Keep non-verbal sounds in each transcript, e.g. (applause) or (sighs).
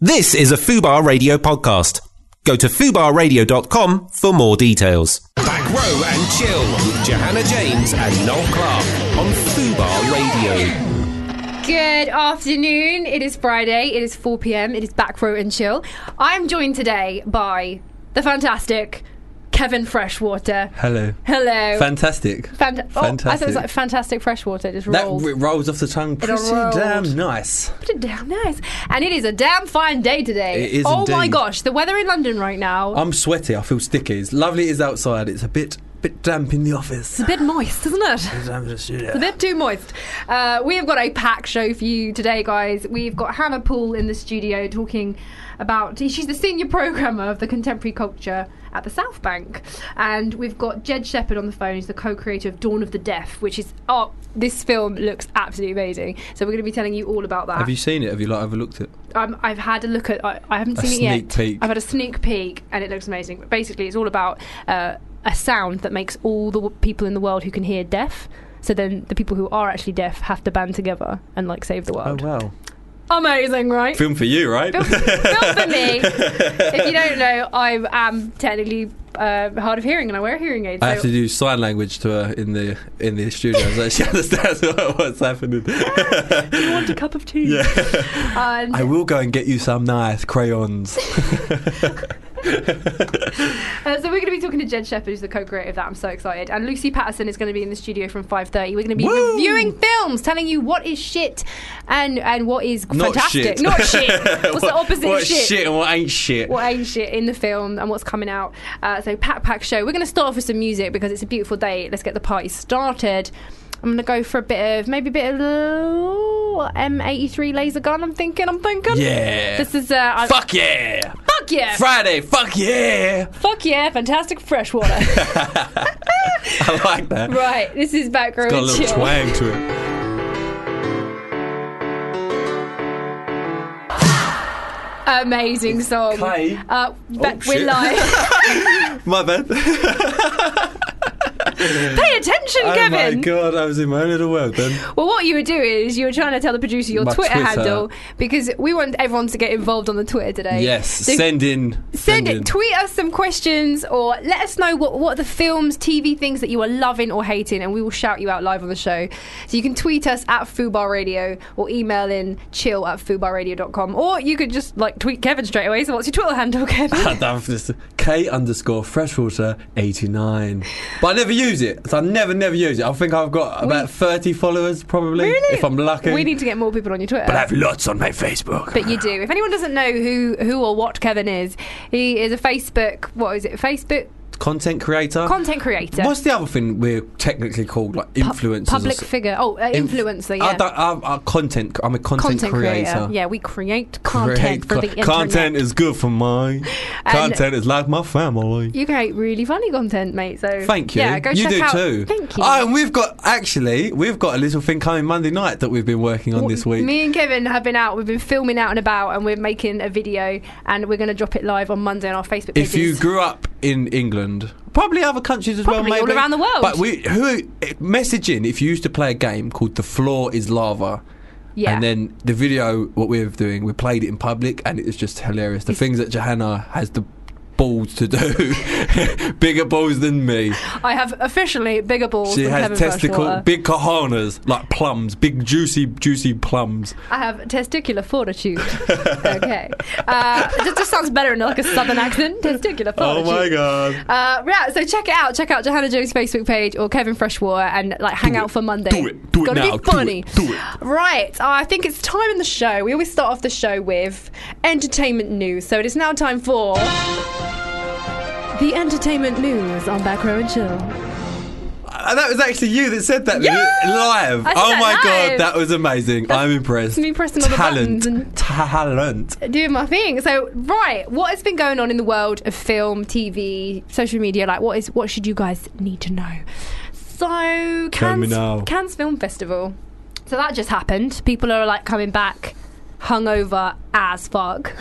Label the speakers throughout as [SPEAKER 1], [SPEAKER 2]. [SPEAKER 1] This is a Fubar Radio podcast. Go to fubarradio.com for more details. Back row and chill with Johanna James and Noel Clark on Fubar Radio.
[SPEAKER 2] Good afternoon. It is Friday. It is 4 p.m. It is back row and chill. I'm joined today by the fantastic Kevin Freshwater.
[SPEAKER 3] Hello.
[SPEAKER 2] Hello.
[SPEAKER 3] Fantastic.
[SPEAKER 2] Fant- oh, I thought it was
[SPEAKER 3] fantastic.
[SPEAKER 2] like fantastic freshwater. It just
[SPEAKER 3] that
[SPEAKER 2] rolls.
[SPEAKER 3] r- rolls off the tongue pretty
[SPEAKER 2] rolled.
[SPEAKER 3] damn nice.
[SPEAKER 2] Put it down, nice. And it is a damn fine day today.
[SPEAKER 3] It is
[SPEAKER 2] oh my
[SPEAKER 3] indeed. Um,
[SPEAKER 2] gosh, the weather in London right now.
[SPEAKER 3] I'm sweaty. I feel sticky. It's lovely. It's outside. It's a bit bit damp in the office.
[SPEAKER 2] (laughs) it's a bit moist, isn't it?
[SPEAKER 3] I'm just, yeah.
[SPEAKER 2] a bit too moist. Uh, we have got a packed show for you today, guys. We've got Hannah Poole in the studio talking about. She's the senior programmer of the contemporary culture at the South Bank, and we've got Jed Shepherd on the phone. He's the co-creator of Dawn of the Deaf, which is oh, this film looks absolutely amazing. So we're going to be telling you all about that.
[SPEAKER 3] Have you seen it? Have you like overlooked it?
[SPEAKER 2] Um, I've had a look at. I, I haven't
[SPEAKER 3] A
[SPEAKER 2] seen it yet.
[SPEAKER 3] sneak peek.
[SPEAKER 2] I've had a sneak peek, and it looks amazing. But basically, it's all about uh, a sound that makes all the w- people in the world who can hear deaf. So then, the people who are actually deaf have to band together and like save the world.
[SPEAKER 3] wow.
[SPEAKER 2] Amazing,
[SPEAKER 3] (laughs)
[SPEAKER 2] right?
[SPEAKER 3] Film for you, right?
[SPEAKER 2] Film, film for me. if you don't know, I am technically uh, hard of hearing, and I wear hearing aids.
[SPEAKER 3] I have
[SPEAKER 2] so-
[SPEAKER 3] to do sign language to her in the in the studio so (laughs) she understands what, what's happening.
[SPEAKER 2] you want a cup of tea? (laughs) And-
[SPEAKER 3] (laughs) I will go and get you some nice crayons.
[SPEAKER 2] Uh, so we're going to be talking to Jed Shepherd, who's the co-creator of that. I'm so excited. And Lucy Patterson is going to be in the studio from 5:30. We're going to be
[SPEAKER 3] Woo!
[SPEAKER 2] reviewing films, telling you what is shit and and what is
[SPEAKER 3] Not
[SPEAKER 2] fantastic.
[SPEAKER 3] shit.
[SPEAKER 2] Not shit.
[SPEAKER 3] (laughs)
[SPEAKER 2] What's the opposite of
[SPEAKER 3] what's
[SPEAKER 2] shit?
[SPEAKER 3] and what ain't shit?
[SPEAKER 2] What ain't shit in the film and what's coming out? Uh, so Pack Pack Show. We're going to start off with some music because it's a beautiful day. Let's get the party started. I'm going to go for a bit of maybe a bit of uh, M83 Laser Gun. I'm thinking. I'm thinking.
[SPEAKER 3] Yeah.
[SPEAKER 2] This is uh, I-
[SPEAKER 3] Fuck yeah!
[SPEAKER 2] fuck yeah.
[SPEAKER 3] Friday, fuck yeah! (laughs)
[SPEAKER 2] fuck yeah. Fantastic (laughs) freshwater.
[SPEAKER 3] I like that.
[SPEAKER 2] Right, this is back row
[SPEAKER 3] Got a
[SPEAKER 2] and
[SPEAKER 3] little
[SPEAKER 2] chill.
[SPEAKER 3] twang to it.
[SPEAKER 2] Amazing song.
[SPEAKER 3] Kai.
[SPEAKER 2] Uh, but
[SPEAKER 3] Oh,
[SPEAKER 2] we're
[SPEAKER 3] shit. (laughs)
[SPEAKER 2] live.
[SPEAKER 3] My bad.
[SPEAKER 2] Pay attention,
[SPEAKER 3] Oh my
[SPEAKER 2] Kevin.
[SPEAKER 3] god, I was in my own little world then.
[SPEAKER 2] Well, what you were doing is you were trying to tell the producer your
[SPEAKER 3] My
[SPEAKER 2] Twitter,
[SPEAKER 3] Twitter.
[SPEAKER 2] handle because we want everyone to get involved on the Twitter today.
[SPEAKER 3] Yes,
[SPEAKER 2] So
[SPEAKER 3] send in.
[SPEAKER 2] send
[SPEAKER 3] in. (laughs)
[SPEAKER 2] it. Tweet us some questions or let us know what, what the films, TV things that you are loving or hating, and we will shout you out live on the show. So you can tweet us at Fubar Radio or email in chill at fubarradio.com or you could just like tweet Kevin straight away. So what's your Twitter handle,
[SPEAKER 3] (laughs)
[SPEAKER 2] Kevin?
[SPEAKER 3] I don't have this- K underscore freshwater 89. But I never use it. So I never, never use it. I think I've got about 30 followers probably.
[SPEAKER 2] Really?
[SPEAKER 3] If I'm lucky.
[SPEAKER 2] We need to get more people on your Twitter.
[SPEAKER 3] but I have lots on my Facebook.
[SPEAKER 2] But you do. If anyone doesn't know who who or what Kevin is, he is a Facebook. What is it? Facebook
[SPEAKER 3] Content creator.
[SPEAKER 2] content creator,
[SPEAKER 3] What's the other thing we're technically called? Like
[SPEAKER 2] Pu-
[SPEAKER 3] influencers. or
[SPEAKER 2] public
[SPEAKER 3] so-
[SPEAKER 2] figure. Oh, uh,
[SPEAKER 3] Inf-
[SPEAKER 2] influencer.
[SPEAKER 3] I
[SPEAKER 2] Yeah.
[SPEAKER 3] don't, I'm, I'm content. I'm a content,
[SPEAKER 2] Content creator. Yeah, we create content
[SPEAKER 3] Create
[SPEAKER 2] for
[SPEAKER 3] co-
[SPEAKER 2] the internet.
[SPEAKER 3] content is good for mine.
[SPEAKER 2] And-
[SPEAKER 3] content is like my family.
[SPEAKER 2] You create really funny content, mate. So
[SPEAKER 3] Thank you.
[SPEAKER 2] Yeah, go
[SPEAKER 3] you
[SPEAKER 2] check
[SPEAKER 3] do
[SPEAKER 2] out.
[SPEAKER 3] too.
[SPEAKER 2] Thank you.
[SPEAKER 3] Oh, and we've got actually we've got a little thing coming Monday night that we've been working on this week.
[SPEAKER 2] Me and Kevin have been out. We've been filming out and about, and we're making a video, and we're going to drop it live on Monday on our Facebook
[SPEAKER 3] if
[SPEAKER 2] pages.
[SPEAKER 3] you grew up in England, probably other countries as
[SPEAKER 2] Probably
[SPEAKER 3] well,
[SPEAKER 2] all
[SPEAKER 3] maybe
[SPEAKER 2] around the world.
[SPEAKER 3] But we who message in if you used to play a game called The Floor Is Lava.
[SPEAKER 2] yeah.
[SPEAKER 3] And then the video, what we're doing, we played it in public, and it was just hilarious. The things that Johanna has the balls to do, (laughs) bigger balls than me.
[SPEAKER 2] I have officially bigger balls.
[SPEAKER 3] She
[SPEAKER 2] than
[SPEAKER 3] has
[SPEAKER 2] Kevin
[SPEAKER 3] testicle,
[SPEAKER 2] Freshwater.
[SPEAKER 3] big cojones, like plums, big juicy, juicy plums.
[SPEAKER 2] I have
[SPEAKER 3] (laughs)
[SPEAKER 2] testicular fortitude. okay. Uh, this just sounds better in like a southern accent. Testicular fortitude.
[SPEAKER 3] Oh god!
[SPEAKER 2] Uh, yeah, so check it out. Check out Johanna Jones' Facebook page or Kevin Freshwater and like hang
[SPEAKER 3] Do
[SPEAKER 2] out
[SPEAKER 3] it.
[SPEAKER 2] for Monday.
[SPEAKER 3] Do it. Do it
[SPEAKER 2] Gotta
[SPEAKER 3] now.
[SPEAKER 2] be
[SPEAKER 3] Do
[SPEAKER 2] funny.
[SPEAKER 3] it. Do it.
[SPEAKER 2] Right. uh, I think it's time in the show. We always start off the show with entertainment news. So it is now time for the entertainment news on Back Row and Chill.
[SPEAKER 3] Uh, That was actually you that said that
[SPEAKER 2] Yeah!
[SPEAKER 3] li- live.
[SPEAKER 2] I said
[SPEAKER 3] oh
[SPEAKER 2] that
[SPEAKER 3] my
[SPEAKER 2] live.
[SPEAKER 3] god, that was amazing. I'm impressed.
[SPEAKER 2] me pressing all the
[SPEAKER 3] talent,
[SPEAKER 2] buttons and-
[SPEAKER 3] talent.
[SPEAKER 2] doing my thing. So, right, what has been going on in the world of film, TV, social media? Like, what is what should you guys need to know? So,
[SPEAKER 3] Tell me
[SPEAKER 2] Cannes,
[SPEAKER 3] now.
[SPEAKER 2] Cannes Film Festival. So that just happened. People are like coming back hungover as fuck.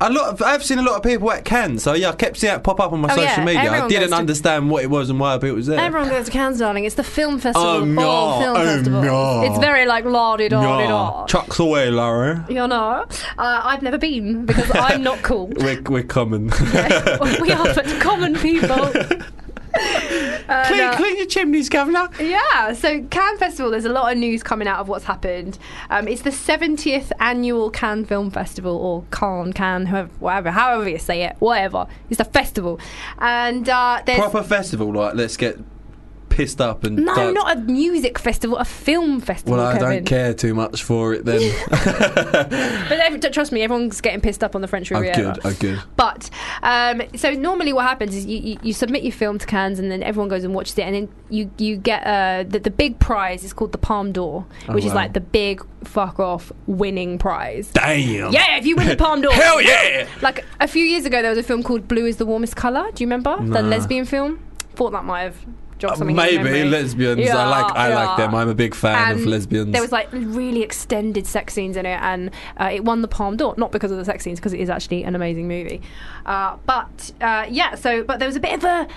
[SPEAKER 3] A lot of, I've seen a lot of people at Cannes, so yeah, I kept seeing it pop up on my
[SPEAKER 2] Oh,
[SPEAKER 3] social
[SPEAKER 2] yeah,
[SPEAKER 3] media. I
[SPEAKER 2] everyone
[SPEAKER 3] didn't
[SPEAKER 2] goes to-
[SPEAKER 3] understand what it was and why people was there.
[SPEAKER 2] (laughs) Everyone goes to Cannes, darling. It's the film festival.
[SPEAKER 3] Oh,
[SPEAKER 2] of
[SPEAKER 3] no.
[SPEAKER 2] all film
[SPEAKER 3] Oh,
[SPEAKER 2] festivals.
[SPEAKER 3] no.
[SPEAKER 2] It's very like larded on and
[SPEAKER 3] no,
[SPEAKER 2] on.
[SPEAKER 3] chucks away, Laura.
[SPEAKER 2] You know, uh, I've never been because I'm
[SPEAKER 3] (laughs)
[SPEAKER 2] not cool.
[SPEAKER 3] We're, we're coming.
[SPEAKER 2] we are but common people. And,
[SPEAKER 3] (laughs) clean,
[SPEAKER 2] uh,
[SPEAKER 3] clean your chimneys, Governor.
[SPEAKER 2] Yeah, so Cannes Festival, there's a lot of news coming out of what's happened. Um, it's the 70th annual Cannes Film Festival, or Cannes, Cannes, whoever, whatever, however you say it, whatever. It's a festival. And uh, there's.
[SPEAKER 3] Proper festival, like let's get pissed up and
[SPEAKER 2] no,
[SPEAKER 3] dance.
[SPEAKER 2] not a music festival, a film festival.
[SPEAKER 3] Well, I
[SPEAKER 2] Kevin.
[SPEAKER 3] don't care too much for it then.
[SPEAKER 2] (laughs) But ev- t- trust me, everyone's getting pissed up on the French
[SPEAKER 3] I'm
[SPEAKER 2] Riviera.
[SPEAKER 3] good. I'm good.
[SPEAKER 2] But um, so normally, what happens is you, you, you submit your film to Cannes, and then everyone goes and watches it, and then you you get uh, the the big prize is called the Palme d'Or,
[SPEAKER 3] Oh,
[SPEAKER 2] which is
[SPEAKER 3] wow.
[SPEAKER 2] like the big fuck off
[SPEAKER 3] (laughs)
[SPEAKER 2] winning prize.
[SPEAKER 3] Damn.
[SPEAKER 2] Yeah, if you win the Palme d'Or,
[SPEAKER 3] Hell yeah.
[SPEAKER 2] (laughs) Like a few years ago, there was a film called Blue Is the Warmest Color. Do you remember the
[SPEAKER 3] Nah.
[SPEAKER 2] lesbian film? Thought that might have dropped something. in your
[SPEAKER 3] Maybe
[SPEAKER 2] memory.
[SPEAKER 3] lesbians. I like. I
[SPEAKER 2] Yeah,
[SPEAKER 3] like
[SPEAKER 2] yeah.
[SPEAKER 3] them. I'm a big fan
[SPEAKER 2] And
[SPEAKER 3] of lesbians.
[SPEAKER 2] There was like really extended sex scenes in it, and uh, it won the Palme d'Or, not because of the sex scenes, because it is actually an amazing movie. Uh, but uh, yeah, so but there was a bit of a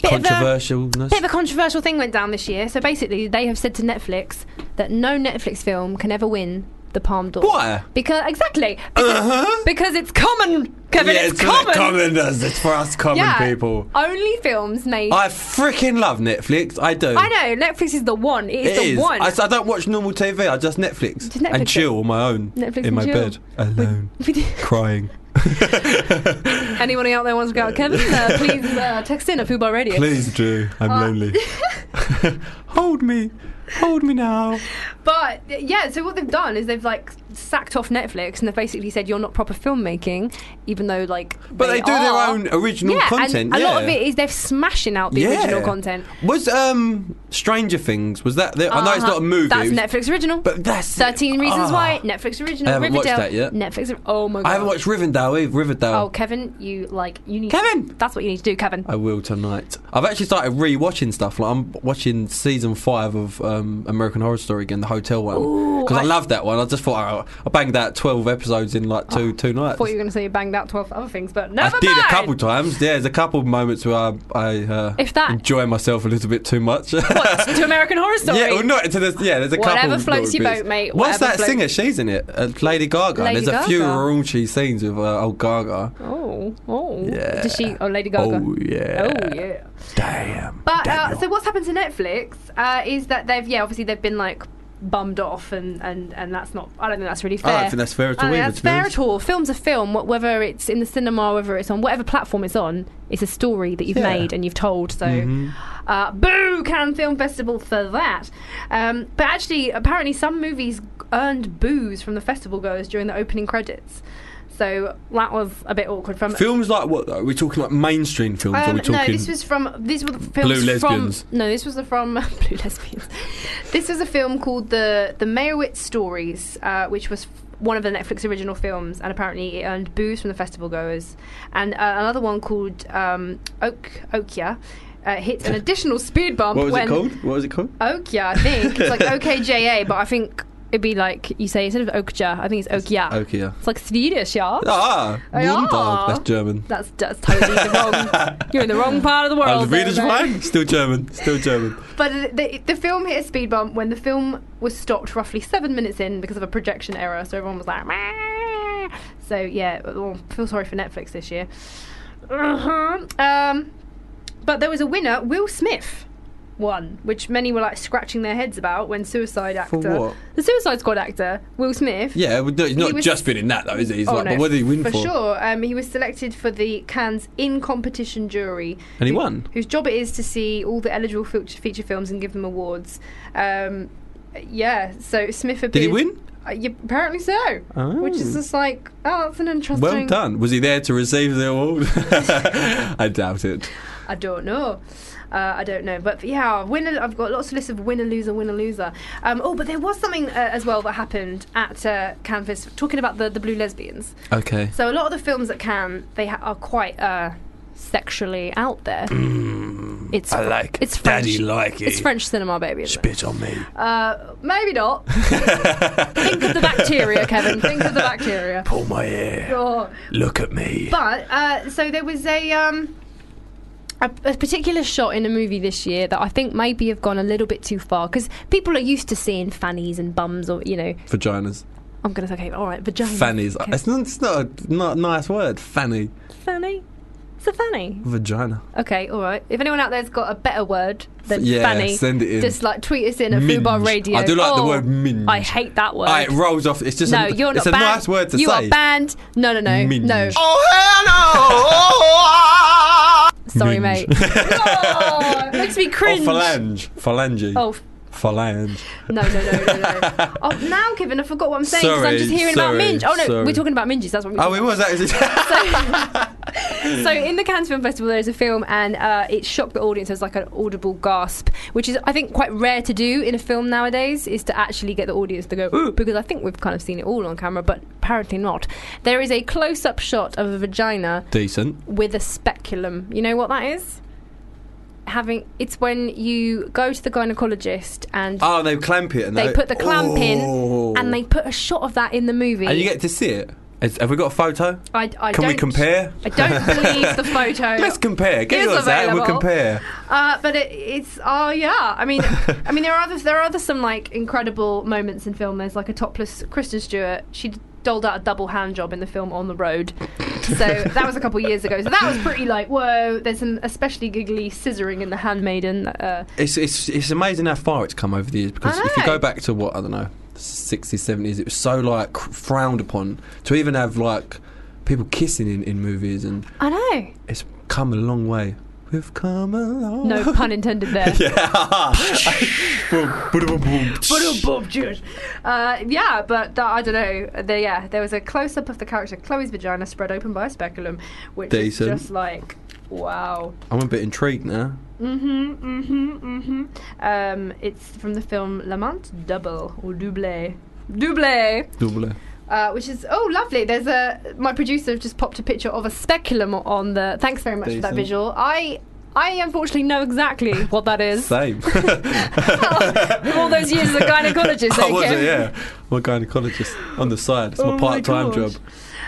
[SPEAKER 2] bit Of a,
[SPEAKER 3] controversialness.
[SPEAKER 2] Bit of a controversial thing went down this year. So basically, they have said to Netflix that no Netflix film can ever win the Palme d'Or.
[SPEAKER 3] Why?
[SPEAKER 2] Because exactly because,
[SPEAKER 3] Uh-huh.
[SPEAKER 2] because it's common, Kevin.
[SPEAKER 3] yeah,
[SPEAKER 2] it's,
[SPEAKER 3] for the
[SPEAKER 2] common.
[SPEAKER 3] commoners. It's for us common
[SPEAKER 2] Yeah,
[SPEAKER 3] people.
[SPEAKER 2] Only films made. I,
[SPEAKER 3] I freaking love Netflix. I do.
[SPEAKER 2] know Netflix is the one. It is
[SPEAKER 3] It
[SPEAKER 2] the
[SPEAKER 3] is.
[SPEAKER 2] one.
[SPEAKER 3] I, I don't watch normal TV. I just Netflix,
[SPEAKER 2] Just Netflix
[SPEAKER 3] and
[SPEAKER 2] it.
[SPEAKER 3] chill on my own
[SPEAKER 2] Netflix
[SPEAKER 3] in
[SPEAKER 2] and
[SPEAKER 3] my
[SPEAKER 2] chill.
[SPEAKER 3] bed
[SPEAKER 2] (laughs)
[SPEAKER 3] alone, crying.
[SPEAKER 2] Anyone out there wants to go out, Kevin?
[SPEAKER 3] (laughs)
[SPEAKER 2] Uh, please uh, text in at Fubar Radio.
[SPEAKER 3] Please do. I'm
[SPEAKER 2] Uh, (laughs)
[SPEAKER 3] lonely. (laughs) Hold me. Hold me now.
[SPEAKER 2] But uh, yeah, so what they've done is they've like sacked off Netflix and they've basically said you're not proper filmmaking, even though like.
[SPEAKER 3] But they, do
[SPEAKER 2] are.
[SPEAKER 3] their own original
[SPEAKER 2] yeah,
[SPEAKER 3] content.
[SPEAKER 2] and a
[SPEAKER 3] yeah.
[SPEAKER 2] lot of it is they're smashing out the
[SPEAKER 3] Yeah.
[SPEAKER 2] original content.
[SPEAKER 3] Was um Stranger Things? Was that? The, I know it's
[SPEAKER 2] Uh-huh.
[SPEAKER 3] not a movie.
[SPEAKER 2] That's
[SPEAKER 3] it was-
[SPEAKER 2] Netflix original.
[SPEAKER 3] But that's
[SPEAKER 2] Thirteen Reasons
[SPEAKER 3] Ah.
[SPEAKER 2] Why Netflix original.
[SPEAKER 3] I haven't
[SPEAKER 2] Riverdale
[SPEAKER 3] watched that yet.
[SPEAKER 2] Netflix. ori- Oh my god.
[SPEAKER 3] Ah. I haven't watched Rivendell either. Riverdale.
[SPEAKER 2] Oh, Kevin, you like you need.
[SPEAKER 3] Kevin! Uh,
[SPEAKER 2] that's what you need to do, Kevin.
[SPEAKER 3] I will tonight. I've actually started re-watching stuff. Like I'm watching season five of um, American Horror Story again, the hotel one,
[SPEAKER 2] Ooh,
[SPEAKER 3] because I,
[SPEAKER 2] I-
[SPEAKER 3] love that one. I just thought oh, I, I banged out twelve episodes in like two two
[SPEAKER 2] I
[SPEAKER 3] nights.
[SPEAKER 2] Oh, thought you were going to say you banged out twelve other things, but
[SPEAKER 3] I
[SPEAKER 2] never
[SPEAKER 3] did
[SPEAKER 2] mind.
[SPEAKER 3] a couple times. Yeah, there's a couple of moments where I, I uh,
[SPEAKER 2] If that-
[SPEAKER 3] enjoy myself a little bit too much.
[SPEAKER 2] What to American Horror Story?
[SPEAKER 3] (laughs) Yeah, well, not to this. Yeah, there's a
[SPEAKER 2] Whatever
[SPEAKER 3] couple. of
[SPEAKER 2] floats
[SPEAKER 3] little
[SPEAKER 2] your
[SPEAKER 3] bits.
[SPEAKER 2] boat, mate,
[SPEAKER 3] What's
[SPEAKER 2] whatever
[SPEAKER 3] that
[SPEAKER 2] float-
[SPEAKER 3] singer? She's in it. Uh, Lady Gaga.
[SPEAKER 2] Lady
[SPEAKER 3] there's a few
[SPEAKER 2] Gaga.
[SPEAKER 3] raunchy scenes with uh, old Gaga.
[SPEAKER 2] Oh, oh.
[SPEAKER 3] Yeah.
[SPEAKER 2] Does she? Oh, Lady Gaga.
[SPEAKER 3] Oh yeah.
[SPEAKER 2] Oh, yeah.
[SPEAKER 3] Damn.
[SPEAKER 2] But uh,
[SPEAKER 3] Daniel.
[SPEAKER 2] so what's happened to Netflix uh, is that they've yeah obviously they've been like bummed off and and and that's not I don't think that's really
[SPEAKER 3] I
[SPEAKER 2] fair.
[SPEAKER 3] don't think that's fair at
[SPEAKER 2] I
[SPEAKER 3] all.
[SPEAKER 2] don't think
[SPEAKER 3] either,
[SPEAKER 2] that's
[SPEAKER 3] to be
[SPEAKER 2] fair
[SPEAKER 3] honest.
[SPEAKER 2] at all. Film's a film, wh- whether it's in the cinema, whether it's on whatever platform it's on, it's a story that you've
[SPEAKER 3] Yeah. Mm-hmm.
[SPEAKER 2] made and you've told. So, uh, boo Cannes Film Festival for that. Um, but actually, apparently, some movies earned boos from the festival goers during the opening credits. So that was a bit awkward. From
[SPEAKER 3] Films like what though? We're talking like mainstream films. or are
[SPEAKER 2] um,
[SPEAKER 3] we talking?
[SPEAKER 2] no, this was from this was films
[SPEAKER 3] Blue Lesbians?
[SPEAKER 2] From, no, this was from (laughs) blue lesbians. This was a film called the the Meyerowitz Stories, uh, which was f- one of the Netflix original films, and apparently it earned boos from the festival goers. And uh, another one called um, Oak Okia uh,
[SPEAKER 3] (laughs)
[SPEAKER 2] hits an additional speed bump.
[SPEAKER 3] what was
[SPEAKER 2] when
[SPEAKER 3] it called? What was it called?
[SPEAKER 2] Okia, I
[SPEAKER 3] (laughs)
[SPEAKER 2] think it's like OKJA, but I think it'd be like you say instead of Okja, I think it's Okia.
[SPEAKER 3] Okay, yeah.
[SPEAKER 2] It's like Swedish, yeah.
[SPEAKER 3] Ah,
[SPEAKER 2] Ja.
[SPEAKER 3] Moondog. That's German.
[SPEAKER 2] That's, that's totally the
[SPEAKER 3] (laughs)
[SPEAKER 2] wrong. You're in the wrong part of the
[SPEAKER 3] Oh,
[SPEAKER 2] world.
[SPEAKER 3] the
[SPEAKER 2] there,
[SPEAKER 3] Swedish
[SPEAKER 2] mate.
[SPEAKER 3] wine? Still German. Still German.
[SPEAKER 2] But the, the film hit a speed bump when the film was stopped roughly seven minutes in because of a projection error. So everyone was like, "Meh." so yeah, well, feel sorry for Netflix this year. Uh-huh. Um, but there was a winner, Will Smith won, which many were like scratching their heads about when Suicide
[SPEAKER 3] For
[SPEAKER 2] Actor,
[SPEAKER 3] what?
[SPEAKER 2] the Suicide Squad actor, Will Smith.
[SPEAKER 3] Yeah, well, no, he's not
[SPEAKER 2] was-
[SPEAKER 3] just been in that though, is he? He's
[SPEAKER 2] Oh,
[SPEAKER 3] like,
[SPEAKER 2] no,
[SPEAKER 3] but what did he win
[SPEAKER 2] for
[SPEAKER 3] for?
[SPEAKER 2] sure, um, he was selected for the Cannes in competition jury,
[SPEAKER 3] And he
[SPEAKER 2] who-
[SPEAKER 3] won.
[SPEAKER 2] Whose job it is to see all the eligible feature, feature films and give them awards. Um, yeah, so Smith appeared,
[SPEAKER 3] Did he win?
[SPEAKER 2] Uh, yeah, apparently so,
[SPEAKER 3] Oh.
[SPEAKER 2] which is just like, oh, that's an interesting.
[SPEAKER 3] Well done. Was he there to receive the award? (laughs) I doubt
[SPEAKER 2] (laughs)
[SPEAKER 3] it.
[SPEAKER 2] I don't know. Uh, I don't know, but yeah, winner. I've got lots of lists of winner, loser, winner, loser. Um, oh, but there was something uh, as well that happened at uh, Canvas talking about the, the blue lesbians.
[SPEAKER 3] Okay.
[SPEAKER 2] So a lot of the films that can they ha- are quite uh, sexually out there. it's
[SPEAKER 3] Mm, I like
[SPEAKER 2] it's French.
[SPEAKER 3] Daddy like it.
[SPEAKER 2] It's French cinema, baby. Isn't it?
[SPEAKER 3] Spit on me.
[SPEAKER 2] Uh,
[SPEAKER 3] (laughs)
[SPEAKER 2] maybe not. Think of the bacteria, Kevin. Think of the bacteria.
[SPEAKER 3] Pull my hair.
[SPEAKER 2] Oh.
[SPEAKER 3] Look at me.
[SPEAKER 2] But uh, so there was a, um, a a particular shot in a movie this year that I think maybe have gone a little bit too far because people are used to seeing fannies and bums or you know
[SPEAKER 3] Vaginas.
[SPEAKER 2] I'm gonna say okay all right vagina
[SPEAKER 3] Fannies.
[SPEAKER 2] Oh, okay.
[SPEAKER 3] It's, not, it's not a not a nice word. Fanny.
[SPEAKER 2] fanny it's a fanny
[SPEAKER 3] Vagina.
[SPEAKER 2] okay all right if anyone out there's got a better word than
[SPEAKER 3] Yeah,
[SPEAKER 2] fanny
[SPEAKER 3] send it in.
[SPEAKER 2] just like tweet us in at
[SPEAKER 3] Minge.
[SPEAKER 2] Fubar Radio
[SPEAKER 3] I do like the
[SPEAKER 2] Oh,
[SPEAKER 3] word minge.
[SPEAKER 2] I hate that word
[SPEAKER 3] Ah, it rolls off. It's just
[SPEAKER 2] Oh, no
[SPEAKER 3] a,
[SPEAKER 2] you're not
[SPEAKER 3] It's a
[SPEAKER 2] banned
[SPEAKER 3] nice word to
[SPEAKER 2] you
[SPEAKER 3] say.
[SPEAKER 2] are banned no no no
[SPEAKER 3] Minge.
[SPEAKER 2] no
[SPEAKER 3] Oh, hell no!
[SPEAKER 2] sorry
[SPEAKER 3] Minge.
[SPEAKER 2] mate oh, it makes me
[SPEAKER 3] Or
[SPEAKER 2] cringe
[SPEAKER 3] phalange. Phalange.
[SPEAKER 2] oh f-
[SPEAKER 3] Phalange.
[SPEAKER 2] No, no, no, no,
[SPEAKER 3] (laughs)
[SPEAKER 2] no. oh, now, Kevin, I forgot what I'm saying because I'm
[SPEAKER 3] Sorry,
[SPEAKER 2] just hearing
[SPEAKER 3] sorry,
[SPEAKER 2] about minge. Oh no,
[SPEAKER 3] sorry.
[SPEAKER 2] we're talking about minges. That's what we're
[SPEAKER 3] Oh,
[SPEAKER 2] talking
[SPEAKER 3] it (laughs) was actually.
[SPEAKER 2] about. So in the Cannes Film Festival, there's a film, and uh, it shocked the audience as like an audible gasp, which is I think quite rare to do in a film nowadays, is to actually get the audience to go ooh, because I think we've kind of seen it all on camera, but apparently not. There is a close-up shot of a vagina
[SPEAKER 3] Decent.
[SPEAKER 2] with a speculum. You know what that is? Having it's when you go to the gynecologist and
[SPEAKER 3] Oh, they clamp it and
[SPEAKER 2] They put the clamp in and they put a shot of that in the movie.
[SPEAKER 3] Oh. And you get to see it. Is- have we got a photo?
[SPEAKER 2] I, I
[SPEAKER 3] Can
[SPEAKER 2] don't,
[SPEAKER 3] we compare?
[SPEAKER 2] I don't
[SPEAKER 3] (laughs)
[SPEAKER 2] believe the
[SPEAKER 3] Let's
[SPEAKER 2] photo.
[SPEAKER 3] compare.
[SPEAKER 2] It
[SPEAKER 3] Give
[SPEAKER 2] is
[SPEAKER 3] us that and we'll
[SPEAKER 2] available.
[SPEAKER 3] compare.
[SPEAKER 2] Uh, but it, it's oh yeah. I mean, I mean there are other there are other some like incredible moments in film. There's like a topless Kristen Stewart. She doled out a double hand job in the film On the Road. So that was a couple years ago. So that was pretty like whoa. There's some especially giggly scissoring in The Handmaiden. Uh,
[SPEAKER 3] It's, it's, it's amazing how far it's come over the years because
[SPEAKER 2] I
[SPEAKER 3] if you
[SPEAKER 2] know.
[SPEAKER 3] go back to what, I don't know, 60s, 70s, it was so like frowned upon to even have like people kissing in, in movies and
[SPEAKER 2] I know.
[SPEAKER 3] it's come a long way. We've come a long (laughs)
[SPEAKER 2] No pun intended there.
[SPEAKER 3] yeah.
[SPEAKER 2] Uh, yeah, but uh, I don't know. There, yeah, there was a close up of the character Chloe's vagina spread open by a speculum, which
[SPEAKER 3] Decent.
[SPEAKER 2] is just like, wow.
[SPEAKER 3] I'm a bit intrigued now.
[SPEAKER 2] Mhm, mhm, mhm. Um, it's from the film Lamont Double or Double. Double,
[SPEAKER 3] Double.
[SPEAKER 2] uh, which is oh lovely. There's a my producer just popped a picture of a speculum on the. Thanks very much for that
[SPEAKER 3] Decent.
[SPEAKER 2] visual. I I unfortunately know exactly what
[SPEAKER 3] (laughs)
[SPEAKER 2] that is. (laughs)
[SPEAKER 3] Same.
[SPEAKER 2] All those years as
[SPEAKER 3] (laughs)
[SPEAKER 2] a gynecologist.
[SPEAKER 3] I
[SPEAKER 2] eh,
[SPEAKER 3] was,
[SPEAKER 2] Kim?
[SPEAKER 3] yeah. I'm a gynecologist on the side. It's my
[SPEAKER 2] Oh my
[SPEAKER 3] part time
[SPEAKER 2] gosh.
[SPEAKER 3] job.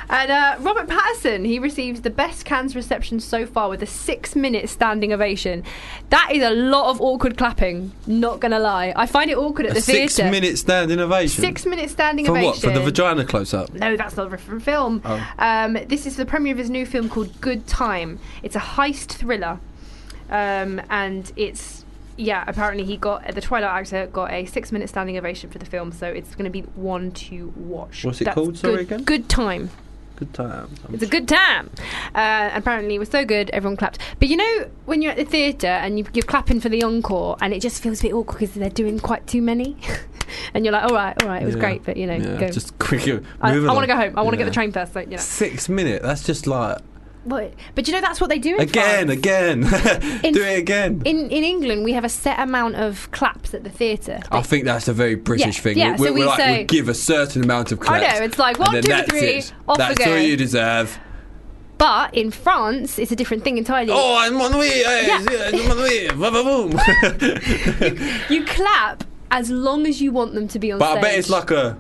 [SPEAKER 2] And uh, Robert Patterson, he received the best Cannes reception so far with a six minute standing ovation. That is a lot of awkward clapping, not gonna lie. I find it awkward at the
[SPEAKER 3] a six
[SPEAKER 2] theatre.
[SPEAKER 3] minute standing ovation.
[SPEAKER 2] Six minute standing
[SPEAKER 3] For
[SPEAKER 2] ovation.
[SPEAKER 3] what? For the vagina close up?
[SPEAKER 2] No, that's not a different film.
[SPEAKER 3] Oh.
[SPEAKER 2] Um, this is the premiere of his new film called Good Time. It's a heist thriller, um, and it's yeah. Apparently, he got the Twilight actor got a six-minute standing ovation for the film, so it's going to be one to watch.
[SPEAKER 3] What's it
[SPEAKER 2] That's
[SPEAKER 3] called, sorry,
[SPEAKER 2] good,
[SPEAKER 3] again?
[SPEAKER 2] Good Time.
[SPEAKER 3] Good time.
[SPEAKER 2] It's a good time. Uh, apparently, it was so good, everyone clapped. But you know, when you're at the theatre and you, you're clapping for the encore, and it just feels a bit awkward because they're doing quite too many, (laughs) and you're like, all right, all right, it was
[SPEAKER 3] Yeah.
[SPEAKER 2] great, but you know,
[SPEAKER 3] Yeah,
[SPEAKER 2] go.
[SPEAKER 3] just quick.
[SPEAKER 2] I,
[SPEAKER 3] moving
[SPEAKER 2] I want to
[SPEAKER 3] on.
[SPEAKER 2] go home. I want to
[SPEAKER 3] Yeah.
[SPEAKER 2] get the train first. So, you know.
[SPEAKER 3] Six minute. That's just like
[SPEAKER 2] Well, but you know that's what they do in
[SPEAKER 3] again,
[SPEAKER 2] France.
[SPEAKER 3] again. (laughs)
[SPEAKER 2] In-
[SPEAKER 3] Do it again.
[SPEAKER 2] In in England, we have a set amount of claps at the theatre.
[SPEAKER 3] I think that's a very British
[SPEAKER 2] Yeah,
[SPEAKER 3] thing.
[SPEAKER 2] yeah,
[SPEAKER 3] we, we-
[SPEAKER 2] so
[SPEAKER 3] we
[SPEAKER 2] we
[SPEAKER 3] like,
[SPEAKER 2] say-
[SPEAKER 3] we give a certain amount of
[SPEAKER 2] I
[SPEAKER 3] claps.
[SPEAKER 2] know it's like
[SPEAKER 3] and
[SPEAKER 2] one,
[SPEAKER 3] then
[SPEAKER 2] two,
[SPEAKER 3] that's
[SPEAKER 2] three,
[SPEAKER 3] it.
[SPEAKER 2] off
[SPEAKER 3] That's
[SPEAKER 2] we go.
[SPEAKER 3] all you deserve.
[SPEAKER 2] But in France, it's a different thing entirely.
[SPEAKER 3] Oh, and one way, eh,
[SPEAKER 2] Yeah.
[SPEAKER 3] yeah, one way, ba, ba, boom.
[SPEAKER 2] (laughs)
[SPEAKER 3] (laughs)
[SPEAKER 2] You clap as long as you want them to be on
[SPEAKER 3] But
[SPEAKER 2] stage.
[SPEAKER 3] I bet it's like a.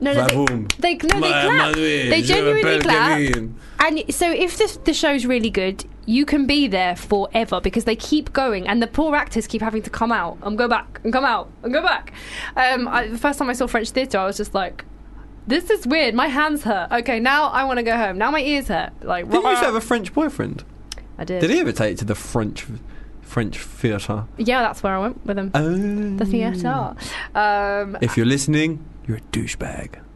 [SPEAKER 2] no, no, they,
[SPEAKER 3] Vaboom.
[SPEAKER 2] they, no, they
[SPEAKER 3] Ma-
[SPEAKER 2] clap.
[SPEAKER 3] Manuel,
[SPEAKER 2] They
[SPEAKER 3] je
[SPEAKER 2] genuinely
[SPEAKER 3] m'appelle
[SPEAKER 2] clap.
[SPEAKER 3] Kevin.
[SPEAKER 2] And y- so, if the, the show's really good, you can be there forever because they keep going, and the poor actors keep having to come out and go back and come out and go back. Um, I, the first time I saw French theatre, I was just like, "This is weird. My hands hurt. Okay, now I want to go home. Now my ears hurt." Like,
[SPEAKER 3] Didn't you used
[SPEAKER 2] rah.
[SPEAKER 3] to have a French boyfriend?
[SPEAKER 2] I did.
[SPEAKER 3] Did he ever take you to the French French theatre?
[SPEAKER 2] Yeah, that's where I went with them.
[SPEAKER 3] Oh.
[SPEAKER 2] the theatre. Um,
[SPEAKER 3] If you're listening, you're a douchebag. (laughs)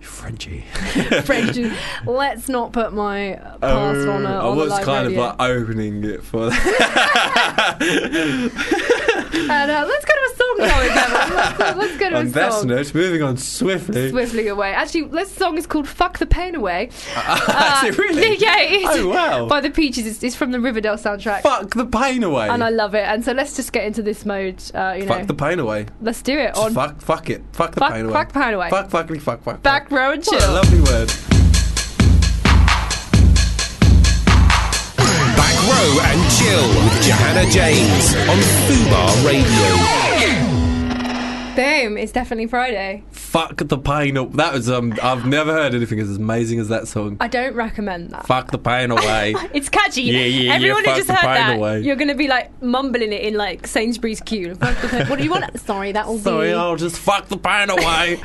[SPEAKER 3] you're Frenchy.
[SPEAKER 2] Um,
[SPEAKER 3] (laughs)
[SPEAKER 2] French. Let's not put my past on
[SPEAKER 3] Oh, I
[SPEAKER 2] a. on a
[SPEAKER 3] was
[SPEAKER 2] live
[SPEAKER 3] kind
[SPEAKER 2] radio.
[SPEAKER 3] of like opening it for
[SPEAKER 2] (laughs) And, uh, let's go to a song, shall we, Kevin? Let's, let's go
[SPEAKER 3] (laughs)
[SPEAKER 2] to
[SPEAKER 3] On
[SPEAKER 2] a
[SPEAKER 3] that
[SPEAKER 2] song.
[SPEAKER 3] note, moving on swiftly. (laughs)
[SPEAKER 2] Swiftly away. Actually, this song is called "Fuck the Pain Away."
[SPEAKER 3] Is it really?
[SPEAKER 2] Uh, (laughs) Yeah, it is.
[SPEAKER 3] Oh, wow.
[SPEAKER 2] By the Peaches. It's, it's from the Riverdale soundtrack,
[SPEAKER 3] Fuck the pain away.
[SPEAKER 2] and I love it. And so let's just get into this mode. Uh, you know,
[SPEAKER 3] Fuck the pain away.
[SPEAKER 2] let's do it
[SPEAKER 3] Just
[SPEAKER 2] on
[SPEAKER 3] fuck, fuck it. Fuck the
[SPEAKER 2] Fuck-
[SPEAKER 3] pain away.
[SPEAKER 2] fuck the pain away.
[SPEAKER 3] Fuck, fuckity, fuck, fuck.
[SPEAKER 2] back
[SPEAKER 3] fuck.
[SPEAKER 2] row and
[SPEAKER 3] What a
[SPEAKER 2] chill.
[SPEAKER 3] lovely word.
[SPEAKER 1] Grow and Chill with Johanna James on Fubar Radio.
[SPEAKER 2] Boom! It's definitely Friday.
[SPEAKER 3] Fuck the pineapple. That was um. I've never heard anything as amazing as that song.
[SPEAKER 2] I don't recommend that.
[SPEAKER 3] Fuck the pain
[SPEAKER 2] (laughs)
[SPEAKER 3] away.
[SPEAKER 2] It's catchy.
[SPEAKER 3] Yeah, yeah, yeah,
[SPEAKER 2] Everyone
[SPEAKER 3] fuck
[SPEAKER 2] who just
[SPEAKER 3] the
[SPEAKER 2] heard
[SPEAKER 3] pine
[SPEAKER 2] that,
[SPEAKER 3] away.
[SPEAKER 2] you're going to be like mumbling it in like Sainsbury's queue. Fuck
[SPEAKER 3] (laughs)
[SPEAKER 2] the pine- what do you want? Sorry, that will
[SPEAKER 3] Sorry,
[SPEAKER 2] be.
[SPEAKER 3] I'll just fuck the pain
[SPEAKER 2] (laughs)
[SPEAKER 3] away.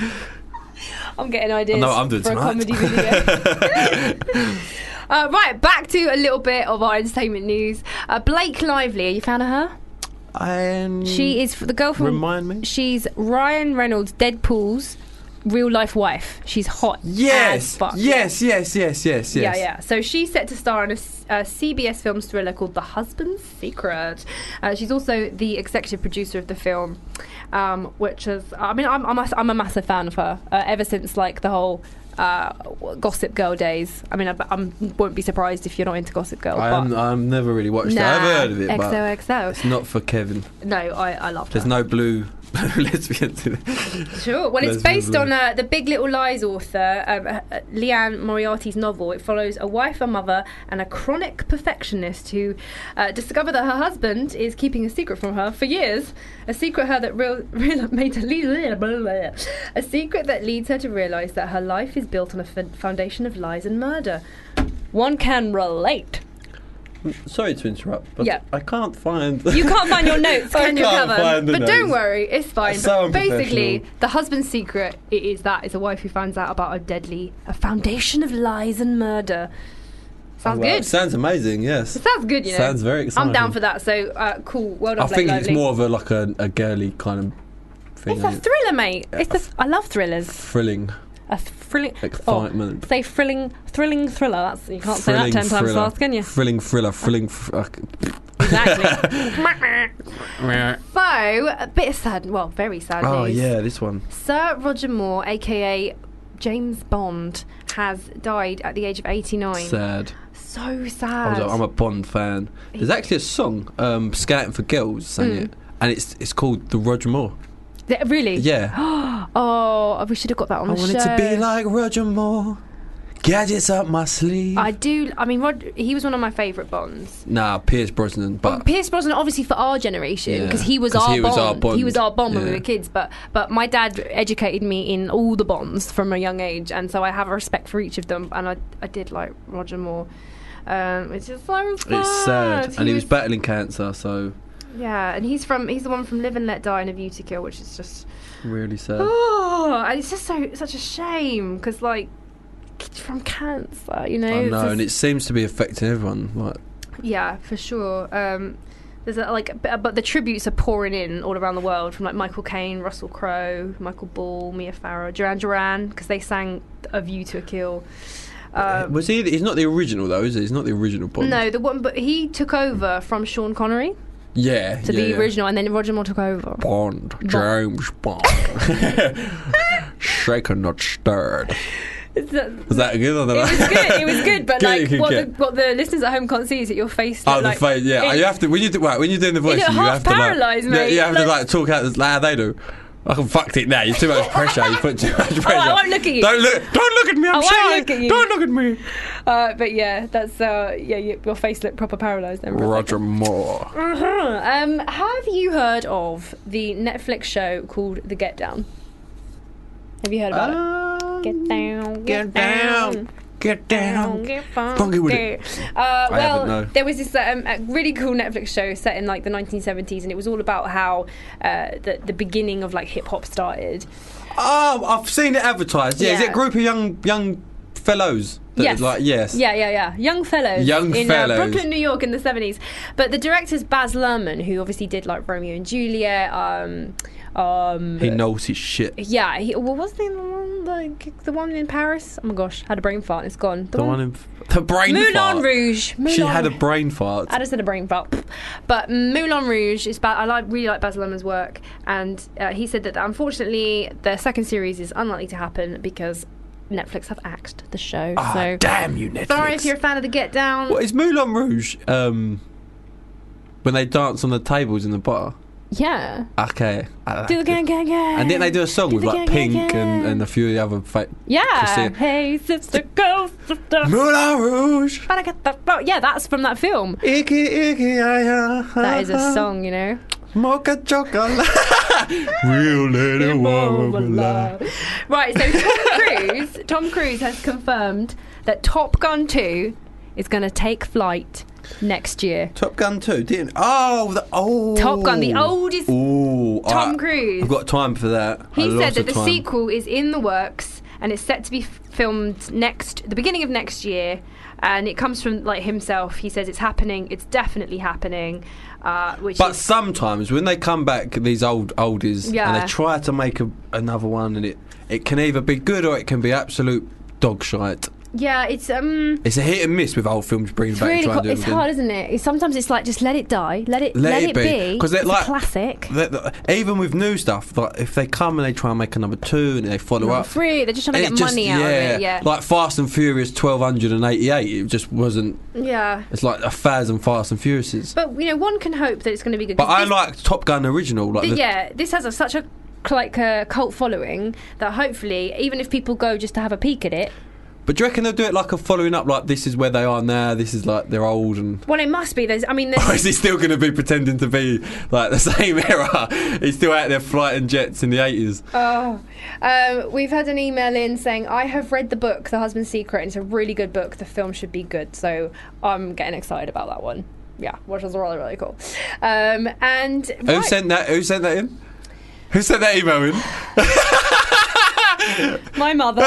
[SPEAKER 2] I'm getting ideas
[SPEAKER 3] No, I'm doing
[SPEAKER 2] for
[SPEAKER 3] tonight.
[SPEAKER 2] a comedy video.
[SPEAKER 3] (laughs)
[SPEAKER 2] (laughs) uh, right, back to a little bit of our entertainment news. Uh, Blake Lively, are you a fan of her?
[SPEAKER 3] and
[SPEAKER 2] She is f- the girl from.
[SPEAKER 3] Mm. Remind me.
[SPEAKER 2] She's Ryan Reynolds' Deadpool's real life wife. She's hot.
[SPEAKER 3] Yes.
[SPEAKER 2] As fuck.
[SPEAKER 3] Yes. Yes. Yes. Yes. Yes.
[SPEAKER 2] Yeah, yeah. So she's set to star in a, s- a CBS Films thriller called The Husband's Secret. Uh, she's also the executive producer of the film, um, which is, I mean, I'm, I'm, a, I'm a massive fan of her uh, ever since like the whole uh, Gossip Girl days. I mean, I, I won't be surprised if you're not into Gossip Girl. but
[SPEAKER 3] I'm. I'm never really watched it. I've
[SPEAKER 2] Nah,
[SPEAKER 3] heard of it, but
[SPEAKER 2] XOXO.
[SPEAKER 3] it's not for Kevin.
[SPEAKER 2] No, I, I loved her.
[SPEAKER 3] There's no blue (laughs) lesbians in it.
[SPEAKER 2] Sure. Well, it's
[SPEAKER 3] Lesbian
[SPEAKER 2] based
[SPEAKER 3] Blue.
[SPEAKER 2] on uh, the Big Little Lies author um, uh, uh, Leanne Moriarty's novel. It follows a wife, a mother, and a chronic perfectionist who uh, discover that her husband is keeping a secret from her for years. A secret her that real, (laughs) real made her le- a secret that leads her to realise that her life is built on a f- foundation of lies and murder. One can relate.
[SPEAKER 3] Sorry to interrupt, but
[SPEAKER 2] Yeah.
[SPEAKER 3] I can't find. (laughs)
[SPEAKER 2] You can't find your notes,
[SPEAKER 3] I
[SPEAKER 2] can you,
[SPEAKER 3] can't
[SPEAKER 2] Kevin?
[SPEAKER 3] find the
[SPEAKER 2] but don't
[SPEAKER 3] notes.
[SPEAKER 2] worry, it's fine.
[SPEAKER 3] That's so
[SPEAKER 2] But basically,
[SPEAKER 3] unprofessional.
[SPEAKER 2] the husband's secret it is that it's a wife who finds out about a deadly, a foundation of lies and murder. Sounds
[SPEAKER 3] Wow,
[SPEAKER 2] good.
[SPEAKER 3] Sounds amazing. Yes.
[SPEAKER 2] Sounds good. You know.
[SPEAKER 3] sounds very
[SPEAKER 2] I'm down
[SPEAKER 3] exciting.
[SPEAKER 2] for that. So uh, cool. Well done,
[SPEAKER 3] I
[SPEAKER 2] Blake
[SPEAKER 3] think it's
[SPEAKER 2] Lively.
[SPEAKER 3] more of a like a, a girly kind of thing.
[SPEAKER 2] It's a
[SPEAKER 3] isn't it?
[SPEAKER 2] thriller, mate. It's a, I love thrillers.
[SPEAKER 3] thrilling
[SPEAKER 2] A thrilling.
[SPEAKER 3] excitement.
[SPEAKER 2] Oh, say thrilling, thrilling thriller. That's you can't say that
[SPEAKER 3] Thrilling
[SPEAKER 2] ten times
[SPEAKER 3] thriller.
[SPEAKER 2] fast, can you?
[SPEAKER 3] Thrilling thriller. Thrilling. Fr- uh, (laughs)
[SPEAKER 2] Exactly. so a bit sad. Well, very sad
[SPEAKER 3] oh
[SPEAKER 2] news.
[SPEAKER 3] yeah, this one.
[SPEAKER 2] Sir Roger Moore, aka James Bond, has died at the age of 89.
[SPEAKER 3] Sad.
[SPEAKER 2] So
[SPEAKER 3] I
[SPEAKER 2] sad.
[SPEAKER 3] was, uh, I'm a Bond fan. There's actually a song, um, "Scouting for Girls," sang
[SPEAKER 2] Mm.
[SPEAKER 3] it, and it's it's called "The Roger Moore."
[SPEAKER 2] Th- really? (gasps)
[SPEAKER 3] Yeah.
[SPEAKER 2] Oh, we should have got that on
[SPEAKER 3] I
[SPEAKER 2] the
[SPEAKER 3] wanted
[SPEAKER 2] show.
[SPEAKER 3] to be like Roger Moore. Gadgets up my sleeve.
[SPEAKER 2] I do. I mean, Rod, he was one of my favourite Bonds.
[SPEAKER 3] nah, Pierce Brosnan,
[SPEAKER 2] Well,
[SPEAKER 3] but
[SPEAKER 2] Pierce Brosnan, obviously for our generation,
[SPEAKER 3] Yeah,
[SPEAKER 2] because he was,
[SPEAKER 3] 'cause
[SPEAKER 2] our,
[SPEAKER 3] he was
[SPEAKER 2] Bond.
[SPEAKER 3] our Bond.
[SPEAKER 2] He was our Bond when we
[SPEAKER 3] Yeah.
[SPEAKER 2] were kids. But but my dad educated me in all the Bonds from a young age, and so I have a respect for each of them. And I, I did like Roger Moore, um, which is so sad.
[SPEAKER 3] it's sad. and he was
[SPEAKER 2] was
[SPEAKER 3] battling cancer, so
[SPEAKER 2] Yeah, and he's from he's the one from Live and Let Die and A View to Kill, which is just
[SPEAKER 3] really sad.
[SPEAKER 2] oh, and it's just so such a shame because like it's from cancer, you know.
[SPEAKER 3] I
[SPEAKER 2] it's
[SPEAKER 3] know, and
[SPEAKER 2] just-
[SPEAKER 3] it seems to be affecting everyone. Like,
[SPEAKER 2] yeah, for sure. Um, there's a, like, b- but the tributes are pouring in all around the world from like Michael Caine, Russell Crowe, Michael Ball, Mia Farrow, Duran Duran, because they sang A View to a Kill.
[SPEAKER 3] Uh,
[SPEAKER 2] Um,
[SPEAKER 3] was he? He's not the original though, is he? He's not the original Bond.
[SPEAKER 2] no, the one, but he took over from Sean Connery
[SPEAKER 3] Yeah.
[SPEAKER 2] to
[SPEAKER 3] yeah,
[SPEAKER 2] the
[SPEAKER 3] yeah.
[SPEAKER 2] original, and then Roger Moore took over.
[SPEAKER 3] Bond, James Bond.
[SPEAKER 2] (laughs)
[SPEAKER 3] (laughs) Shaken not stirred.
[SPEAKER 2] It's a-
[SPEAKER 3] Was that good? I don't know.
[SPEAKER 2] It
[SPEAKER 3] (laughs)
[SPEAKER 2] was good. It was good, but
[SPEAKER 3] Good
[SPEAKER 2] like
[SPEAKER 3] you
[SPEAKER 2] what the,
[SPEAKER 3] get.
[SPEAKER 2] what the listeners at home can't see is that your face.
[SPEAKER 3] Oh,
[SPEAKER 2] looked
[SPEAKER 3] the
[SPEAKER 2] like,
[SPEAKER 3] face. Yeah,
[SPEAKER 2] it-
[SPEAKER 3] you have to when you do right, when you're doing the voice.
[SPEAKER 2] look
[SPEAKER 3] you
[SPEAKER 2] half
[SPEAKER 3] have to like,
[SPEAKER 2] paralysed,
[SPEAKER 3] Yeah,
[SPEAKER 2] mate.
[SPEAKER 3] you have to
[SPEAKER 2] Look-
[SPEAKER 3] like talk out as loud. They do. I can fucked it now. You too much pressure. You put too
[SPEAKER 2] (laughs)
[SPEAKER 3] much pressure.
[SPEAKER 2] Oh, won't look at you. Oh,
[SPEAKER 3] Don't look. Don't look at me. I'm
[SPEAKER 2] I won't
[SPEAKER 3] shy.
[SPEAKER 2] look at you.
[SPEAKER 3] Don't look at me.
[SPEAKER 2] uh, but yeah, that's uh, yeah. Your, your face looked proper paralysed. Then. for a
[SPEAKER 3] Roger Moore.
[SPEAKER 2] second. Uh-huh. Um, have you heard of the Netflix show called The Get Down? Have you heard about it? Get down,
[SPEAKER 3] Uh, Get down. Get down. Funky with it.
[SPEAKER 2] Uh,
[SPEAKER 3] I haven't,
[SPEAKER 2] well,
[SPEAKER 3] no.
[SPEAKER 2] there was this um, a really cool Netflix show set in like the 1970s, and it was all about how uh, the, the beginning of like hip hop started.
[SPEAKER 3] Oh, I've seen it advertised. Yeah, is it
[SPEAKER 2] Yeah.
[SPEAKER 3] a group of young young fellows? That
[SPEAKER 2] Yes.
[SPEAKER 3] Like yes.
[SPEAKER 2] Yeah, yeah, yeah. Young fellows.
[SPEAKER 3] Young
[SPEAKER 2] in,
[SPEAKER 3] fellows.
[SPEAKER 2] Uh, Brooklyn, New York, in the seventies. But the director's Baz Luhrmann, who obviously did like Romeo and Juliet. Um, um,
[SPEAKER 3] He knows his shit.
[SPEAKER 2] yeah. He, what was the one? Like the one in Paris? Oh my gosh, had a brain fart. It's gone. The,
[SPEAKER 3] The one in the brain
[SPEAKER 2] Moulin
[SPEAKER 3] fart.
[SPEAKER 2] Rouge. Moulin
[SPEAKER 3] She had a
[SPEAKER 2] Rouge.
[SPEAKER 3] brain fart.
[SPEAKER 2] I just said a brain fart. But Moulin Rouge is bad. I like, really like Baz Luhrmann's work, and uh, he said that unfortunately the second series is unlikely to happen because Netflix have axed the show.
[SPEAKER 3] Ah,
[SPEAKER 2] so
[SPEAKER 3] damn you, Netflix.
[SPEAKER 2] sorry if you're a fan of the Get Down.
[SPEAKER 3] What is Moulin Rouge? Um, when they dance on the tables in the bar.
[SPEAKER 2] Yeah.
[SPEAKER 3] Okay. I like
[SPEAKER 2] Do the
[SPEAKER 3] it.
[SPEAKER 2] gang, gang, gang.
[SPEAKER 3] And then they do a song
[SPEAKER 2] Do
[SPEAKER 3] with
[SPEAKER 2] the
[SPEAKER 3] like
[SPEAKER 2] gang,
[SPEAKER 3] Pink
[SPEAKER 2] gang,
[SPEAKER 3] And,
[SPEAKER 2] gang.
[SPEAKER 3] and a few of the other. Fa-
[SPEAKER 2] Yeah.
[SPEAKER 3] Christina.
[SPEAKER 2] Hey, sister, go, sister.
[SPEAKER 3] Moulin Rouge!
[SPEAKER 2] But I get the- but yeah, that's from that film. Uh-huh.
[SPEAKER 3] Icky, icky, ay,
[SPEAKER 2] That is a song, you know.
[SPEAKER 3] Mocha chocolate. (laughs) Real little woman.
[SPEAKER 2] Right, so (laughs) Tom Cruise, Tom Cruise has confirmed that Top Gun 2 is going to take flight next year.
[SPEAKER 3] Top Gun 2, didn't Oh, the old.
[SPEAKER 2] Top Gun, the oldest
[SPEAKER 3] Ooh,
[SPEAKER 2] Tom
[SPEAKER 3] I-
[SPEAKER 2] Cruise.
[SPEAKER 3] I've got time for that.
[SPEAKER 2] He
[SPEAKER 3] A lot
[SPEAKER 2] said that
[SPEAKER 3] of
[SPEAKER 2] the
[SPEAKER 3] time.
[SPEAKER 2] sequel is in the works and it's set to be f- filmed next, the beginning of next year. And it comes from like himself. He says it's happening. It's definitely happening. Uh, which
[SPEAKER 3] But
[SPEAKER 2] is
[SPEAKER 3] sometimes when they come back, these old oldies, and
[SPEAKER 2] Yeah.
[SPEAKER 3] they try to make a, another one, and it it can either be good or it can be absolute dog shite.
[SPEAKER 2] yeah, it's um,
[SPEAKER 3] It's a hit and miss with old films bringing
[SPEAKER 2] it's
[SPEAKER 3] back
[SPEAKER 2] really
[SPEAKER 3] and trying
[SPEAKER 2] co-
[SPEAKER 3] to do
[SPEAKER 2] it's
[SPEAKER 3] it again.
[SPEAKER 2] hard, isn't it? It's- sometimes it's like just let it die, let it
[SPEAKER 3] Let
[SPEAKER 2] let,
[SPEAKER 3] it
[SPEAKER 2] it
[SPEAKER 3] be.
[SPEAKER 2] be
[SPEAKER 3] 'Cause they're
[SPEAKER 2] It's a
[SPEAKER 3] like-
[SPEAKER 2] classic.
[SPEAKER 3] The- the- even with new stuff, like if they come and they try and make another two and they follow
[SPEAKER 2] Not
[SPEAKER 3] up,
[SPEAKER 2] free. They're just trying to
[SPEAKER 3] it
[SPEAKER 2] get
[SPEAKER 3] just-
[SPEAKER 2] money out of it. Yeah,
[SPEAKER 3] Like Fast and Furious 1288, it just wasn't.
[SPEAKER 2] yeah.
[SPEAKER 3] It's like a Faz and Fast and Furiouses.
[SPEAKER 2] But you know, one can hope that it's going to be good.
[SPEAKER 3] But
[SPEAKER 2] 'cause
[SPEAKER 3] I
[SPEAKER 2] this-
[SPEAKER 3] like Top Gun original. Like
[SPEAKER 2] Th-
[SPEAKER 3] the,
[SPEAKER 2] yeah, this has a, such a like a cult following that hopefully, even if people go just to have a peek at it,
[SPEAKER 3] But do you reckon they'll do it like a following up? Like this is where they are now. This is like they're old and.
[SPEAKER 2] well, it must be. There's, I mean,
[SPEAKER 3] (laughs) Or
[SPEAKER 2] there's,
[SPEAKER 3] is he still going to be pretending to be like the (laughs) same era? He's still out there flying jets in the eighties.
[SPEAKER 2] oh, um, we've had an email in saying I have read the book, The Husband's Secret, and it's a really good book. The film should be good, so I'm getting excited about that one. Yeah, which is really really cool. Um, and
[SPEAKER 3] Who
[SPEAKER 2] right,
[SPEAKER 3] sent that? Who sent that in? Who sent that email (laughs) in? (laughs)
[SPEAKER 2] my mother.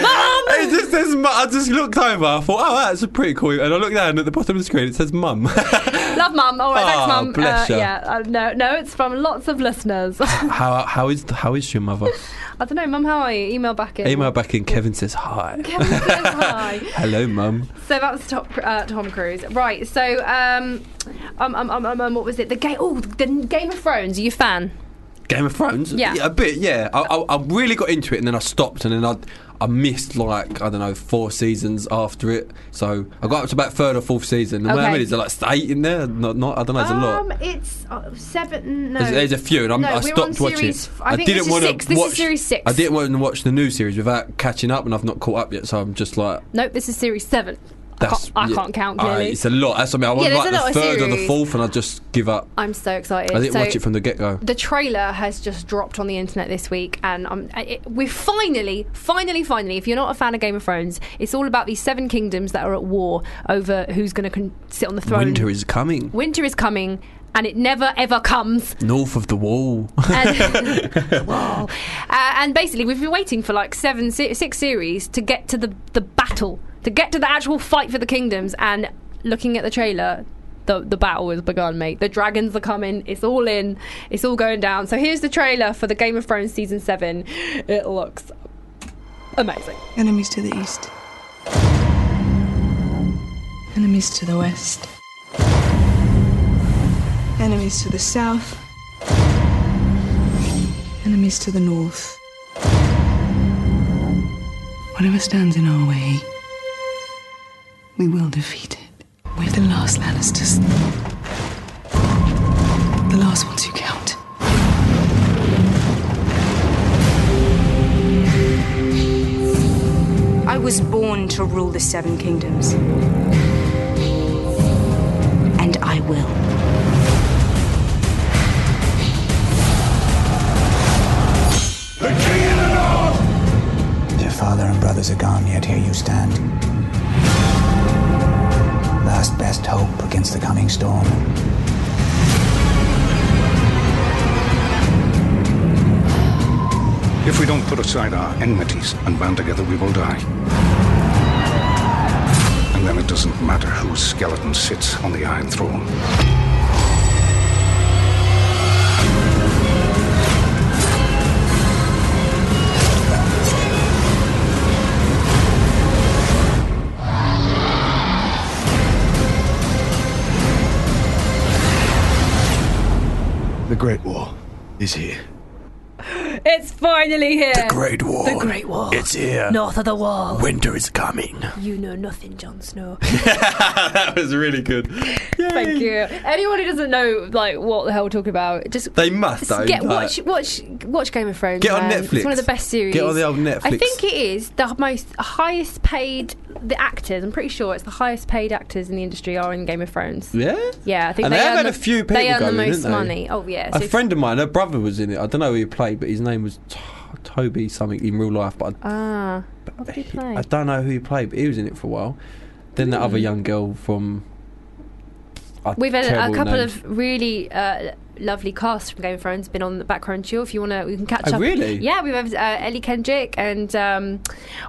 [SPEAKER 2] Mum!
[SPEAKER 3] It just says, mu- I just looked over. I thought, oh, that's a pretty cool. And I looked down at the bottom of the screen. It says, "Mum."
[SPEAKER 2] Love mum. All right,
[SPEAKER 3] Oh,
[SPEAKER 2] thanks mum.
[SPEAKER 3] bless
[SPEAKER 2] uh,
[SPEAKER 3] ya.
[SPEAKER 2] yeah, uh, no, no, it's from lots of listeners. (laughs)
[SPEAKER 3] how how is how is your mother?
[SPEAKER 2] I don't know, Mum, how are you? Email back in.
[SPEAKER 3] Email back in. Kevin says hi. (laughs)
[SPEAKER 2] Kevin says hi.
[SPEAKER 3] Hello, Mum.
[SPEAKER 2] So that's top, uh, Tom Cruise. Right, so, um, um, um, um, um, um, what was it? The game. Oh, the Game of Thrones. Are you a fan?
[SPEAKER 3] Game of Thrones.
[SPEAKER 2] Yeah.
[SPEAKER 3] a bit. Yeah, I, I, I really got into it, and then I stopped, and then I I missed like I don't know four seasons after it. So I got up to about third or fourth season. And how
[SPEAKER 2] Okay.
[SPEAKER 3] many is there? Like eight in there? Not, not I don't know. There's a lot.
[SPEAKER 2] Um, it's uh, seven. No.
[SPEAKER 3] There's, there's a few, and I'm,
[SPEAKER 2] no,
[SPEAKER 3] I
[SPEAKER 2] we're
[SPEAKER 3] stopped
[SPEAKER 2] on
[SPEAKER 3] watching.
[SPEAKER 2] series
[SPEAKER 3] it.
[SPEAKER 2] f- I think this is
[SPEAKER 3] wanna
[SPEAKER 2] six. This is series six.
[SPEAKER 3] I didn't want to watch the new series without catching up, and I've not caught up yet. So I'm just like,
[SPEAKER 2] Nope, this is series seven. I
[SPEAKER 3] that's.
[SPEAKER 2] can't, I
[SPEAKER 3] yeah.
[SPEAKER 2] can't count
[SPEAKER 3] Uh,
[SPEAKER 2] clearly.
[SPEAKER 3] it's a lot. That's something I want
[SPEAKER 2] there's a lot
[SPEAKER 3] like
[SPEAKER 2] of
[SPEAKER 3] the third or the
[SPEAKER 2] series.
[SPEAKER 3] fourth, and I just give up.
[SPEAKER 2] I'm so excited.
[SPEAKER 3] I didn't
[SPEAKER 2] so
[SPEAKER 3] watch it from the get go.
[SPEAKER 2] the trailer has just dropped on the internet this week, and um, I- it, we're finally, finally, finally. If you're not a fan of Game of Thrones, it's all about these seven kingdoms that are at war over who's going to con- sit on the throne.
[SPEAKER 3] Winter is coming.
[SPEAKER 2] Winter is coming, and it never ever comes.
[SPEAKER 3] North of the
[SPEAKER 2] (laughs)
[SPEAKER 3] Wall.
[SPEAKER 2] And, Wow. Uh, and basically, we've been waiting for like seven, se- six series to get to the the battle, to get to the actual fight for the kingdoms. And looking at the trailer. The, the battle has begun, mate. The dragons are coming. It's all in. It's all going down. So here's the trailer for the Game of Thrones season seven. It looks amazing.
[SPEAKER 4] Enemies to the east. Enemies to the west. Enemies to the south. Enemies to the north. Whatever stands in our way, we will defeat it. We're the last Lannisters. The last ones who count.
[SPEAKER 5] I was born to rule the Seven Kingdoms. And I will.
[SPEAKER 6] Your father and brothers are gone, yet here you stand. Last best hope against the coming storm.
[SPEAKER 7] If we don't put aside our enmities and band together, we will die. And then it doesn't matter whose skeleton sits on the Iron Throne.
[SPEAKER 8] The Great War is here.
[SPEAKER 2] It's finally here.
[SPEAKER 3] Great War.
[SPEAKER 2] The Great War.
[SPEAKER 3] It's here.
[SPEAKER 2] North of the Wall.
[SPEAKER 3] Winter is coming.
[SPEAKER 2] You know nothing, Jon Snow.
[SPEAKER 3] (laughs) that was really good.
[SPEAKER 2] Thank you. Anyone who doesn't know like what the hell we're talking about, just
[SPEAKER 3] They must though.
[SPEAKER 2] get
[SPEAKER 3] like-
[SPEAKER 2] watch watch watch Game of Thrones.
[SPEAKER 3] Get on
[SPEAKER 2] man.
[SPEAKER 3] Netflix.
[SPEAKER 2] It's one of the best series.
[SPEAKER 3] Get on the old
[SPEAKER 2] I
[SPEAKER 3] Netflix.
[SPEAKER 2] think it is the most highest paid the actors. I'm pretty sure it's the highest paid actors in the industry are in Game of Thrones.
[SPEAKER 3] Yeah.
[SPEAKER 2] Yeah, I think
[SPEAKER 3] And
[SPEAKER 2] they
[SPEAKER 3] they have
[SPEAKER 2] earn
[SPEAKER 3] had
[SPEAKER 2] the-
[SPEAKER 3] a few people
[SPEAKER 2] They earn
[SPEAKER 3] go in,
[SPEAKER 2] the most
[SPEAKER 3] didn't they?
[SPEAKER 2] money. Oh yeah.
[SPEAKER 3] A
[SPEAKER 2] so-
[SPEAKER 3] friend of mine, her brother was in it. I don't know who he played, but his name was T- Toby something in real life. But I,
[SPEAKER 2] Ah. What did he play?
[SPEAKER 3] I don't know who he played, but he was in it for a while. Then that other young girl from. a
[SPEAKER 2] Hmm. We've had a
[SPEAKER 3] terrible
[SPEAKER 2] couple
[SPEAKER 3] name.
[SPEAKER 2] of really uh, lovely casts from Game of Thrones been on the background chill. If you want to, we can catch
[SPEAKER 3] Oh,
[SPEAKER 2] up.
[SPEAKER 3] really?
[SPEAKER 2] Yeah, we've had uh, Ellie Kendrick, and um,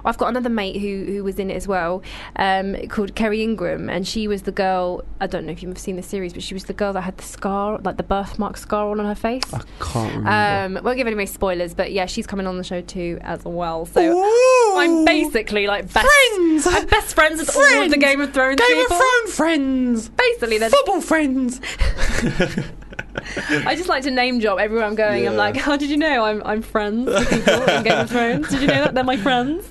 [SPEAKER 2] I've got another mate who who was in it as well, um, called Kerry Ingram, and she was the girl. I don't know if you've seen the series, but she was the girl that had the scar, like the birthmark scar, all on her face.
[SPEAKER 3] I can't remember. (laughs)
[SPEAKER 2] Um, won't give any more spoilers, but yeah, she's coming on the show too as well. So I'm basically like best
[SPEAKER 3] Friends!
[SPEAKER 2] I'm best friends with all of the Game of Thrones
[SPEAKER 3] Game
[SPEAKER 2] people.
[SPEAKER 3] of Thrones friends.
[SPEAKER 2] Basically, they're
[SPEAKER 3] Football friends.
[SPEAKER 2] I just like to name drop everywhere I'm going. I'm
[SPEAKER 3] Yeah.
[SPEAKER 2] like, (laughs) how did you know I'm, I'm friends with people in
[SPEAKER 3] (laughs)
[SPEAKER 2] Game of Thrones? Did you know that they're my friends?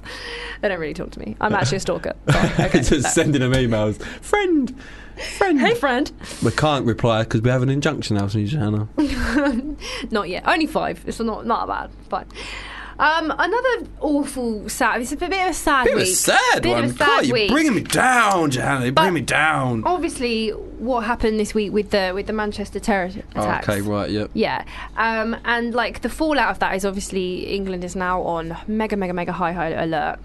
[SPEAKER 2] They don't really talk to me. I'm actually a stalker. Sorry.
[SPEAKER 3] (laughs)
[SPEAKER 2] Okay.
[SPEAKER 3] Just sending them emails. Friend. Friend.
[SPEAKER 2] Hey, friend.
[SPEAKER 3] We can't reply because we have an injunction out on you,
[SPEAKER 2] (laughs)
[SPEAKER 3] Johanna.
[SPEAKER 2] Not yet. Only five. It's not not bad. Fine. Um, another awful sad. It's a bit of a sad
[SPEAKER 3] Bit of
[SPEAKER 2] week.
[SPEAKER 3] a sad
[SPEAKER 2] bit
[SPEAKER 3] one.
[SPEAKER 2] Of a sad
[SPEAKER 3] God,
[SPEAKER 2] week.
[SPEAKER 3] you're bringing me down, Johanna. You're bringing me
[SPEAKER 2] But-
[SPEAKER 3] down.
[SPEAKER 2] Obviously, what happened this week with the with the Manchester terror attacks?
[SPEAKER 3] Oh, okay, right, yep.
[SPEAKER 2] Yeah, um, and like the fallout of that is obviously England is now on mega, mega, mega high, high alert,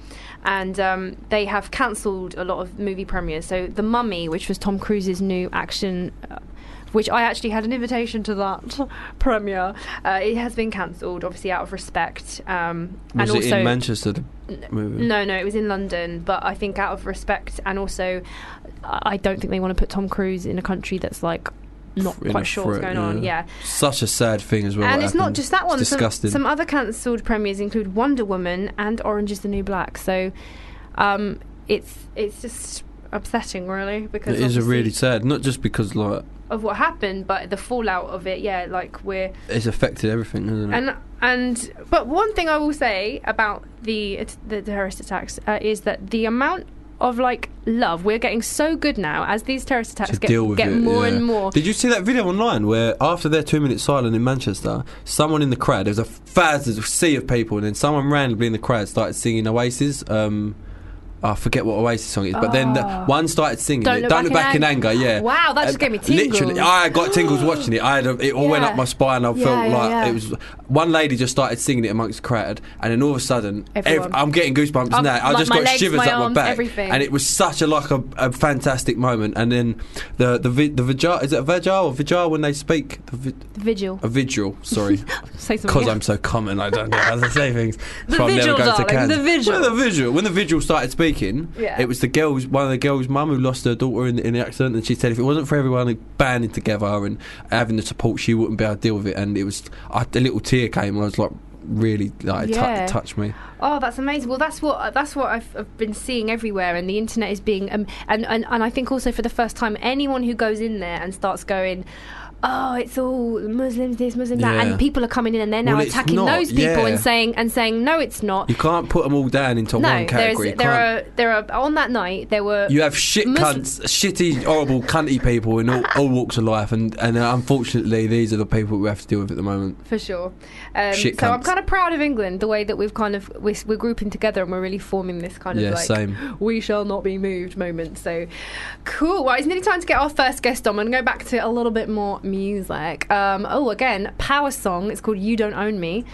[SPEAKER 2] and um, they have cancelled a lot of movie premieres. So The Mummy, which was Tom Cruise's new action. Uh, which I actually had an invitation to that (laughs) premiere. Uh, it has been cancelled, obviously out of respect. Um,
[SPEAKER 3] Was it
[SPEAKER 2] and also,
[SPEAKER 3] in Manchester? The movie?
[SPEAKER 2] no, no, it was in London, but I think out of respect and also I I don't think they want to put Tom Cruise in a country that's like not
[SPEAKER 3] In
[SPEAKER 2] quite
[SPEAKER 3] a
[SPEAKER 2] sure what's
[SPEAKER 3] threat,
[SPEAKER 2] going on. Yeah.
[SPEAKER 3] Such a sad thing as well.
[SPEAKER 2] And
[SPEAKER 3] what
[SPEAKER 2] it's not
[SPEAKER 3] happened.
[SPEAKER 2] just that one.
[SPEAKER 3] It's disgusting.
[SPEAKER 2] Some, some other cancelled premieres include Wonder Woman and Orange is the New Black. So um, it's it's just upsetting, really, because
[SPEAKER 3] it is a
[SPEAKER 2] obviously
[SPEAKER 3] really sad. Not just because like
[SPEAKER 2] of what happened, but the fallout of it. Yeah, like we're
[SPEAKER 3] it's affected everything, isn't it?
[SPEAKER 2] and and but one thing I will say about the the terrorist attacks uh, is that the amount of like love we're getting so good now as these terrorist attacks
[SPEAKER 3] to
[SPEAKER 2] get,
[SPEAKER 3] deal with
[SPEAKER 2] get
[SPEAKER 3] it,
[SPEAKER 2] more
[SPEAKER 3] yeah.
[SPEAKER 2] and more.
[SPEAKER 3] Did you see that video online where after their two-minute silence in Manchester, someone in the crowd there was a thousands sea of people, and then someone randomly in the crowd started singing Oasis. Um, I forget what Oasis song it is, but then the, one started singing
[SPEAKER 2] Oh. Don't
[SPEAKER 3] it.
[SPEAKER 2] Look
[SPEAKER 3] Don't look
[SPEAKER 2] Back
[SPEAKER 3] back
[SPEAKER 2] in
[SPEAKER 3] in anger.
[SPEAKER 2] Ang-
[SPEAKER 3] Yeah.
[SPEAKER 2] Wow, that just
[SPEAKER 3] And
[SPEAKER 2] gave me tingles.
[SPEAKER 3] Literally, I
[SPEAKER 2] (gasps)
[SPEAKER 3] got tingles watching it. I had a, it all went
[SPEAKER 2] Yeah.
[SPEAKER 3] up my spine. I
[SPEAKER 2] Yeah,
[SPEAKER 3] felt
[SPEAKER 2] yeah,
[SPEAKER 3] like
[SPEAKER 2] yeah.
[SPEAKER 3] it was one lady just started singing it amongst the crowd, and then all of a sudden, ev-
[SPEAKER 2] Everyone.
[SPEAKER 3] I'm getting goosebumps
[SPEAKER 2] Um,
[SPEAKER 3] now. I
[SPEAKER 2] like
[SPEAKER 3] just
[SPEAKER 2] my
[SPEAKER 3] got
[SPEAKER 2] legs,
[SPEAKER 3] shivers
[SPEAKER 2] my
[SPEAKER 3] up
[SPEAKER 2] arms,
[SPEAKER 3] my back,
[SPEAKER 2] everything.
[SPEAKER 3] and it was such a like a, a fantastic moment. And then the the vi- the vigil is it a vigil or vigil when they speak the vi-
[SPEAKER 2] Vigil.
[SPEAKER 3] a vigil.
[SPEAKER 2] (laughs)
[SPEAKER 3] Sorry, (laughs)
[SPEAKER 2] Say something.
[SPEAKER 3] because
[SPEAKER 2] else.
[SPEAKER 3] I'm so common, I don't know how to say things.
[SPEAKER 2] (laughs) The
[SPEAKER 3] So I'm never
[SPEAKER 2] vigil,
[SPEAKER 3] going
[SPEAKER 2] darling,
[SPEAKER 3] Cannes.
[SPEAKER 2] the vigil.
[SPEAKER 3] Well, the vigil. When the vigil started speaking,
[SPEAKER 2] Yeah.
[SPEAKER 3] it was the girls. One of the girls' mum who lost her daughter in, in the accident, and she said if it wasn't for everyone banding together and having the support, she wouldn't be able to deal with it. And it was I, a little tear came, and I was like, really, like it tou-
[SPEAKER 2] Yeah.
[SPEAKER 3] it touched me.
[SPEAKER 2] Oh, that's amazing. Well, that's what that's what I've, I've been seeing everywhere, and the internet is being um, and, and and I think also for the first time, anyone who goes in there and starts going. Oh, it's all Muslims this, Muslims that,
[SPEAKER 3] Yeah.
[SPEAKER 2] and people are coming in, and they're now
[SPEAKER 3] Well, it's
[SPEAKER 2] attacking
[SPEAKER 3] not,
[SPEAKER 2] those people
[SPEAKER 3] yeah.
[SPEAKER 2] and saying and saying no, it's not.
[SPEAKER 3] You can't put them all down into
[SPEAKER 2] no,
[SPEAKER 3] one
[SPEAKER 2] there is
[SPEAKER 3] category. You
[SPEAKER 2] there
[SPEAKER 3] can't-
[SPEAKER 2] are there are on that night there were
[SPEAKER 3] You have shit
[SPEAKER 2] Muslim-
[SPEAKER 3] cunts, shitty, horrible, cunty people in all, all walks of life, and, and uh, unfortunately, these are the people we have to deal with at the moment.
[SPEAKER 2] for sure. Um,
[SPEAKER 3] Shit
[SPEAKER 2] so I'm
[SPEAKER 3] cunts.
[SPEAKER 2] kind of proud of England, the way that we've kind of we're, we're grouping together and we're really forming this kind
[SPEAKER 3] Yeah,
[SPEAKER 2] of like
[SPEAKER 3] same.
[SPEAKER 2] we shall not be moved moment. So cool. Well, it's nearly time to get our first guest on. We're gonna go back to a little bit more music. Um, oh, again, power song. It's called "You Don't Own Me."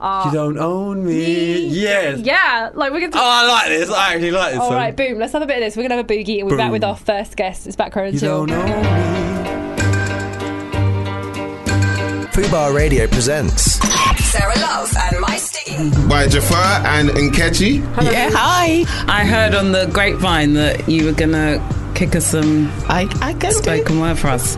[SPEAKER 2] Uh,
[SPEAKER 3] You don't own me. Yes.
[SPEAKER 2] Yeah, like we're gonna.
[SPEAKER 3] Oh, I like this. I actually like this.
[SPEAKER 2] All
[SPEAKER 3] song.
[SPEAKER 2] right, boom. Let's have a bit of this. We're gonna have a boogie, and we're back
[SPEAKER 3] Boom.
[SPEAKER 2] with our first guest. It's back row
[SPEAKER 3] You
[SPEAKER 2] until.
[SPEAKER 3] don't
[SPEAKER 2] (laughs)
[SPEAKER 3] own me.
[SPEAKER 8] Fubar Radio presents.
[SPEAKER 9] Sarah Love and My Sticky.
[SPEAKER 10] by Jafar and Nkechi.
[SPEAKER 9] Yeah, hi. I heard on the grapevine that you were gonna kick us some I, I can spoken word for us.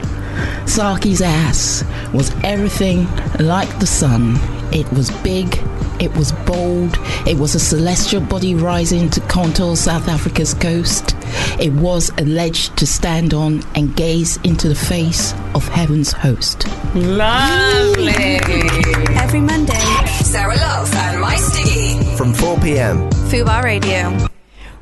[SPEAKER 9] Saki's ass was everything like the sun. It was big. It was bold. It was a celestial body rising to contour South Africa's coast. It was alleged to stand on and gaze into the face of heaven's host.
[SPEAKER 11] Every Monday, Sarah Love and Mike Stiggy.
[SPEAKER 8] From 4 p.m.
[SPEAKER 2] Fubar Radio.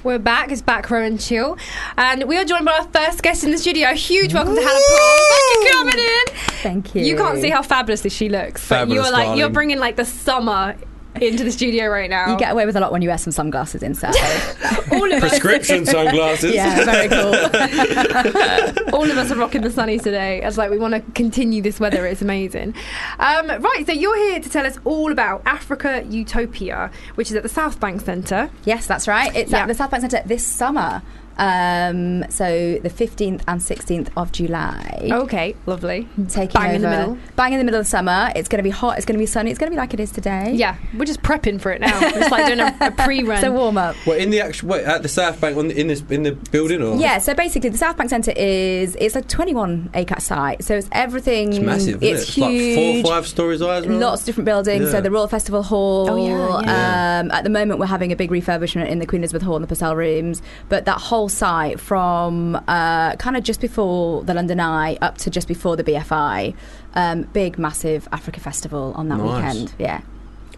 [SPEAKER 2] We're back. It's back row and chill, and we are joined by our first guest in the studio. A huge welcome to Hannah Paul. Thank you for coming in.
[SPEAKER 12] Thank you.
[SPEAKER 2] You can't see how fabulously she looks, but you
[SPEAKER 12] Fabulous,
[SPEAKER 2] are like you're
[SPEAKER 12] darling.
[SPEAKER 2] bringing like the summer into the studio right now.
[SPEAKER 12] You get away with a lot when you wear some sunglasses in South.
[SPEAKER 9] (laughs)
[SPEAKER 12] All
[SPEAKER 2] of us-
[SPEAKER 13] Prescription sunglasses.
[SPEAKER 2] Yeah, very cool. All of us are rocking the sunnies today. It's like we want to continue this weather. It's amazing. Um, right, so you're here to tell us all about Africa Utopia, which is at the South Bank Centre.
[SPEAKER 12] Yes, that's right. It's
[SPEAKER 2] Yeah.
[SPEAKER 12] at the South Bank Centre this summer. Um, so the 15th and 16th of July.
[SPEAKER 9] Oh,
[SPEAKER 2] Okay, lovely.
[SPEAKER 12] Taking
[SPEAKER 2] Bang in the
[SPEAKER 12] over.
[SPEAKER 2] middle.
[SPEAKER 12] Bang in the middle of summer. It's going to be hot. It's going to be sunny. It's going to be like it is today.
[SPEAKER 2] Yeah, we're just prepping for it now. It's like
[SPEAKER 12] (laughs)
[SPEAKER 2] doing a, a pre-run.
[SPEAKER 12] It's a warm up.
[SPEAKER 3] Well, in the actual wait, at the South Bank on the, in this in the building or
[SPEAKER 12] Yeah, so basically the South Bank Centre is it's a 21 acre site, so it's everything.
[SPEAKER 3] it's massive. Isn't
[SPEAKER 12] It's
[SPEAKER 3] it?
[SPEAKER 12] huge.
[SPEAKER 3] Like four, five stories high as well.
[SPEAKER 12] Lots of different buildings.
[SPEAKER 3] Yeah.
[SPEAKER 12] So the Royal Festival Hall.
[SPEAKER 2] Oh, yeah, yeah.
[SPEAKER 12] Um, at the moment, we're having a big refurbishment in the Queen Elizabeth Hall and the Purcell Rooms. But that whole site, from uh, kind of just before the London Eye up to just before the BFI, um, big massive Africa festival on that
[SPEAKER 2] Nice.
[SPEAKER 12] weekend. Yeah.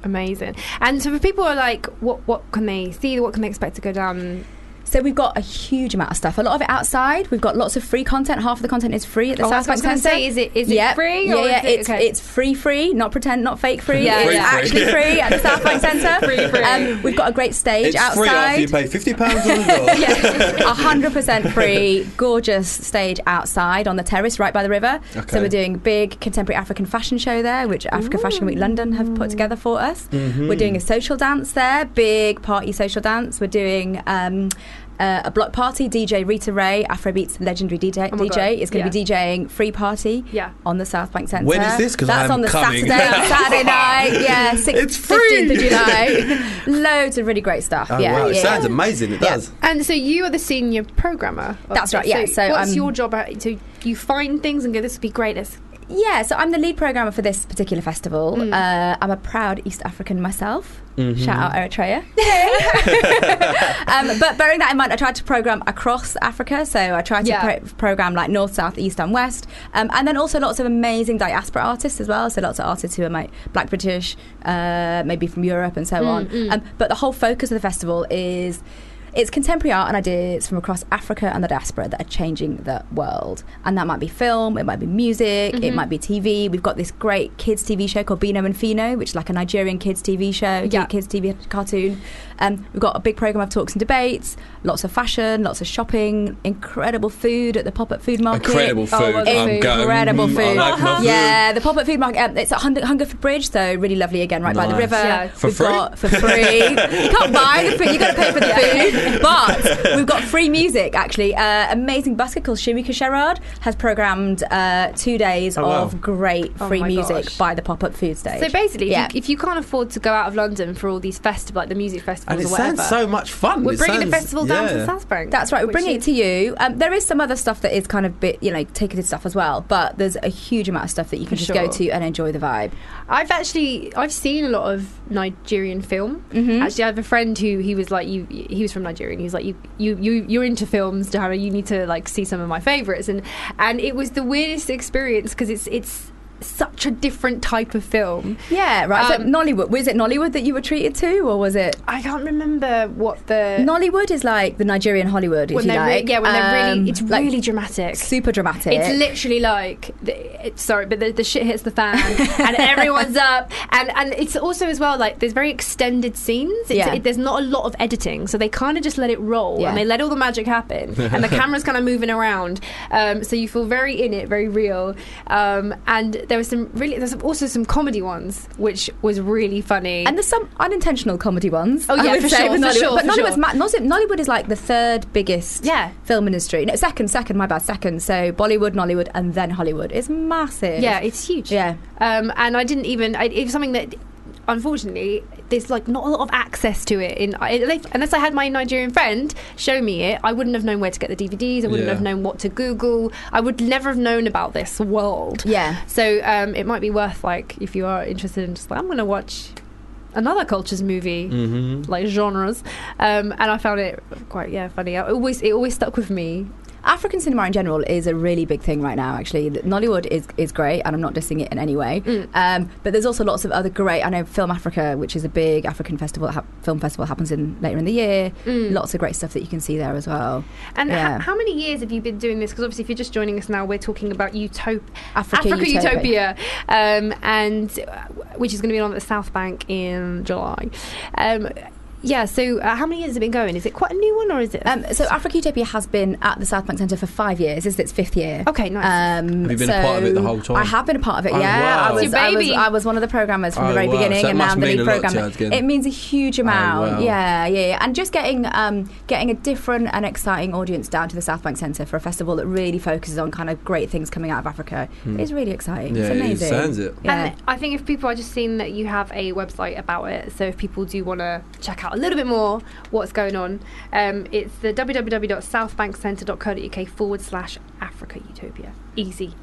[SPEAKER 2] Amazing. And so for people who are like, what what can they see? What can they expect to go down?
[SPEAKER 12] So we've got a huge amount of stuff. A lot of it outside. We've got lots of free content. Half of the content is free at the
[SPEAKER 2] Oh,
[SPEAKER 12] South
[SPEAKER 2] that's what
[SPEAKER 12] Bank
[SPEAKER 2] I was gonna
[SPEAKER 12] Centre.
[SPEAKER 2] say. Is it- is it
[SPEAKER 12] Yep.
[SPEAKER 2] free
[SPEAKER 12] Yeah,
[SPEAKER 2] or
[SPEAKER 12] yeah.
[SPEAKER 2] is it-
[SPEAKER 12] it's
[SPEAKER 2] okay.
[SPEAKER 12] it's free, free, not pretend, not fake free.
[SPEAKER 2] Yeah,
[SPEAKER 12] it's
[SPEAKER 2] yeah.
[SPEAKER 12] actually
[SPEAKER 2] (laughs) Free, free.
[SPEAKER 12] free at the South Bank Centre.
[SPEAKER 2] Free, free.
[SPEAKER 12] Um, we've got a great stage
[SPEAKER 3] It's free after
[SPEAKER 12] outside.
[SPEAKER 3] you pay fifty pounds
[SPEAKER 2] (laughs)
[SPEAKER 3] on the door.
[SPEAKER 12] A hundred percent free, gorgeous stage outside on the terrace right by the river.
[SPEAKER 3] Okay.
[SPEAKER 12] So we're doing big contemporary African fashion show there, which Africa Fashion Week London have put together for us.
[SPEAKER 3] Mm-hmm.
[SPEAKER 2] Mhm.
[SPEAKER 12] We're doing a social dance there, big party social dance. We're doing. Um, uh, a block party DJ Rita Ray, Afrobeats legendary DJ,
[SPEAKER 2] Oh my God,
[SPEAKER 12] DJ is going
[SPEAKER 2] yeah.
[SPEAKER 12] to be DJing free party
[SPEAKER 2] Yeah.
[SPEAKER 12] on the South Bank Centre.
[SPEAKER 3] When is this? 'Cause
[SPEAKER 12] that's
[SPEAKER 3] I'm
[SPEAKER 12] on the
[SPEAKER 3] coming. (laughs)
[SPEAKER 12] Saturday, Saturday night. Yeah, six,
[SPEAKER 2] It's free.
[SPEAKER 12] 15th of July. Loads of really great stuff.
[SPEAKER 3] Oh,
[SPEAKER 12] yeah,
[SPEAKER 3] wow, it
[SPEAKER 12] yeah.
[SPEAKER 3] sounds amazing. It does. (laughs)
[SPEAKER 2] And so you are the senior programmer. of
[SPEAKER 12] That's right,
[SPEAKER 2] this.
[SPEAKER 12] yeah, so,
[SPEAKER 2] what's
[SPEAKER 12] um,
[SPEAKER 2] your job? At, so you find things and go, this Mm. would be great. Let's
[SPEAKER 12] Yeah, so I'm the lead programmer for this particular festival. Uh, I'm a proud East African myself.
[SPEAKER 2] Mhm.
[SPEAKER 12] Shout out Eritrea. um, but bearing that in mind, I tried to program across Africa. So I tried to
[SPEAKER 2] Yeah.
[SPEAKER 12] pro- program like north, south, east, and west. Um, and then also lots of amazing diaspora artists as well. So lots of artists who are like black British, uh, maybe from Europe and so
[SPEAKER 2] Mm,
[SPEAKER 12] on.
[SPEAKER 2] mm.
[SPEAKER 12] Um, but the whole focus of the festival is. It's contemporary art and ideas from across Africa and the diaspora that are changing the world. And that might be film, it might be music,
[SPEAKER 2] Mhm.
[SPEAKER 12] it might be TV. We've got this great kids' TV show called Bino and Fino, which is like a Nigerian kids' TV show,
[SPEAKER 2] Yeah.
[SPEAKER 12] kids' TV cartoon. Um, we've got a big program of talks and debates, lots of fashion, lots of shopping, incredible food at the pop up food market.
[SPEAKER 3] Incredible Oh, food. I'm going.
[SPEAKER 12] incredible
[SPEAKER 3] Mm, I
[SPEAKER 12] food.
[SPEAKER 3] like
[SPEAKER 12] (laughs)
[SPEAKER 3] my food.
[SPEAKER 12] Yeah, the pop up food market. Um, it's at Hunger- Hungerford Bridge, so really lovely again, right by the
[SPEAKER 3] Nice.
[SPEAKER 12] river.
[SPEAKER 3] Yeah. For
[SPEAKER 12] We've
[SPEAKER 3] free?
[SPEAKER 12] got
[SPEAKER 3] (laughs)
[SPEAKER 12] for free. You can't buy the food. You got to pay for the food. But we've got free music actually. Uh, amazing busker called Shimika Sherrard has programmed uh, two days
[SPEAKER 2] Oh, wow.
[SPEAKER 12] of great
[SPEAKER 2] Oh
[SPEAKER 12] free
[SPEAKER 2] my
[SPEAKER 12] music
[SPEAKER 2] gosh.
[SPEAKER 12] by the pop up food stage.
[SPEAKER 2] So basically,
[SPEAKER 12] yeah.
[SPEAKER 2] if, you, if you can't afford to go out of London for all these festivals, like the music festivals
[SPEAKER 3] And it
[SPEAKER 2] or whatever,
[SPEAKER 3] sounds so much fun.
[SPEAKER 2] We're
[SPEAKER 3] It
[SPEAKER 2] bringing the
[SPEAKER 3] sounds-
[SPEAKER 2] festival down to
[SPEAKER 3] yeah.
[SPEAKER 2] the South Bank.
[SPEAKER 12] That's right. We're
[SPEAKER 2] which
[SPEAKER 12] bringing it
[SPEAKER 2] is-
[SPEAKER 12] to you. Um, there is some other stuff that is kind of bit, you know, ticketed stuff as well, but there's a huge amount of stuff that you can
[SPEAKER 2] For
[SPEAKER 12] just
[SPEAKER 2] sure.
[SPEAKER 12] go to and enjoy the vibe.
[SPEAKER 2] I've actually I've seen a lot of Nigerian film.
[SPEAKER 12] Mhm.
[SPEAKER 2] Actually, I have a friend who he was like you. He was from Nigeria. And he was like you. You you you're into films, Dahana. You need to like see some of my favorites. And and it was the weirdest experience because it's it's such a different type of film.
[SPEAKER 12] Yeah, right. so
[SPEAKER 2] Um,
[SPEAKER 12] Nollywood was it Nollywood that you were treated to, or was it?
[SPEAKER 2] I can't remember what the
[SPEAKER 12] Nollywood is like the Nigerian Hollywood, if
[SPEAKER 2] Uh, when
[SPEAKER 12] you
[SPEAKER 2] they're
[SPEAKER 12] like.
[SPEAKER 2] really, yeah when they're
[SPEAKER 12] Um,
[SPEAKER 2] really it's
[SPEAKER 12] like,
[SPEAKER 2] really dramatic.
[SPEAKER 12] super dramatic.
[SPEAKER 2] It's literally like, the, it, sorry, but the, the shit hits
[SPEAKER 12] (laughs)
[SPEAKER 2] the fan and everyone's up. And, and it's also as well like there's very extended scenes. It's,
[SPEAKER 12] Yeah.
[SPEAKER 2] it, there's not a lot of editing, so they kind of just let it roll
[SPEAKER 12] Yeah.
[SPEAKER 2] and they let all the magic happen.
[SPEAKER 12] (laughs)
[SPEAKER 2] and the camera's kind of moving around, um, so you feel very in it, very real. Um, and there was some really there's also some comedy ones which was really funny.
[SPEAKER 12] and there's some unintentional comedy ones.
[SPEAKER 2] Oh, yeah,
[SPEAKER 12] I would
[SPEAKER 2] for
[SPEAKER 12] say,
[SPEAKER 2] sure,
[SPEAKER 12] with
[SPEAKER 2] for
[SPEAKER 12] Nollywood.
[SPEAKER 2] sure,
[SPEAKER 12] but
[SPEAKER 2] for
[SPEAKER 12] Nollywood's
[SPEAKER 2] sure.
[SPEAKER 12] ma- Nollywood, Nollywood is like the third biggest
[SPEAKER 2] Yeah.
[SPEAKER 12] film industry. No, second, second. My bad, second. So Bollywood, Nollywood, and then Hollywood is massive.
[SPEAKER 2] Yeah, it's huge.
[SPEAKER 12] Yeah.
[SPEAKER 2] Um, and I didn't even. I, it was something that, unfortunately, there's like not a lot of access to it. In I- like, unless I had my Nigerian friend show me it, I wouldn't have known where to get the DVDs. I wouldn't
[SPEAKER 12] Yeah.
[SPEAKER 2] have known what to Google. I would never have known about this world.
[SPEAKER 12] Yeah.
[SPEAKER 2] So um, it might be worth like if you are interested in just like I'm going to watch another culture's movie
[SPEAKER 12] Mhm.
[SPEAKER 2] like genres um, and I found it quite yeah funny I always it always stuck with me
[SPEAKER 12] African cinema in general is a really big thing right now. Actually, Th- Nollywood is is great, and I'm not dissing it in any way.
[SPEAKER 2] Mm.
[SPEAKER 12] Um, but there's also lots of other great. I know Film Africa, which is a big African festival, that hap- film festival, happens in later in the year. Lots of great stuff that you can see there as well.
[SPEAKER 2] Mm. And h-
[SPEAKER 12] Yeah.
[SPEAKER 2] how many years have you been doing this? Because obviously, if you're just joining us now, we're talking about Utop-
[SPEAKER 12] Africa
[SPEAKER 2] Utopia,
[SPEAKER 12] Utopia.
[SPEAKER 2] um, and uh, which is going to be on at the South Bank in July. Um, yeah. So, uh, how many years has it been going? Is it quite a new one, or is it?
[SPEAKER 12] Um, so Africa Utopia has been at the South Bank Centre for five years. This is its fifth year.
[SPEAKER 2] Okay, nice.
[SPEAKER 12] Um,
[SPEAKER 3] Have you been a part of it the whole time?
[SPEAKER 12] I have been a part of it.
[SPEAKER 3] Oh,
[SPEAKER 12] Yeah,
[SPEAKER 3] wow.
[SPEAKER 12] I, was,
[SPEAKER 3] It's your
[SPEAKER 12] I was-
[SPEAKER 3] baby.
[SPEAKER 12] I was one of the programmers from
[SPEAKER 3] Oh,
[SPEAKER 12] the very
[SPEAKER 3] wow.
[SPEAKER 12] beginning,
[SPEAKER 3] So it
[SPEAKER 12] and now
[SPEAKER 3] must
[SPEAKER 12] I'm the
[SPEAKER 3] mean
[SPEAKER 12] lead
[SPEAKER 3] a lot to
[SPEAKER 12] programmer.
[SPEAKER 3] us again. Oh,
[SPEAKER 12] It means a huge amount.
[SPEAKER 3] wow.
[SPEAKER 12] Yeah, yeah, yeah. And just getting um, getting a different and exciting audience down to the South Bank Centre for a festival that really focuses on kind of great things coming out of Africa
[SPEAKER 3] Hmm.
[SPEAKER 12] is really exciting.
[SPEAKER 3] Yeah,
[SPEAKER 12] it's
[SPEAKER 3] it
[SPEAKER 12] amazing.
[SPEAKER 3] sounds it.
[SPEAKER 12] Yeah.
[SPEAKER 2] And I think if people are just seeing that you have a website about it, so if people do want to check out a little bit more what's going on, um, it's the www.southbankcentre.co.uk forward slash Africa Utopia. Easy.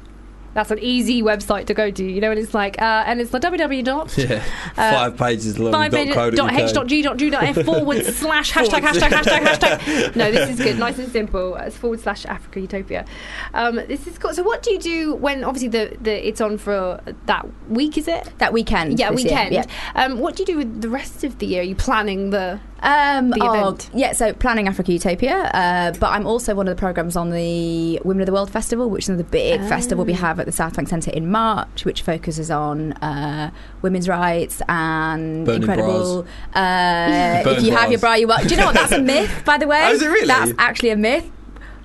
[SPEAKER 2] That's an easy website to go to, you know, and it's like, uh, and it's the www. dot
[SPEAKER 3] Yeah,
[SPEAKER 2] Uh,
[SPEAKER 3] five pages long.
[SPEAKER 2] five
[SPEAKER 3] dot co
[SPEAKER 2] minute dot h dot g dot do dot f forward slash hashtag hashtag hashtag hashtag. No, this is good, nice and simple. It's forward slash Africa Utopia. Um, this is cool. So, what do you do when obviously the, the it's on for that week? Is it
[SPEAKER 12] that weekend?
[SPEAKER 2] Yeah,
[SPEAKER 12] this year,
[SPEAKER 2] weekend.
[SPEAKER 12] yeah.
[SPEAKER 2] Um, what do you do with the rest of the year? Are you planning the
[SPEAKER 12] Um,
[SPEAKER 2] the
[SPEAKER 12] oh,
[SPEAKER 2] event?
[SPEAKER 12] Yeah, so planning Africa Utopia. Uh, but I'm also one of the programs on the Women of the World Festival, which is another big
[SPEAKER 2] Oh.
[SPEAKER 12] festival we have at the South Bank Centre in March, which focuses on uh, women's rights and
[SPEAKER 3] Burning (laughs)
[SPEAKER 12] incredible. Uh,
[SPEAKER 3] Burn
[SPEAKER 12] if you have your bra,
[SPEAKER 3] bras.
[SPEAKER 12] you are. Do you know
[SPEAKER 3] (laughs)
[SPEAKER 12] what? That's a myth, by the way.
[SPEAKER 3] Oh, is it really?
[SPEAKER 12] That's actually a myth.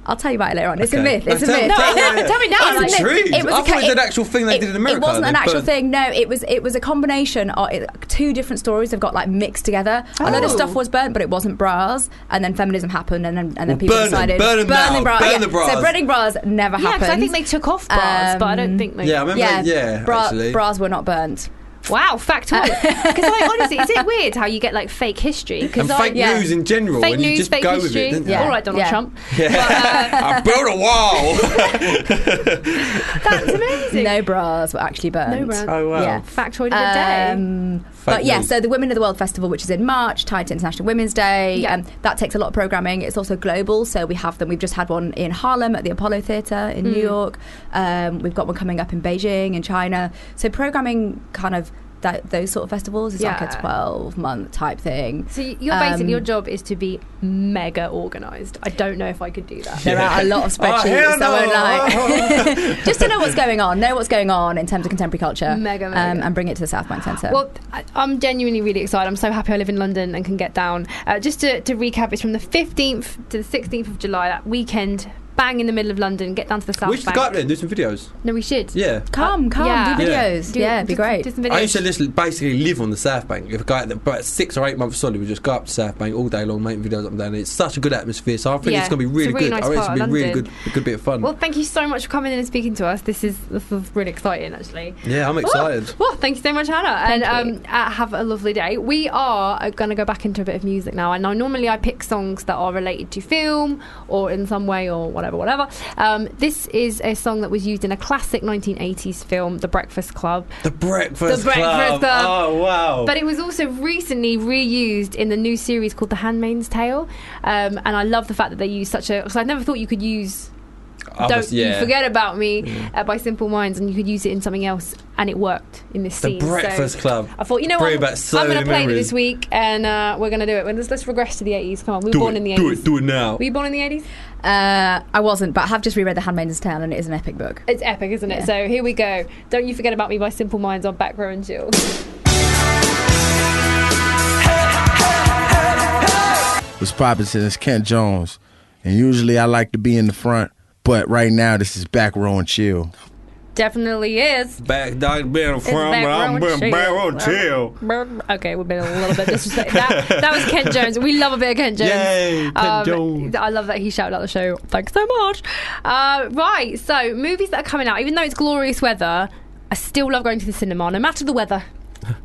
[SPEAKER 12] I'll tell you about it later on. It's a
[SPEAKER 3] Okay.
[SPEAKER 12] myth. It's a
[SPEAKER 3] Tell-
[SPEAKER 12] myth.
[SPEAKER 3] tell- tell-
[SPEAKER 2] tell me now,
[SPEAKER 12] It's a
[SPEAKER 2] I'm
[SPEAKER 12] myth.
[SPEAKER 3] intrigued.
[SPEAKER 12] It was
[SPEAKER 3] I
[SPEAKER 12] a
[SPEAKER 3] thought it was
[SPEAKER 12] ca-
[SPEAKER 3] an actual thing they did in America
[SPEAKER 12] It wasn't
[SPEAKER 3] and
[SPEAKER 12] an
[SPEAKER 3] they
[SPEAKER 12] actual
[SPEAKER 3] burned-
[SPEAKER 12] thing. No, it was it was a combination. Of, it, two different stories have got like mixed together. A lot of
[SPEAKER 3] Oh.
[SPEAKER 12] stuff was burnt, but it wasn't bras. And then feminism happened, and then and then people
[SPEAKER 3] burn 'em,
[SPEAKER 12] decided
[SPEAKER 3] burn 'em now,
[SPEAKER 12] bra-
[SPEAKER 3] burn
[SPEAKER 12] yeah.
[SPEAKER 3] the bras.
[SPEAKER 12] So burning bras never
[SPEAKER 2] Yeah,
[SPEAKER 12] happened.
[SPEAKER 2] because I think they took off bras, but I don't think they.
[SPEAKER 3] Yeah, I remember- yeah,
[SPEAKER 12] bra-
[SPEAKER 3] actually.
[SPEAKER 12] bras were not burnt.
[SPEAKER 2] Wow, factoid. Because Uh, like honestly, (laughs) is it weird how you get like fake history? Because
[SPEAKER 3] And
[SPEAKER 2] like,
[SPEAKER 3] fake news in general,
[SPEAKER 2] fake
[SPEAKER 3] and you
[SPEAKER 2] news,
[SPEAKER 3] just
[SPEAKER 2] fake
[SPEAKER 3] go with
[SPEAKER 2] history. uh,
[SPEAKER 3] it. (laughs) Didn't you?
[SPEAKER 2] All right, Donald Trump.
[SPEAKER 3] (laughs) I built a
[SPEAKER 2] (laughs)
[SPEAKER 3] wall. Oh,
[SPEAKER 2] That's (laughs) amazing.
[SPEAKER 12] No bras were actually burnt.
[SPEAKER 2] No bras.
[SPEAKER 3] Oh, wow.
[SPEAKER 12] Yeah.
[SPEAKER 2] Factoid of the day.
[SPEAKER 12] Um, but yeah,
[SPEAKER 3] news.
[SPEAKER 12] so the Women of the World Festival, which is in March, tied to International Women's Day,
[SPEAKER 2] Yeah.
[SPEAKER 12] um, that takes a lot of programming. It's also global, so we have them. We've just had one in Harlem at the Apollo Theatre in New
[SPEAKER 2] Mm.
[SPEAKER 12] York. Um, we've got one coming up in Beijing in China. So programming kind of that, those sort of festivals is like
[SPEAKER 2] Yeah.
[SPEAKER 12] a twelve month type thing.
[SPEAKER 2] So y- you're basically
[SPEAKER 12] Um,
[SPEAKER 2] your job is to be mega organised. I don't know if I could do that.
[SPEAKER 12] There are a lot of (laughs)
[SPEAKER 2] Oh, hell
[SPEAKER 12] spreadsheets. so I won't lie. (laughs) just to know what's going on, know what's going on in terms of contemporary culture,
[SPEAKER 2] Mega, mega.
[SPEAKER 12] Um, and bring it to the South Bank Centre.
[SPEAKER 2] Well, I- I'm genuinely really excited. I'm so happy I live in London and can get down. Uh, just to, to recap, it's from the 15th to the 16th of July, that weekend, bang in the middle of London, get down to the (laughs) South
[SPEAKER 3] We should
[SPEAKER 2] Bank.
[SPEAKER 3] go up there and do some videos.
[SPEAKER 2] No, we should.
[SPEAKER 3] Yeah.
[SPEAKER 12] come, come,
[SPEAKER 2] Yeah.
[SPEAKER 12] do
[SPEAKER 3] Yeah.
[SPEAKER 12] videos.
[SPEAKER 2] Do-
[SPEAKER 12] Yeah, it'd be
[SPEAKER 2] do some-
[SPEAKER 12] great.
[SPEAKER 2] do some videos.
[SPEAKER 3] I used to just basically live on the South Bank. If a guy about six or eight months solid would just go up to South Bank all day long, making videos up and down. It's such a good atmosphere, so I think
[SPEAKER 2] Yeah.
[SPEAKER 3] it's going to be really,
[SPEAKER 2] It's a really
[SPEAKER 3] good.
[SPEAKER 2] nice
[SPEAKER 3] I reckon it's
[SPEAKER 2] part
[SPEAKER 3] going to
[SPEAKER 2] of
[SPEAKER 3] be really good,
[SPEAKER 2] London.
[SPEAKER 3] a good bit of fun.
[SPEAKER 2] Well, thank you so much for coming in and speaking to us. This is, this is really exciting, actually.
[SPEAKER 3] yeah, I'm excited.
[SPEAKER 2] Well, thank you so much, Hannah,
[SPEAKER 12] Thank
[SPEAKER 2] and um, uh, have a lovely day. We are going to go back into a bit of music now. And now normally I pick songs that are related to film or in some way or whatever, whatever. Um, this is a song that was used in a classic 1980s film, The Breakfast Club.
[SPEAKER 3] The Breakfast
[SPEAKER 2] The Breakfast
[SPEAKER 3] Club.
[SPEAKER 2] Club.
[SPEAKER 3] Oh wow!
[SPEAKER 2] But it was also recently reused in the new series called The Handmaid's Tale, um, and I love the fact that they use such a because I never thought you could use
[SPEAKER 3] Others-
[SPEAKER 2] "Don't You
[SPEAKER 3] yeah. Mm.
[SPEAKER 2] Forget About Me" uh, by Simple Minds, and you could use it in something else, and it worked in this
[SPEAKER 3] The
[SPEAKER 2] scene.
[SPEAKER 3] Breakfast
[SPEAKER 2] so
[SPEAKER 3] Club.
[SPEAKER 2] I thought, you know
[SPEAKER 3] Bring
[SPEAKER 2] what,
[SPEAKER 3] back so
[SPEAKER 2] I'm going to
[SPEAKER 3] many
[SPEAKER 2] play
[SPEAKER 3] memories.
[SPEAKER 2] this week, and uh, we're going to do it. Well, Let's, let's regress to the 80s. Come on, we were
[SPEAKER 3] do
[SPEAKER 2] born
[SPEAKER 3] it,
[SPEAKER 2] in the 80s.
[SPEAKER 3] do it, do it now.
[SPEAKER 2] Were you born in the 80s?
[SPEAKER 12] Uh, I wasn't, but I have just reread The Handmaid's Tale, and it is an epic book.
[SPEAKER 2] It's epic, isn't it?
[SPEAKER 12] Yeah.
[SPEAKER 2] So here we go. Don't You Forget About Me by Simple Minds on Back Row and Jill.
[SPEAKER 13] What's poppin'? It's Kent Jones, and usually I like to be in the front, but right now this is back row and chill.
[SPEAKER 2] Definitely is.
[SPEAKER 3] Back dog being
[SPEAKER 2] It's
[SPEAKER 3] from, but I'm
[SPEAKER 2] background
[SPEAKER 3] being back on chill.
[SPEAKER 2] Brr. Okay, we've been a little bit disrespectful. that, that was Kent Jones. We love a bit of Kent Jones. Um,
[SPEAKER 3] Yay, Kent Jones.
[SPEAKER 2] I love that he shouted out the show. Thanks so much. Uh, right, so movies that are coming out, even though it's glorious weather, I still love going to the cinema, no matter the weather.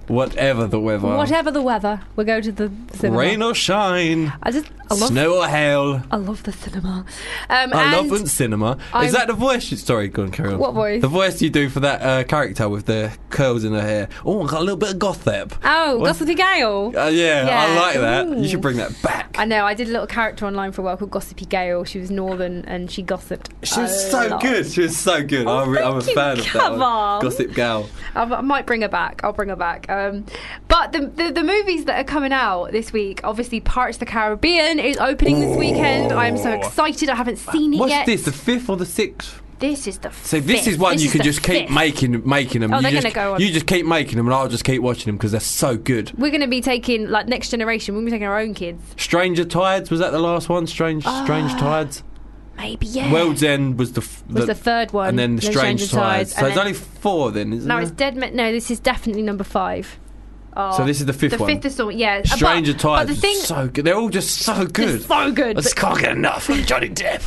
[SPEAKER 3] Whatever the weather.
[SPEAKER 2] Whatever the weather, we'll go to the cinema.
[SPEAKER 3] Rain or shine.
[SPEAKER 2] I just I love
[SPEAKER 3] Snow or hail.
[SPEAKER 2] I love the cinema. Um,
[SPEAKER 3] I
[SPEAKER 2] and
[SPEAKER 3] love in cinema.
[SPEAKER 2] I'm-
[SPEAKER 3] Is that the voice? you- Sorry, go on, carry on.
[SPEAKER 2] What voice?
[SPEAKER 3] The voice you do for that uh, character with the curls in her hair. Oh, I got a little bit of gossip.
[SPEAKER 2] Oh,
[SPEAKER 3] What-
[SPEAKER 2] Gossipy Gale.
[SPEAKER 3] Uh, yeah, I
[SPEAKER 2] Yeah.
[SPEAKER 3] like that.
[SPEAKER 2] Ooh.
[SPEAKER 3] You should bring that back.
[SPEAKER 2] I know. I did a little character online for a while called Gossipy Gale. She was northern and she gossiped.
[SPEAKER 3] She was
[SPEAKER 2] a
[SPEAKER 3] so
[SPEAKER 2] lot. Oh,
[SPEAKER 3] good. She was so good. I'm, re- I'm a
[SPEAKER 2] thank you.
[SPEAKER 3] fan of that
[SPEAKER 2] Come
[SPEAKER 3] one.
[SPEAKER 2] on.
[SPEAKER 3] Gossip Gal.
[SPEAKER 2] I, I might bring her back. I'll bring her back. Um, but the, the the movies that are coming out this week, obviously, Pirates of the Caribbean is opening this weekend. I'm so excited. I haven't seen it
[SPEAKER 3] What's
[SPEAKER 2] yet.
[SPEAKER 3] this? The fifth or the sixth?
[SPEAKER 2] This is the f-
[SPEAKER 3] So this
[SPEAKER 2] Fifth.
[SPEAKER 3] is one
[SPEAKER 2] This
[SPEAKER 3] you
[SPEAKER 2] is
[SPEAKER 3] can
[SPEAKER 2] the
[SPEAKER 3] just keep
[SPEAKER 2] fifth.
[SPEAKER 3] making, making them.
[SPEAKER 2] Oh,
[SPEAKER 3] you
[SPEAKER 2] they're
[SPEAKER 3] just,
[SPEAKER 2] gonna go on.
[SPEAKER 3] You just keep making them, and I'll just keep watching them because they're so good.
[SPEAKER 2] we're going to be taking like next generation. We're going to be taking our own kids.
[SPEAKER 3] Stranger Tides was that the last one? Strange,
[SPEAKER 2] Ah.
[SPEAKER 3] Strange Tides.
[SPEAKER 2] Maybe yeah.
[SPEAKER 3] World's End was the f-
[SPEAKER 2] Was the third one,
[SPEAKER 3] and then the
[SPEAKER 2] then
[SPEAKER 3] Strange,
[SPEAKER 2] Stranger
[SPEAKER 3] Tides.
[SPEAKER 2] Tides,
[SPEAKER 3] So
[SPEAKER 2] and
[SPEAKER 3] it's
[SPEAKER 2] then-
[SPEAKER 3] only four then, isn't
[SPEAKER 2] no,
[SPEAKER 3] it?
[SPEAKER 2] it's Dead Men. No, this is definitely number five. Oh,
[SPEAKER 3] So this is the fifth
[SPEAKER 2] the
[SPEAKER 3] one.
[SPEAKER 2] fifth installment. Yeah, but-
[SPEAKER 3] Stranger
[SPEAKER 2] But
[SPEAKER 3] Tides.
[SPEAKER 2] the thing,
[SPEAKER 3] so good. They're all just so good.
[SPEAKER 2] so good,
[SPEAKER 3] I just
[SPEAKER 2] but-
[SPEAKER 3] can't get enough of Johnny Depp.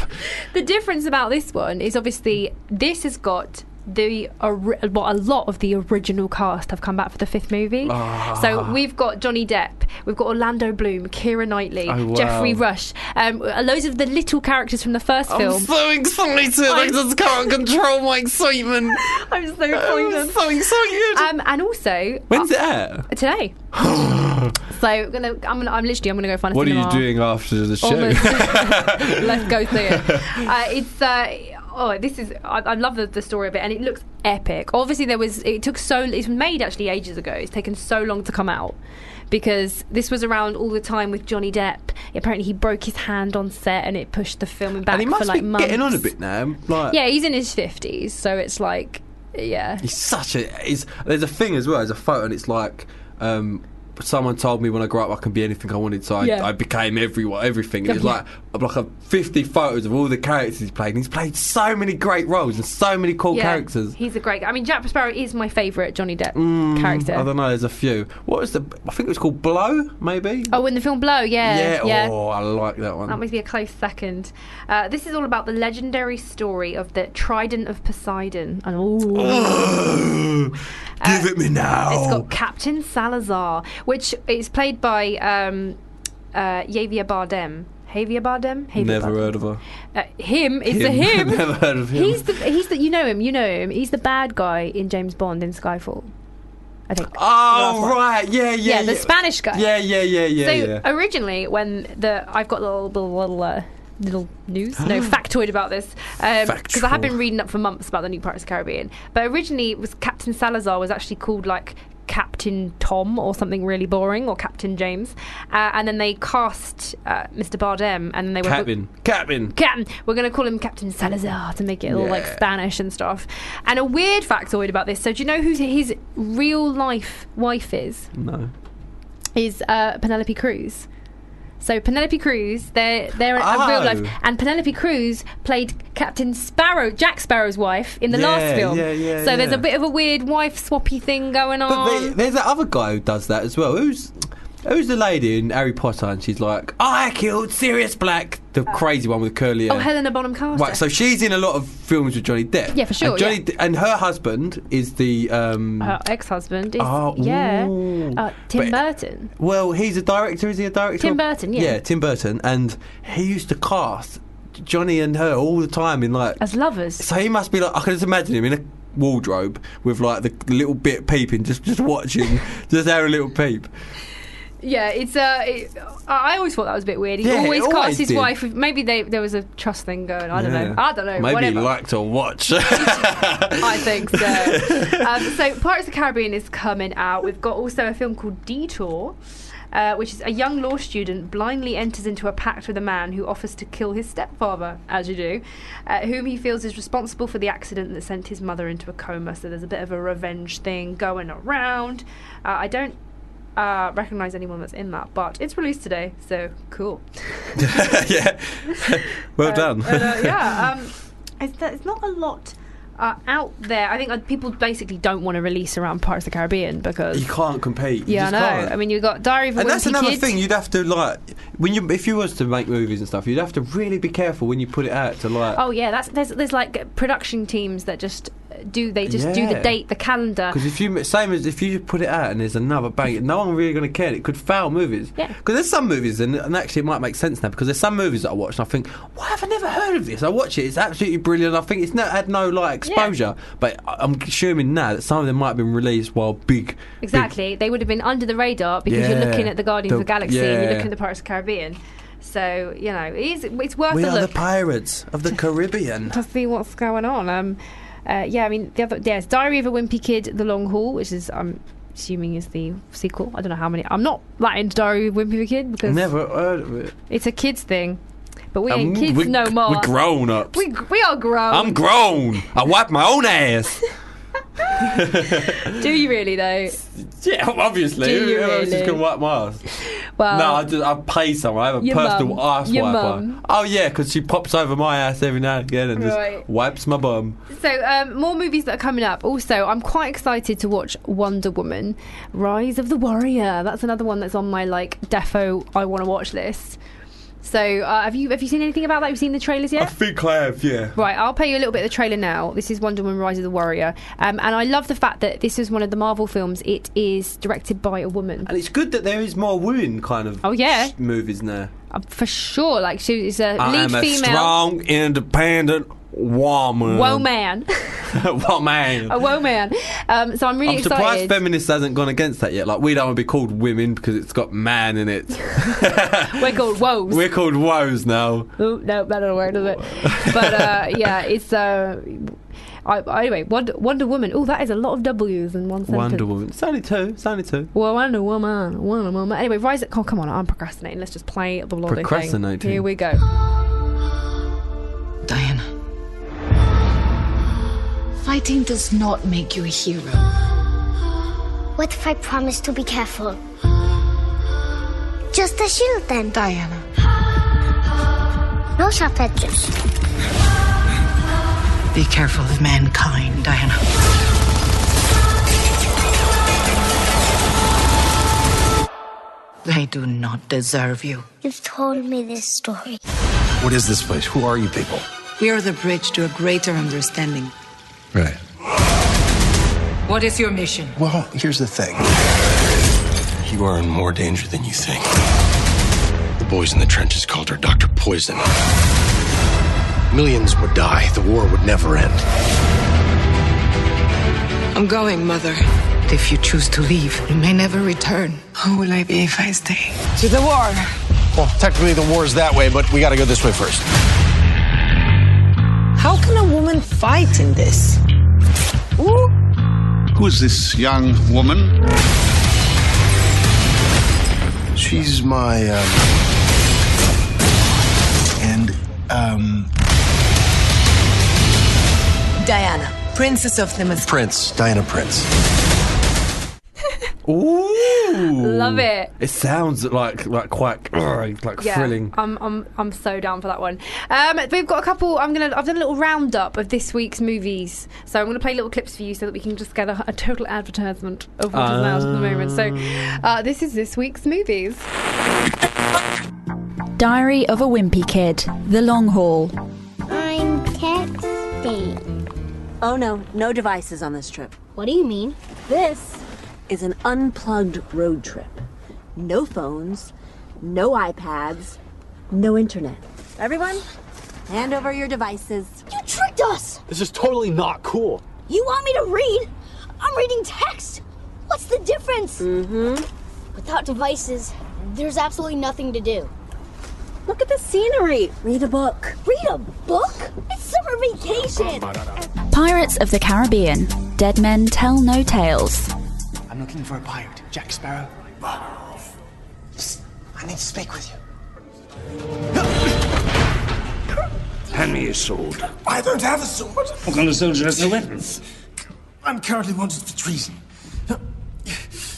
[SPEAKER 2] The difference about this one is obviously this has got the ori- well, a lot of the original cast have come back for the fifth movie.
[SPEAKER 14] Ah.
[SPEAKER 2] So we've got Johnny Depp, we've got Orlando Bloom, Kira Knightley,
[SPEAKER 14] Oh, wow.
[SPEAKER 2] Jeffrey Rush, um, loads of the little characters from the 1st
[SPEAKER 14] I'm
[SPEAKER 2] film.
[SPEAKER 14] so
[SPEAKER 2] (laughs)
[SPEAKER 14] excited. I
[SPEAKER 2] I'm-
[SPEAKER 14] just can't control my excitement.
[SPEAKER 2] (laughs) I'm so excited.
[SPEAKER 14] so excited.
[SPEAKER 2] Um, and also
[SPEAKER 3] When's it at?
[SPEAKER 2] today. so I'm gonna, I'm gonna, I'm literally, I'm gonna go find a
[SPEAKER 3] What are you
[SPEAKER 2] cinema.
[SPEAKER 3] doing after the show? (laughs)
[SPEAKER 2] Almost. Let's go see it. Uh, it's uh, oh, this is I, I love the, the story of it, and it looks epic. Obviously, there was it took so it was made actually ages ago. It's taken so long to come out because this was around all the time with Johnny Depp. Apparently, he broke his hand on set, and it pushed the film back
[SPEAKER 3] and he must
[SPEAKER 2] for like
[SPEAKER 3] be
[SPEAKER 2] months.
[SPEAKER 3] getting on a bit now. Like,
[SPEAKER 2] Yeah, he's in his fifties, so it's like yeah.
[SPEAKER 3] He's such a. He's, there's a thing as well. There's a photo, and it's like. Um, Someone told me when I grow up I can be anything I wanted, so I,
[SPEAKER 2] Yeah.
[SPEAKER 3] I became everyone, everything. It was
[SPEAKER 2] Yeah.
[SPEAKER 3] like like a fifty photos of all the characters he's played. And he's played so many great roles and so many cool
[SPEAKER 2] yeah,
[SPEAKER 3] characters.
[SPEAKER 2] He's a great. I mean, Jack Sparrow is my favourite Johnny Depp
[SPEAKER 3] Mm,
[SPEAKER 2] character.
[SPEAKER 3] I don't know. There's a few. What was the? I think it was called Blow, maybe.
[SPEAKER 2] oh, in the film Blow, yeah, yeah.
[SPEAKER 3] Oh, I like that one.
[SPEAKER 2] That must be a close second. Uh, this is all about the legendary story of the Trident of Poseidon. And ooh,
[SPEAKER 3] (gasps) Give it me now.
[SPEAKER 2] Uh, It's got Captain Salazar, which is played by um, uh, Javier Bardem. Javier Bardem? Javier
[SPEAKER 3] Never
[SPEAKER 2] Bardem.
[SPEAKER 3] heard of her.
[SPEAKER 2] Uh, him is the
[SPEAKER 3] Him. (laughs)
[SPEAKER 2] him.
[SPEAKER 3] Never heard of him.
[SPEAKER 2] He's the he's the you know him you know him. He's the bad guy in James Bond in Skyfall. I think.
[SPEAKER 3] Oh right, yeah, yeah,
[SPEAKER 2] Yeah, the Spanish guy.
[SPEAKER 3] Yeah, yeah, yeah, yeah,
[SPEAKER 2] so uh,
[SPEAKER 3] yeah.
[SPEAKER 2] originally, when the I've got a little little little, uh, little news,
[SPEAKER 3] (gasps)
[SPEAKER 2] no factoid about this, because I had been reading up for months about the new Pirates of the Caribbean. But originally, it was Captain Salazar was actually called like Captain Tom or something really boring, or Captain James, uh, and then they cast uh, Mr. Bardem, and then they were
[SPEAKER 3] Captain, Captain.
[SPEAKER 2] Captain. We're going to call him Captain Salazar to make it all like
[SPEAKER 3] Yeah.
[SPEAKER 2] Spanish and stuff. And a weird factoid about this. So do you know who his real life wife is?
[SPEAKER 3] No.
[SPEAKER 2] Is uh, Penelope Cruz. So Penelope Cruz, they're they're
[SPEAKER 14] Oh.
[SPEAKER 2] a real life, and Penelope Cruz played Captain Sparrow, Jack Sparrow's wife in the
[SPEAKER 3] Yeah,
[SPEAKER 2] last film.
[SPEAKER 3] yeah, yeah,
[SPEAKER 2] so there's
[SPEAKER 3] yeah.
[SPEAKER 2] a bit of a weird wife swappy thing going on.
[SPEAKER 3] But they, there's that other guy who does that as well. Who's who's the lady in Harry Potter? And she's like, I killed Sirius Black, the crazy one with curly hair.
[SPEAKER 2] Uh, Oh, Helena Bonham Carter.
[SPEAKER 3] Right, so she's in a lot of films with Johnny Depp.
[SPEAKER 2] Yeah, for sure,
[SPEAKER 3] And, Johnny
[SPEAKER 2] yeah. Uh,
[SPEAKER 3] D- and her husband is the. Um,
[SPEAKER 2] her ex-husband is
[SPEAKER 3] Oh,
[SPEAKER 2] yeah,
[SPEAKER 3] ooh.
[SPEAKER 2] uh,
[SPEAKER 3] But-
[SPEAKER 2] Tim Burton.
[SPEAKER 3] well, he's a director. Is he a director?
[SPEAKER 2] Tim Burton, yeah.
[SPEAKER 3] Yeah, Tim Burton, and he used to cast Johnny and her all the time in like
[SPEAKER 2] as lovers.
[SPEAKER 3] So he must be like I can just imagine him in a wardrobe with like the little bit peeping, just just watching, (laughs) just having a little peep.
[SPEAKER 2] Yeah, it's uh, it, I always thought that was a bit weird. He
[SPEAKER 3] Yeah,
[SPEAKER 2] always,
[SPEAKER 3] always
[SPEAKER 2] cast his
[SPEAKER 3] did.
[SPEAKER 2] wife. With, maybe they, there was a trust thing going. I don't
[SPEAKER 3] Yeah.
[SPEAKER 2] know. I don't know.
[SPEAKER 3] Maybe
[SPEAKER 2] whatever.
[SPEAKER 3] he liked to watch. (laughs)
[SPEAKER 2] (laughs) I think so. um, so Pirates of the Caribbean is coming out. We've got also a film called Detour. Uh, which is a young law student blindly enters into a pact with a man who offers to kill his stepfather, as you do, uh, whom he feels is responsible for the accident that sent his mother into a coma. So there's a bit of a revenge thing going around. Uh, I don't uh, recognize anyone that's in that, but it's released today, so cool.
[SPEAKER 3] (laughs) well done. (laughs)
[SPEAKER 2] And, uh, yeah, um, it's, there's not a lot uh, out there. I think uh, people basically don't want to release around Pirates of the Caribbean because.
[SPEAKER 3] you can't compete. You
[SPEAKER 2] yeah,
[SPEAKER 3] just
[SPEAKER 2] I know.
[SPEAKER 3] Can't.
[SPEAKER 2] I mean, you've got Diary of a
[SPEAKER 3] and that's
[SPEAKER 2] Wimpy
[SPEAKER 3] another
[SPEAKER 2] Kid.
[SPEAKER 3] thing you'd have to like when you if you was to make movies and stuff you'd have to really be careful when you put it out to like
[SPEAKER 2] Oh yeah, that's there's there's like production teams that just do they just do the
[SPEAKER 3] Yeah.
[SPEAKER 2] date, the calendar?
[SPEAKER 3] Because if you same as if you put it out and there's another bang, no one really going to care. It could foul movies.
[SPEAKER 2] Yeah.
[SPEAKER 3] Because there's some movies and, and actually it might make sense now because there's some movies that I watch and I think why have I never heard of this? I watch it. It's absolutely brilliant. I think it's not had no like exposure. But I- I'm assuming now that some of them might have been released while big.
[SPEAKER 2] Exactly. They would have been under the radar because you're
[SPEAKER 3] Yeah.
[SPEAKER 2] looking at the Guardians of
[SPEAKER 3] The-
[SPEAKER 2] the Galaxy and
[SPEAKER 3] yeah.
[SPEAKER 2] you're looking at the Pirates of the Caribbean. So, you know, it is, it's worth
[SPEAKER 3] we
[SPEAKER 2] a
[SPEAKER 3] are
[SPEAKER 2] look
[SPEAKER 3] the pirates of the Caribbean.
[SPEAKER 2] to see what's going on. Um, uh, yeah, I mean, the other, yeah, it's Diary of a Wimpy Kid, The Long Haul, which is, I'm assuming, is the sequel. I don't know how many. I'm not that into Diary of a Wimpy Kid because
[SPEAKER 3] Never heard of it.
[SPEAKER 2] it's a kids thing. But we
[SPEAKER 3] And
[SPEAKER 2] ain't kids
[SPEAKER 3] we- Um,
[SPEAKER 2] no more.
[SPEAKER 3] We're grown ups.
[SPEAKER 2] We, we are grown.
[SPEAKER 3] I'm grown. I wipe my own
[SPEAKER 2] (laughs)
[SPEAKER 3] ass.
[SPEAKER 2] Do you really, though?
[SPEAKER 3] Yeah, obviously.
[SPEAKER 2] Do you
[SPEAKER 3] Who else is
[SPEAKER 2] really?
[SPEAKER 3] going to wipe my ass?
[SPEAKER 2] Well,
[SPEAKER 3] no, I, just, I pay someone. I have a
[SPEAKER 2] Um, your
[SPEAKER 3] personal
[SPEAKER 2] mum.
[SPEAKER 3] ass
[SPEAKER 2] Your
[SPEAKER 3] wiper.
[SPEAKER 2] mum.
[SPEAKER 3] Oh yeah, because she pops over my ass every now and again and
[SPEAKER 2] Right.
[SPEAKER 3] just wipes my bum.
[SPEAKER 2] So, um, more movies that are coming up. Also, I'm quite excited to watch Wonder Woman, Rise of the Warrior. That's another one that's on my like defo I want to watch list. So, uh, have you have you seen anything about that? Have you seen the trailers yet?
[SPEAKER 3] think I have, yeah.
[SPEAKER 2] Right, I'll play you a little bit of the trailer now. This is Wonder Woman Rise of the Warrior. Um, and I love the fact that this is one of the Marvel films. It is directed by a woman.
[SPEAKER 3] And it's good that there is more women kind of
[SPEAKER 2] Oh, yeah.
[SPEAKER 3] movies now.
[SPEAKER 2] Uh, For sure. Like, she is a
[SPEAKER 3] I
[SPEAKER 2] lead
[SPEAKER 3] am a
[SPEAKER 2] female.
[SPEAKER 3] strong, independent woman. (laughs)
[SPEAKER 2] Woe man. (laughs)
[SPEAKER 3] woman.
[SPEAKER 2] a woe man. Um, so I'm really
[SPEAKER 3] I'm surprised
[SPEAKER 2] excited.
[SPEAKER 3] feminists hasn't gone against that yet. Like we don't want to be called women because it's got man in
[SPEAKER 2] (laughs)
[SPEAKER 3] it.
[SPEAKER 2] We're called woes.
[SPEAKER 3] We're called woes now.
[SPEAKER 2] Ooh, no, that doesn't
[SPEAKER 3] (laughs)
[SPEAKER 2] work, does it? But uh, yeah, it's. Uh, I, I- anyway, Wonder, Wonder Woman. Oh, that is a lot of W's in one sentence.
[SPEAKER 3] Wonder Woman. It's only two. It's only two.
[SPEAKER 2] Well, Wonder Woman, Wonder Woman. Anyway, Rise. Oh, come on, I'm procrastinating. Let's just play the bloody
[SPEAKER 3] Procrastinating.
[SPEAKER 2] thing. Here we go.
[SPEAKER 15] Diana.
[SPEAKER 16] Fighting does not make you a hero. What if I promise to be careful? Just a shield then. Diana. No sharp edges.
[SPEAKER 4] Be careful of mankind, Diana. They do not deserve you.
[SPEAKER 16] You've told me this story.
[SPEAKER 8] What is this place? Who are you people?
[SPEAKER 15] We are the bridge to a greater understanding.
[SPEAKER 8] Right.
[SPEAKER 15] What is your mission?
[SPEAKER 8] Well, here's the thing. You are in more danger than you think. The boys in the trenches called her Dr. Poison. Millions would die. The war would never end.
[SPEAKER 15] I'm going, Mother.
[SPEAKER 4] If you choose to leave, you may never return. Who will I be if I stay? To the war.
[SPEAKER 8] Well, technically the war's that way, but we gotta go this way first.
[SPEAKER 15] How can a woman fight in this?
[SPEAKER 7] Who is this young woman?
[SPEAKER 8] She's my, um... And, um...
[SPEAKER 15] Diana, Princess of the Myth.
[SPEAKER 8] Prince. Diana Prince.
[SPEAKER 3] Ooh,
[SPEAKER 2] Love it.
[SPEAKER 3] It sounds like like quite like thrilling.
[SPEAKER 2] I'm, I'm, I'm so down for that one. Um, we've got a couple. I'm gonna. I've done a little roundup of this week's movies, so I'm gonna play little clips for you so that we can just get a, a total advertisement of what is allowed at the moment. So,
[SPEAKER 3] Um.
[SPEAKER 2] uh, this is this week's movies.
[SPEAKER 17] Diary of a Wimpy Kid, The Long Haul.
[SPEAKER 16] I'm texting.
[SPEAKER 18] Oh no, no devices on this trip.
[SPEAKER 16] What do you mean?
[SPEAKER 18] This is an unplugged road trip. No phones, no iPads, no internet. Everyone, hand over your devices.
[SPEAKER 16] You tricked us!
[SPEAKER 19] This is totally not cool.
[SPEAKER 16] You want me to read? I'm reading text! What's the difference? Mm-hmm. Without devices, there's absolutely nothing to do. Look at the scenery. Read a book. Read a book? It's summer vacation.
[SPEAKER 17] Pirates of the Caribbean, Dead Men Tell No Tales.
[SPEAKER 6] I'm looking for a pirate, Jack Sparrow. Psst, I need to speak with you.
[SPEAKER 7] Hand me your sword.
[SPEAKER 6] I don't have a sword.
[SPEAKER 7] What kind of soldier has no weapons?
[SPEAKER 6] I'm currently wanted for treason.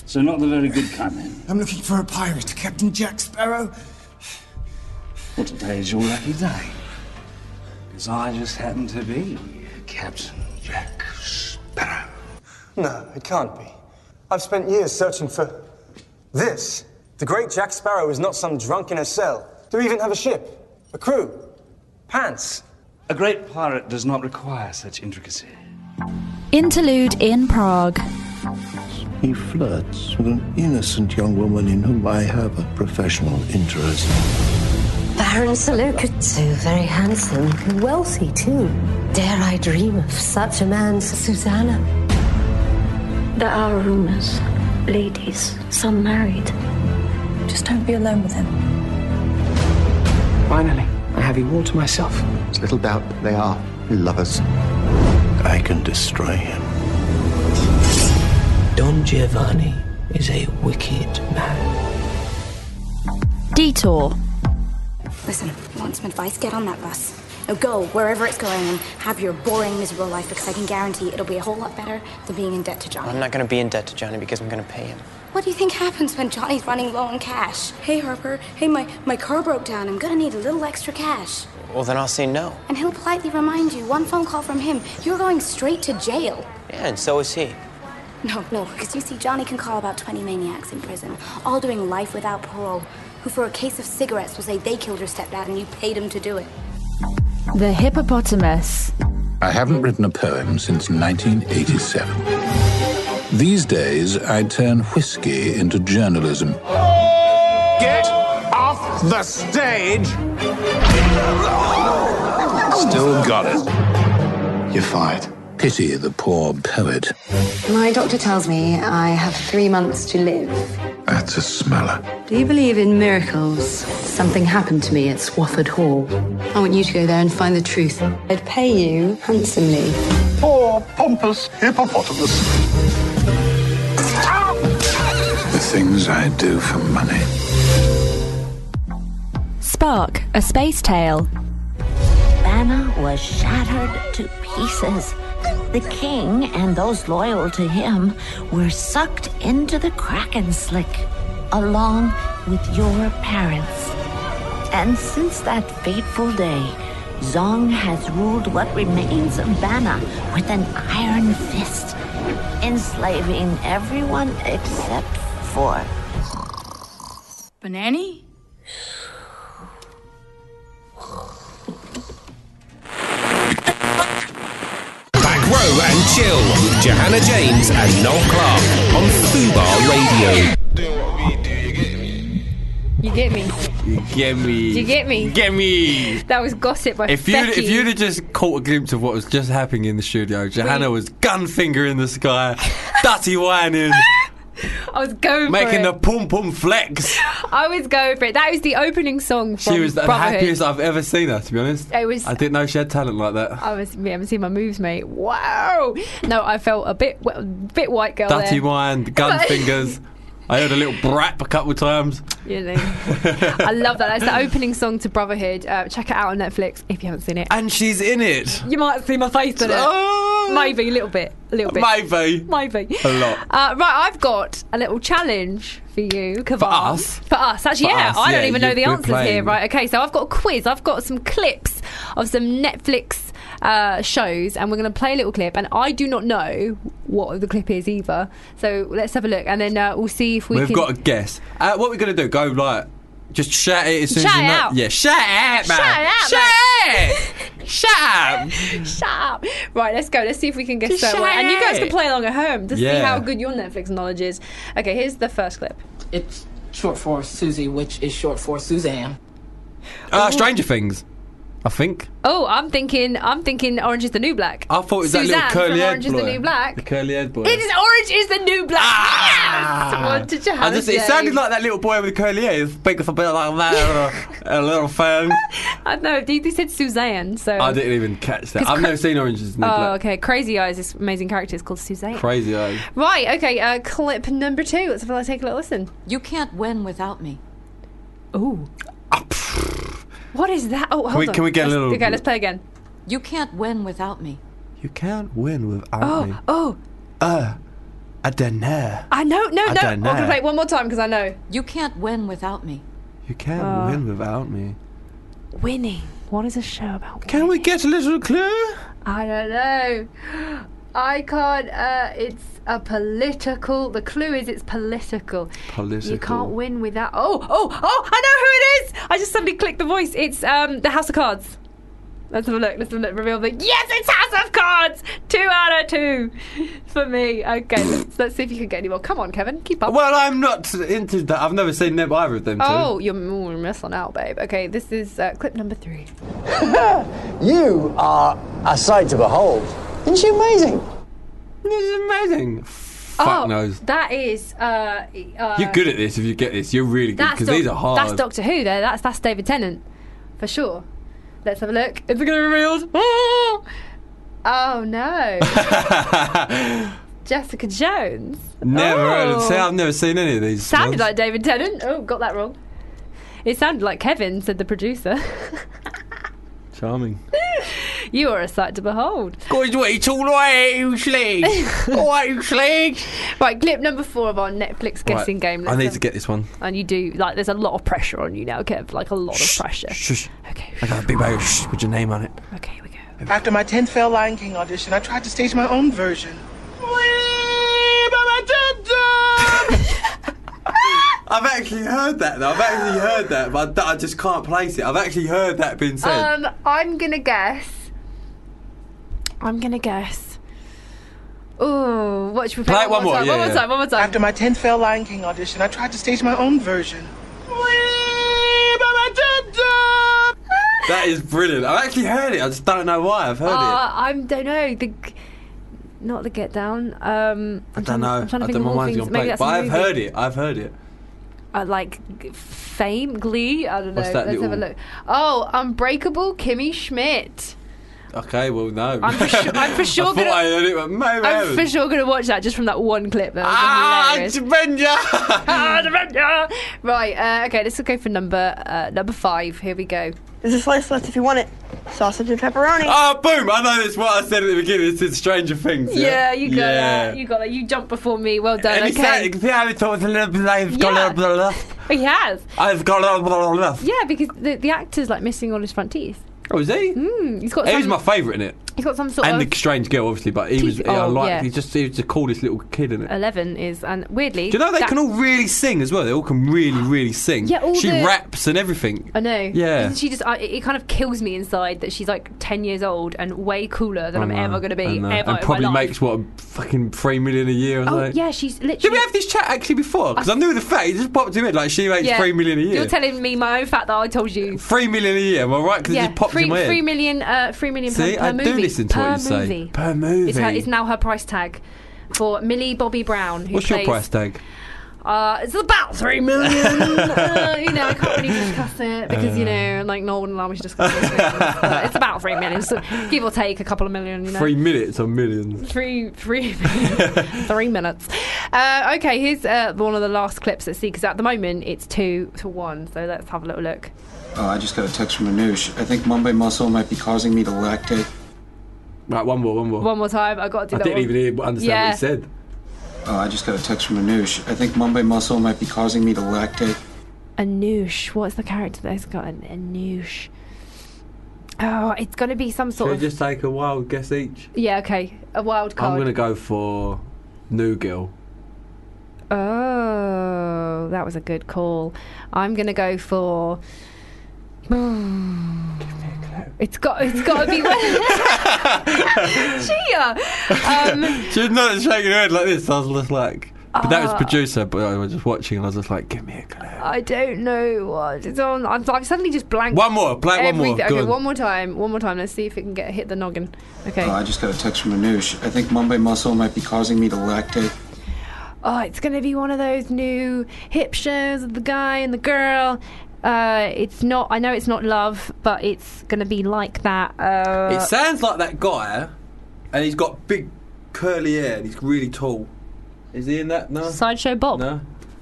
[SPEAKER 7] So not the very good kind then.
[SPEAKER 6] I'm looking for a pirate, Captain Jack Sparrow.
[SPEAKER 7] Well, today is your lucky day. Because I just happen to be Captain Jack Sparrow.
[SPEAKER 20] No, it can't be. I've spent years searching for this. The great Jack Sparrow is not some drunk in a cell. Do we even have a ship? A crew? Pants?
[SPEAKER 7] A great pirate does not require such intricacy.
[SPEAKER 17] Interlude in Prague.
[SPEAKER 19] He flirts with an innocent young woman in whom I have a professional interest.
[SPEAKER 21] Baron Salukatsu, very handsome, and wealthy too. Dare I dream of such a man as Susanna?
[SPEAKER 22] There are rumors. Ladies, some married. Just don't be alone with him.
[SPEAKER 6] Finally, I have you all to myself.
[SPEAKER 19] There's little doubt that they are lovers. I can destroy him.
[SPEAKER 23] Don Giovanni is a wicked man.
[SPEAKER 17] Detour.
[SPEAKER 5] Listen, want some advice? Get on that bus. Now go wherever it's going and have your boring, miserable life because I can guarantee it'll be a whole lot better than being in debt to Johnny.
[SPEAKER 24] I'm not going to be in debt to Johnny because I'm going to pay him.
[SPEAKER 5] What do you think happens when Johnny's running low on cash? Hey, Harper. Hey, my, my car broke down. I'm gonna need a little extra cash.
[SPEAKER 24] Well, then I'll say no.
[SPEAKER 5] And he'll politely remind you one phone call from him, you're going straight to jail.
[SPEAKER 24] Yeah, and so is he.
[SPEAKER 5] No, no, because you see, Johnny can call about 20 maniacs in prison, all doing life without parole, who for a case of cigarettes will say they killed your stepdad and you paid him to do it.
[SPEAKER 17] The Hippopotamus.
[SPEAKER 19] I haven't written a poem since 1987. These days, I turn whiskey into journalism.
[SPEAKER 10] Get off the stage!
[SPEAKER 19] Still got it. You're fired. Pity the poor poet.
[SPEAKER 11] My doctor tells me I have three months to live.
[SPEAKER 19] That's a smeller.
[SPEAKER 11] Do you believe in miracles? Something happened to me at Swafford Hall. I want you to go there and find the truth. I'd pay you handsomely.
[SPEAKER 19] Poor pompous hippopotamus. The things I do for money.
[SPEAKER 17] Spark, a space tale.
[SPEAKER 25] Banner was shattered to pieces. The king and those loyal to him were sucked into the Kraken slick, along with your parents. And since that fateful day, Zong has ruled what remains of Banna with an iron fist, enslaving everyone except for
[SPEAKER 26] Banani?
[SPEAKER 1] Back row and chill with Johanna James and Noel Clark on Fubar Radio.
[SPEAKER 2] You get me.
[SPEAKER 3] Get me.
[SPEAKER 2] You get me.
[SPEAKER 3] Get me.
[SPEAKER 2] That was gossip by
[SPEAKER 3] If you'd,
[SPEAKER 2] Becky.
[SPEAKER 3] if you'd have just caught a glimpse of what was just happening in the studio, Johanna was gun finger in the sky, dutty
[SPEAKER 2] (laughs)
[SPEAKER 3] whining,
[SPEAKER 2] I was going
[SPEAKER 3] making
[SPEAKER 2] for
[SPEAKER 3] the
[SPEAKER 2] it.
[SPEAKER 3] pum pum flex.
[SPEAKER 2] I was going for it. That was the opening song from
[SPEAKER 3] She was the
[SPEAKER 2] Brotherhood.
[SPEAKER 3] happiest I've ever seen her, to be honest.
[SPEAKER 2] It was-
[SPEAKER 3] I didn't know she had talent like that.
[SPEAKER 2] I was. We haven't seen my moves, mate. Wow. No, I felt a bit, well, bit white girl.
[SPEAKER 3] Dutty
[SPEAKER 2] there.
[SPEAKER 3] wine,
[SPEAKER 2] (laughs)
[SPEAKER 3] gun
[SPEAKER 2] But-
[SPEAKER 3] fingers. I heard a little brap a couple of times.
[SPEAKER 2] You know. I love that. That's the opening song to Brotherhood. Uh, check it out on Netflix if you haven't seen it.
[SPEAKER 3] And she's in it. Oh.
[SPEAKER 2] You might see my face in
[SPEAKER 3] it.
[SPEAKER 2] Maybe a little bit. A little bit.
[SPEAKER 3] Maybe.
[SPEAKER 2] Maybe.
[SPEAKER 3] A lot.
[SPEAKER 2] Uh, right, I've got a little challenge for you, Kavar.
[SPEAKER 3] us?
[SPEAKER 2] For us. Actually,
[SPEAKER 3] For
[SPEAKER 2] yeah,
[SPEAKER 3] us,
[SPEAKER 2] I don't
[SPEAKER 3] yeah,
[SPEAKER 2] even know
[SPEAKER 3] you-
[SPEAKER 2] the
[SPEAKER 3] we're
[SPEAKER 2] answers here,
[SPEAKER 3] playing.
[SPEAKER 2] right? Okay, so I've got a quiz. I've got some clips of some Netflix uh, shows, and we're going to play a little clip, and I do not know what the clip is either. So let's have a look, and then uh, we'll see if we
[SPEAKER 3] We've
[SPEAKER 2] can.
[SPEAKER 3] got to guess. Uh, what we're going to do? Go like, just shout it as soon
[SPEAKER 2] Shout
[SPEAKER 3] as you
[SPEAKER 2] it
[SPEAKER 3] know.
[SPEAKER 2] out.
[SPEAKER 3] Yeah, shout it out, man.
[SPEAKER 2] Shut
[SPEAKER 3] it!
[SPEAKER 2] (laughs)
[SPEAKER 3] Shut up!
[SPEAKER 2] Shut up! Right, let's go. Let's see if we can guess
[SPEAKER 3] Just
[SPEAKER 2] that
[SPEAKER 3] shut
[SPEAKER 2] one. And you guys
[SPEAKER 3] it.
[SPEAKER 2] can play along at home to see
[SPEAKER 27] Yeah.
[SPEAKER 2] how good your Netflix knowledge is. Okay, here's the first clip.
[SPEAKER 27] It's short for Susie, which is short for Suzanne.
[SPEAKER 3] Uh, Stranger Things, I think.
[SPEAKER 2] Oh, I'm thinking. I'm thinking. Orange is the new black.
[SPEAKER 3] I thought it was
[SPEAKER 2] Suzanne
[SPEAKER 3] that little curly
[SPEAKER 2] from
[SPEAKER 3] head
[SPEAKER 2] Orange
[SPEAKER 3] boy.
[SPEAKER 2] is the new black.
[SPEAKER 3] The curly head boy.
[SPEAKER 2] It is Orange is the new black. Yes!
[SPEAKER 3] Ah.
[SPEAKER 2] What did you
[SPEAKER 3] I
[SPEAKER 2] have?
[SPEAKER 3] just, it
[SPEAKER 2] Jay?
[SPEAKER 3] sounded like that little boy with curly hair. He's big for a bit like that, or
[SPEAKER 2] (laughs)
[SPEAKER 3] a, a little fan.
[SPEAKER 2] I don't know they they said Suzanne. So.
[SPEAKER 3] I didn't even catch that.
[SPEAKER 2] It's
[SPEAKER 3] I've
[SPEAKER 2] cra-
[SPEAKER 3] never seen Orange is the New
[SPEAKER 2] Oh,
[SPEAKER 3] Black.
[SPEAKER 2] okay. Crazy Eyes, this amazing character is called Suzanne.
[SPEAKER 3] Crazy eh? eyes.
[SPEAKER 2] Right, okay, uh, clip number two. Let's let's take a little listen.
[SPEAKER 28] You can't win without me.
[SPEAKER 2] Ooh. Oh. What is that? Oh, hold
[SPEAKER 3] we-
[SPEAKER 2] on.
[SPEAKER 3] can we get a
[SPEAKER 2] Let's-
[SPEAKER 3] little-
[SPEAKER 2] Okay, let's play again.
[SPEAKER 28] You can't win without me.
[SPEAKER 3] You can't win without me.
[SPEAKER 2] Oh, oh,
[SPEAKER 3] Uh, I don't know.
[SPEAKER 2] I know, no,
[SPEAKER 3] I
[SPEAKER 2] no.
[SPEAKER 3] don't
[SPEAKER 2] I'm
[SPEAKER 3] know.
[SPEAKER 2] gonna play it one more time because I know.
[SPEAKER 28] You can't win without me.
[SPEAKER 3] You can't
[SPEAKER 2] Uh.
[SPEAKER 3] win without me.
[SPEAKER 2] Winning. What is a show about?
[SPEAKER 3] Can we get a little clue?
[SPEAKER 2] I don't know. I can't. Uh, it's a political. The clue is it's political. You
[SPEAKER 3] Political.
[SPEAKER 2] can't win without. Oh, oh, oh! I know who it is. I just suddenly clicked the voice. It's um the House of Cards. Let's have a look. Let's have a look. Reveal the yes, it's House of Cards. Two out of two (laughs) for me. Okay, let's, let's see if you can get any more. Come on, Kevin, keep up.
[SPEAKER 3] Well, I'm not into that. I've never seen them, either of them.
[SPEAKER 2] Oh, you're ooh, you're missing out, babe. Okay, this is uh, clip number three.
[SPEAKER 4] You are a sight to behold. Isn't she amazing?
[SPEAKER 3] It's amazing. Fuck
[SPEAKER 2] oh,
[SPEAKER 3] knows.
[SPEAKER 2] that is. Uh, uh,
[SPEAKER 3] You're good at this. If you get this, you're really good because
[SPEAKER 2] Doc-
[SPEAKER 3] these are hard.
[SPEAKER 2] That's Doctor Who. There, that's that's David Tennant, for sure. Let's have a look. Is it going to be revealed? Ah! (laughs) Oh
[SPEAKER 3] (laughs)
[SPEAKER 2] no, Jessica Jones.
[SPEAKER 3] never.
[SPEAKER 2] Oh.
[SPEAKER 3] See, I've never seen any of these.
[SPEAKER 2] Sounded
[SPEAKER 3] ones.
[SPEAKER 2] like David Tennant. Oh, got that wrong. It sounded like Kevin, said the producer. (laughs)
[SPEAKER 3] charming.
[SPEAKER 2] you are a sight to behold.
[SPEAKER 3] Guys, wait all right,
[SPEAKER 2] (laughs)
[SPEAKER 3] usually.
[SPEAKER 2] Right, clip number four of our Netflix guessing
[SPEAKER 3] Right,
[SPEAKER 2] game.
[SPEAKER 3] I
[SPEAKER 2] Let's
[SPEAKER 3] need
[SPEAKER 2] have-
[SPEAKER 3] to get this one.
[SPEAKER 2] And you do like there's a lot of pressure on you now, Kev. Like a lot of pressure.
[SPEAKER 3] Shush. Okay. I got a big bag of shh with your name on it.
[SPEAKER 8] After my 10th failed Lion King audition, I tried to stage my own version.
[SPEAKER 3] I've actually heard that though. I've actually heard that, but I I just can't place it. I've actually heard that being said.
[SPEAKER 2] Um, I'm gonna guess. I'm gonna guess. Oh, what should we play?
[SPEAKER 3] Play it one more,
[SPEAKER 2] time,
[SPEAKER 3] yeah,
[SPEAKER 2] one more
[SPEAKER 3] yeah.
[SPEAKER 2] time. One more time.
[SPEAKER 8] After my 10th failed Lion King audition, I tried to stage my own version.
[SPEAKER 3] that is brilliant. I've actually heard it. I just don't know why I've heard
[SPEAKER 2] Uh, I don't know. The g- not the Get Down. Um,
[SPEAKER 3] it. I don't know.
[SPEAKER 2] I'm trying to
[SPEAKER 3] I
[SPEAKER 2] think
[SPEAKER 3] don't
[SPEAKER 2] of
[SPEAKER 3] know
[SPEAKER 2] all
[SPEAKER 3] why it's
[SPEAKER 2] things.
[SPEAKER 3] gone
[SPEAKER 2] Maybe
[SPEAKER 3] blank,
[SPEAKER 2] that's
[SPEAKER 3] but
[SPEAKER 2] a
[SPEAKER 3] I've
[SPEAKER 2] movie.
[SPEAKER 3] heard it. I've heard it.
[SPEAKER 2] Uh, like g- Fame, Glee. I don't know.
[SPEAKER 3] What's that
[SPEAKER 2] Let's have a
[SPEAKER 3] little-
[SPEAKER 2] look. Oh, Unbreakable Kimmy
[SPEAKER 3] (laughs)
[SPEAKER 2] Schmidt.
[SPEAKER 3] Okay, well no.
[SPEAKER 2] I'm for sure- I'm
[SPEAKER 3] (laughs)
[SPEAKER 2] for
[SPEAKER 3] I
[SPEAKER 2] sure
[SPEAKER 3] thought
[SPEAKER 2] gonna-
[SPEAKER 3] I heard it, but maybe I
[SPEAKER 2] I'm
[SPEAKER 3] haven't.
[SPEAKER 2] for sure gonna watch that just from that one clip. That was
[SPEAKER 3] Ah,
[SPEAKER 2] hilarious. ah, Dementia! Right. Uh, okay. This will go for number uh, number five. Here we go.
[SPEAKER 9] There's a slice left if you want it. Sausage and
[SPEAKER 3] (laughs)
[SPEAKER 9] pepperoni.
[SPEAKER 3] Ah, boom! I know this. What I said at the beginning. It's in Stranger Things.
[SPEAKER 2] Yeah,
[SPEAKER 3] Yeah,
[SPEAKER 2] you got that. You got that. You jumped before me. Well done.
[SPEAKER 3] And he said,
[SPEAKER 2] okay.
[SPEAKER 3] "You see how he talks a little bit like he's got a little bit of left?
[SPEAKER 2] He has.
[SPEAKER 3] I've got a little bit of left."
[SPEAKER 2] Yeah, because the, the actor's like missing all his front teeth.
[SPEAKER 3] Oh, is he?
[SPEAKER 2] Mm, he's got.
[SPEAKER 3] He
[SPEAKER 2] Some,
[SPEAKER 3] was my favourite in it.
[SPEAKER 2] He's got some sort
[SPEAKER 3] and
[SPEAKER 2] of
[SPEAKER 3] the strange girl, obviously, but he was.
[SPEAKER 2] Teeth-
[SPEAKER 3] I
[SPEAKER 2] oh,
[SPEAKER 3] liked.
[SPEAKER 2] yeah.
[SPEAKER 3] He just he was the coolest little kid in it.
[SPEAKER 2] eleven is and weirdly.
[SPEAKER 3] Do you know they
[SPEAKER 2] that-
[SPEAKER 3] can all really sing as well? They all can really, really sing.
[SPEAKER 2] (gasps) Yeah, all
[SPEAKER 3] she
[SPEAKER 2] the-
[SPEAKER 3] raps and everything.
[SPEAKER 2] I know.
[SPEAKER 3] Yeah.
[SPEAKER 2] Isn't she just? I, it it kind of kills me inside that she's like ten years old and way cooler than
[SPEAKER 3] I
[SPEAKER 2] I'm
[SPEAKER 3] know,
[SPEAKER 2] ever going to be
[SPEAKER 3] I know.
[SPEAKER 2] ever. in my
[SPEAKER 3] Oh, And probably
[SPEAKER 2] life.
[SPEAKER 3] makes what fucking three million a year. Or
[SPEAKER 2] Oh
[SPEAKER 3] something.
[SPEAKER 2] yeah, she's literally.
[SPEAKER 3] Did we have this chat actually before? Because I, knew the fact. It just popped in my head like she makes
[SPEAKER 2] Yeah.
[SPEAKER 3] three million a year.
[SPEAKER 2] You're telling me my own fact that I told you.
[SPEAKER 3] three million a year. Am I right? Because it
[SPEAKER 2] yeah,
[SPEAKER 3] just popped
[SPEAKER 2] three,
[SPEAKER 3] in my head.
[SPEAKER 2] three million, uh, three million
[SPEAKER 3] See,
[SPEAKER 2] per, per
[SPEAKER 3] I
[SPEAKER 2] movie.
[SPEAKER 3] do listen to
[SPEAKER 2] per
[SPEAKER 3] what you say.
[SPEAKER 2] movie.
[SPEAKER 3] Per movie.
[SPEAKER 2] It's, her, it's now her price tag for Millie Bobby Brown. Who
[SPEAKER 3] What's your
[SPEAKER 2] plays,
[SPEAKER 3] price tag?
[SPEAKER 2] Uh, it's about
[SPEAKER 3] (laughs)
[SPEAKER 2] three million. uh, you know, I can't really discuss it because you
[SPEAKER 3] Uh.
[SPEAKER 2] know, like, no one allow me to discuss it. it's about three million, so give or take a couple of million. You know,
[SPEAKER 3] Three minutes or millions.
[SPEAKER 2] Three, three,
[SPEAKER 3] (laughs)
[SPEAKER 2] three minutes. Uh, okay, here's uh, one of the last clips. Let's see, because at the moment it's two to one. So let's have a little look.
[SPEAKER 12] Oh, I just got a text from Anoush. I think Mumbai muscle might be causing me to lactate.
[SPEAKER 3] Right, one more, one more.
[SPEAKER 2] One more time. I got to do
[SPEAKER 12] I
[SPEAKER 2] that.
[SPEAKER 12] didn't even
[SPEAKER 2] one.
[SPEAKER 12] hear-
[SPEAKER 2] yeah.
[SPEAKER 12] understand what he said. Oh, I just got a text from Anoush. I think Mumbai muscle might be causing me to lactate.
[SPEAKER 2] Anoush. What's the character that's got an Anoush? Oh, it's going to be some
[SPEAKER 3] Should
[SPEAKER 2] sort
[SPEAKER 3] we
[SPEAKER 2] of.
[SPEAKER 3] just take a wild guess each?
[SPEAKER 2] Yeah, okay. A wild card.
[SPEAKER 3] I'm gonna go for New Girl.
[SPEAKER 2] Oh, that was a good call. I'm going to go for. (sighs) It's got. It's got to be. (laughs) Gia.
[SPEAKER 3] (laughs)
[SPEAKER 2] Um,
[SPEAKER 3] She's not shaking her head like this. I was just like, but that was
[SPEAKER 2] Uh,
[SPEAKER 3] producer. But I was just watching, and I was just like, give me a clue.
[SPEAKER 2] I don't know what it's on. I'm, I'm suddenly just blank.
[SPEAKER 3] One more, blank one more,
[SPEAKER 2] Everything.
[SPEAKER 12] go
[SPEAKER 2] Okay,
[SPEAKER 12] on.
[SPEAKER 2] one more time. One more time. Let's see if it can get hit the noggin. Okay.
[SPEAKER 12] Oh, I just got a text from Anoush. I think Mumbai muscle might be causing me to lactate.
[SPEAKER 2] Oh, it's gonna be one of those new hip shows of the guy and the girl. Uh, it's not. I know it's not love, but it's gonna be like that. Uh,
[SPEAKER 3] it sounds like that guy, and he's got big curly hair, and he's really tall. Is he in that? No.
[SPEAKER 2] sideshow Bob.
[SPEAKER 3] No.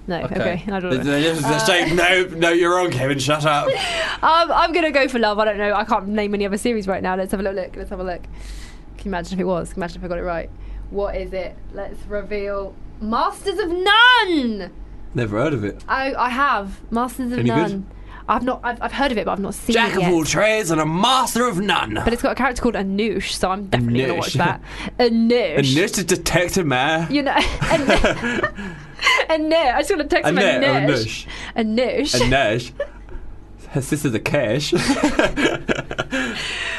[SPEAKER 2] No. Okay. I don't know. Uh,
[SPEAKER 3] They're just- they're saying, no, no, you're wrong, Kevin. Shut up.
[SPEAKER 2] Um, I'm gonna go for love. I don't know. I can't name any other series right now. Let's have a little look. Let's have a look. Can you imagine if it was? Can you imagine if I got it right? What is it? Let's reveal. Masters of None.
[SPEAKER 3] Never heard of
[SPEAKER 2] (laughs)
[SPEAKER 3] it.
[SPEAKER 2] I I have Masters of
[SPEAKER 3] Any good?
[SPEAKER 2] None. I've not. I've, I've heard of it, but I've not seen
[SPEAKER 3] Jack
[SPEAKER 2] it yet.
[SPEAKER 3] of all trades and a master of none.
[SPEAKER 2] But it's got a character called Anoush, so I'm definitely gonna
[SPEAKER 3] Anoush.
[SPEAKER 2] watch that. Anoush.
[SPEAKER 3] And this is Detective Man.
[SPEAKER 2] You know, and Anoush. I just want to text him
[SPEAKER 3] Annette, or
[SPEAKER 2] Anoush.
[SPEAKER 3] Nush. (laughs)
[SPEAKER 2] Anoush.
[SPEAKER 3] And Nash. Her sister's a cash.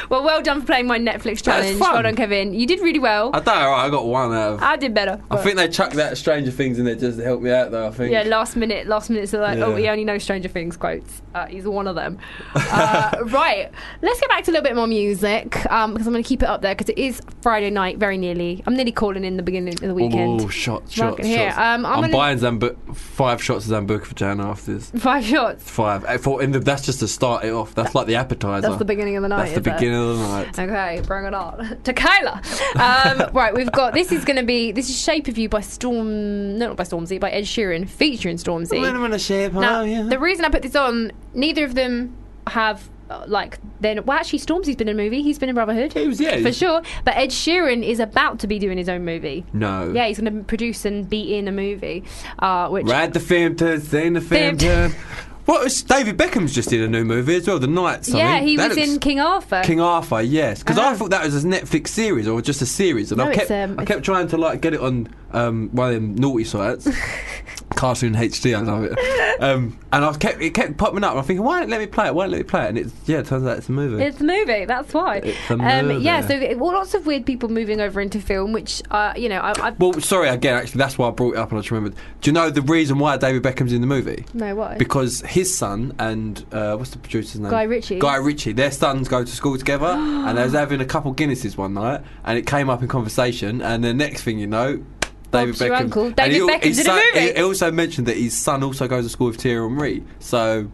[SPEAKER 2] Well, well done for playing my Netflix challenge.
[SPEAKER 3] fun.
[SPEAKER 2] Well done, Kevin. You did really well.
[SPEAKER 3] I thought, alright, I got one out of.
[SPEAKER 2] I did better.
[SPEAKER 3] I
[SPEAKER 2] Ah, but-
[SPEAKER 3] think they chucked that Stranger Things in there just to help me out, though. I think.
[SPEAKER 2] Yeah, last minute, last minute. So like, oh,
[SPEAKER 3] Yeah.
[SPEAKER 2] we only know Stranger Things quotes. Uh, he's one of them. Uh, right, let's get back to a little bit more music um, because I'm going to keep it up there because it is Friday night, very nearly. I'm nearly calling in the beginning of the weekend.
[SPEAKER 3] Oh, shots,
[SPEAKER 2] Mark
[SPEAKER 3] shots,
[SPEAKER 2] it here.
[SPEAKER 3] shots.
[SPEAKER 2] Um, I'm
[SPEAKER 3] I'm,
[SPEAKER 2] gonna-
[SPEAKER 3] buying Zambu- five shots of Zambuca for Jan after this.
[SPEAKER 2] Five shots.
[SPEAKER 3] Five. Eh, For, and that's just to start it off. That's like the appetizer.
[SPEAKER 2] That's the beginning of the
[SPEAKER 3] That's
[SPEAKER 2] night.
[SPEAKER 3] the
[SPEAKER 2] is it?
[SPEAKER 3] beginning of the night.
[SPEAKER 2] Okay, bring it on. (laughs) Tequila.
[SPEAKER 3] (laughs)
[SPEAKER 2] Um, right, we've got this is going to be this is Shape of You by Storm. No, not by Stormzy, by Ed Sheeran featuring Stormzy.
[SPEAKER 3] Little bit of shape,
[SPEAKER 2] now,
[SPEAKER 3] oh, yeah.
[SPEAKER 2] the reason I put this on, neither of them have. uh, Like then, well, actually, Stormzy's been in a movie. He's been in Brotherhood. He
[SPEAKER 3] was, yeah,
[SPEAKER 2] for
[SPEAKER 3] he's-
[SPEAKER 2] sure. But Ed Sheeran is about to be doing his own movie.
[SPEAKER 3] No.
[SPEAKER 2] Yeah, he's going to produce and be in a movie. Uh, which
[SPEAKER 3] Ride the Phantom, sing the
[SPEAKER 2] Phantom.
[SPEAKER 3] Phantom. What was David Beckham's just in a new movie as well, The Knights. I
[SPEAKER 2] yeah,
[SPEAKER 3] think.
[SPEAKER 2] he
[SPEAKER 3] That
[SPEAKER 2] was
[SPEAKER 3] looks-
[SPEAKER 2] in King Arthur.
[SPEAKER 3] King Arthur, yes, because I thought that was a Netflix series or just a series, and
[SPEAKER 2] Uh-huh. No,
[SPEAKER 3] I
[SPEAKER 2] it's,
[SPEAKER 3] kept
[SPEAKER 2] um,
[SPEAKER 3] I kept trying to like get it on um, one of them naughty
[SPEAKER 2] (laughs)
[SPEAKER 3] sites, Cartoon HD, I love it, um, and I kept it kept popping up. And I'm thinking, why don't let me play it? Why don't let me play it? And it's yeah, it turns out it's a movie.
[SPEAKER 2] It's a movie. That's why. Um,
[SPEAKER 3] It's a
[SPEAKER 2] yeah,
[SPEAKER 3] movie.
[SPEAKER 2] so it- well, lots of weird people moving over into film, which uh, you know, I, I
[SPEAKER 3] well, sorry again. Actually, that's why I brought it up, and I just remembered. Do you know the reason why David Beckham's in the movie?
[SPEAKER 2] no why
[SPEAKER 3] Because his son and uh, what's the producer's name?
[SPEAKER 2] Guy Ritchie.
[SPEAKER 3] Guy Ritchie. Their sons go to school together, and they
[SPEAKER 2] (gasps)
[SPEAKER 3] was having a couple Guinnesses one night, and it came up in conversation. And the next thing you know, David
[SPEAKER 2] your
[SPEAKER 3] Beckham.
[SPEAKER 2] uncle.
[SPEAKER 3] and
[SPEAKER 2] David
[SPEAKER 3] he al-
[SPEAKER 2] Beckham's
[SPEAKER 3] his
[SPEAKER 2] in a
[SPEAKER 3] son-
[SPEAKER 2] movie.
[SPEAKER 3] He, he also mentioned that his son also goes to school with Thierry Henry. So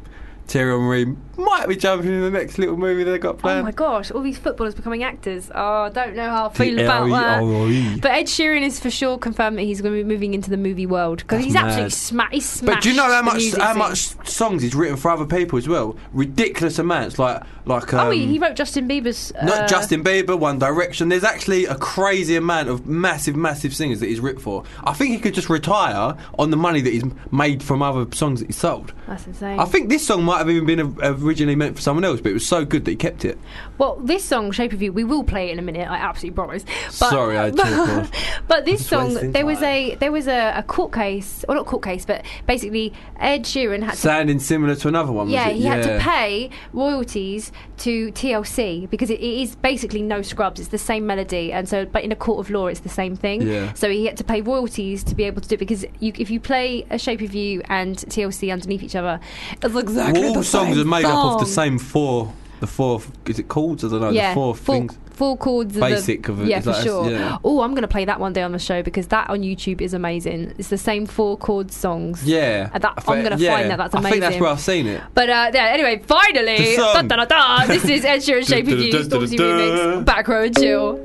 [SPEAKER 3] Thierry Henry might be jumping in the next little movie they got
[SPEAKER 2] Oh
[SPEAKER 3] planned.
[SPEAKER 2] my gosh! All these footballers becoming actors. Oh, I don't know how I feel
[SPEAKER 3] Thierry
[SPEAKER 2] about that.
[SPEAKER 3] Henry.
[SPEAKER 2] But Ed Sheeran is for sure confirmed that he's going to be moving into the movie world because
[SPEAKER 3] That's
[SPEAKER 2] he's absolutely
[SPEAKER 3] mad.
[SPEAKER 2] sma- he's smashed.
[SPEAKER 3] But do you know how
[SPEAKER 2] the
[SPEAKER 3] much
[SPEAKER 2] music
[SPEAKER 3] how
[SPEAKER 2] scene.
[SPEAKER 3] much songs he's written for other people as well? Ridiculous amounts, like like. Um,
[SPEAKER 2] oh, he, he wrote Justin Bieber's. Uh,
[SPEAKER 3] Not Justin Bieber, One Direction. There's actually a crazy amount of massive, massive singers that he's ripped for. I think he could just retire on the money that he's made from other songs that he sold.
[SPEAKER 2] That's insane.
[SPEAKER 3] I think this song might have even been originally meant for someone else, but it was so good that he kept it.
[SPEAKER 2] Well, this song, Shape of You, we will play it in a minute. I absolutely promise. But,
[SPEAKER 3] Sorry, I
[SPEAKER 2] (laughs)
[SPEAKER 3] talk on.
[SPEAKER 2] But this
[SPEAKER 3] wasting
[SPEAKER 2] song, there was
[SPEAKER 3] time.
[SPEAKER 2] a there was a, a court case, or not court case, but basically Ed Sheeran had to.
[SPEAKER 3] Sounding similar to another one.
[SPEAKER 2] Yeah,
[SPEAKER 3] was it?
[SPEAKER 2] he had to pay royalties to TLC because it, it is basically no scrubs. It's the same melody, and so but in a court of law, it's the same thing.
[SPEAKER 7] Yeah.
[SPEAKER 2] So he had to pay royalties to be able to do it because you, if you play a Shape of You and TLC underneath each other, it's exactly
[SPEAKER 3] Well, all
[SPEAKER 2] the
[SPEAKER 3] songs
[SPEAKER 2] same
[SPEAKER 3] are made up of the
[SPEAKER 2] song.
[SPEAKER 3] same four. The four. Is it chords? I don't know.
[SPEAKER 2] yeah,
[SPEAKER 3] the four,
[SPEAKER 2] full-
[SPEAKER 3] things.
[SPEAKER 2] full chords.
[SPEAKER 3] Basic
[SPEAKER 2] of
[SPEAKER 3] of
[SPEAKER 2] the-
[SPEAKER 3] it,
[SPEAKER 2] Yeah,
[SPEAKER 3] is
[SPEAKER 2] for
[SPEAKER 3] that-
[SPEAKER 2] sure.
[SPEAKER 3] yeah.
[SPEAKER 2] Oh, I'm going to play that one day on the show because that on YouTube is amazing. It's the same four chord songs.
[SPEAKER 3] Yeah.
[SPEAKER 2] Uh, that-
[SPEAKER 3] I
[SPEAKER 2] I'm
[SPEAKER 3] fe-
[SPEAKER 2] gonna
[SPEAKER 3] yeah.
[SPEAKER 2] find that. That's
[SPEAKER 3] I think that's
[SPEAKER 2] amazing.
[SPEAKER 3] where I've seen it.
[SPEAKER 2] But uh, yeah, anyway, finally,
[SPEAKER 3] The song.
[SPEAKER 2] da, da, da, da, this is Ed
[SPEAKER 3] (laughs)
[SPEAKER 2] Sheeran Shape of You, Stormzy Remix, Back Row and Chill.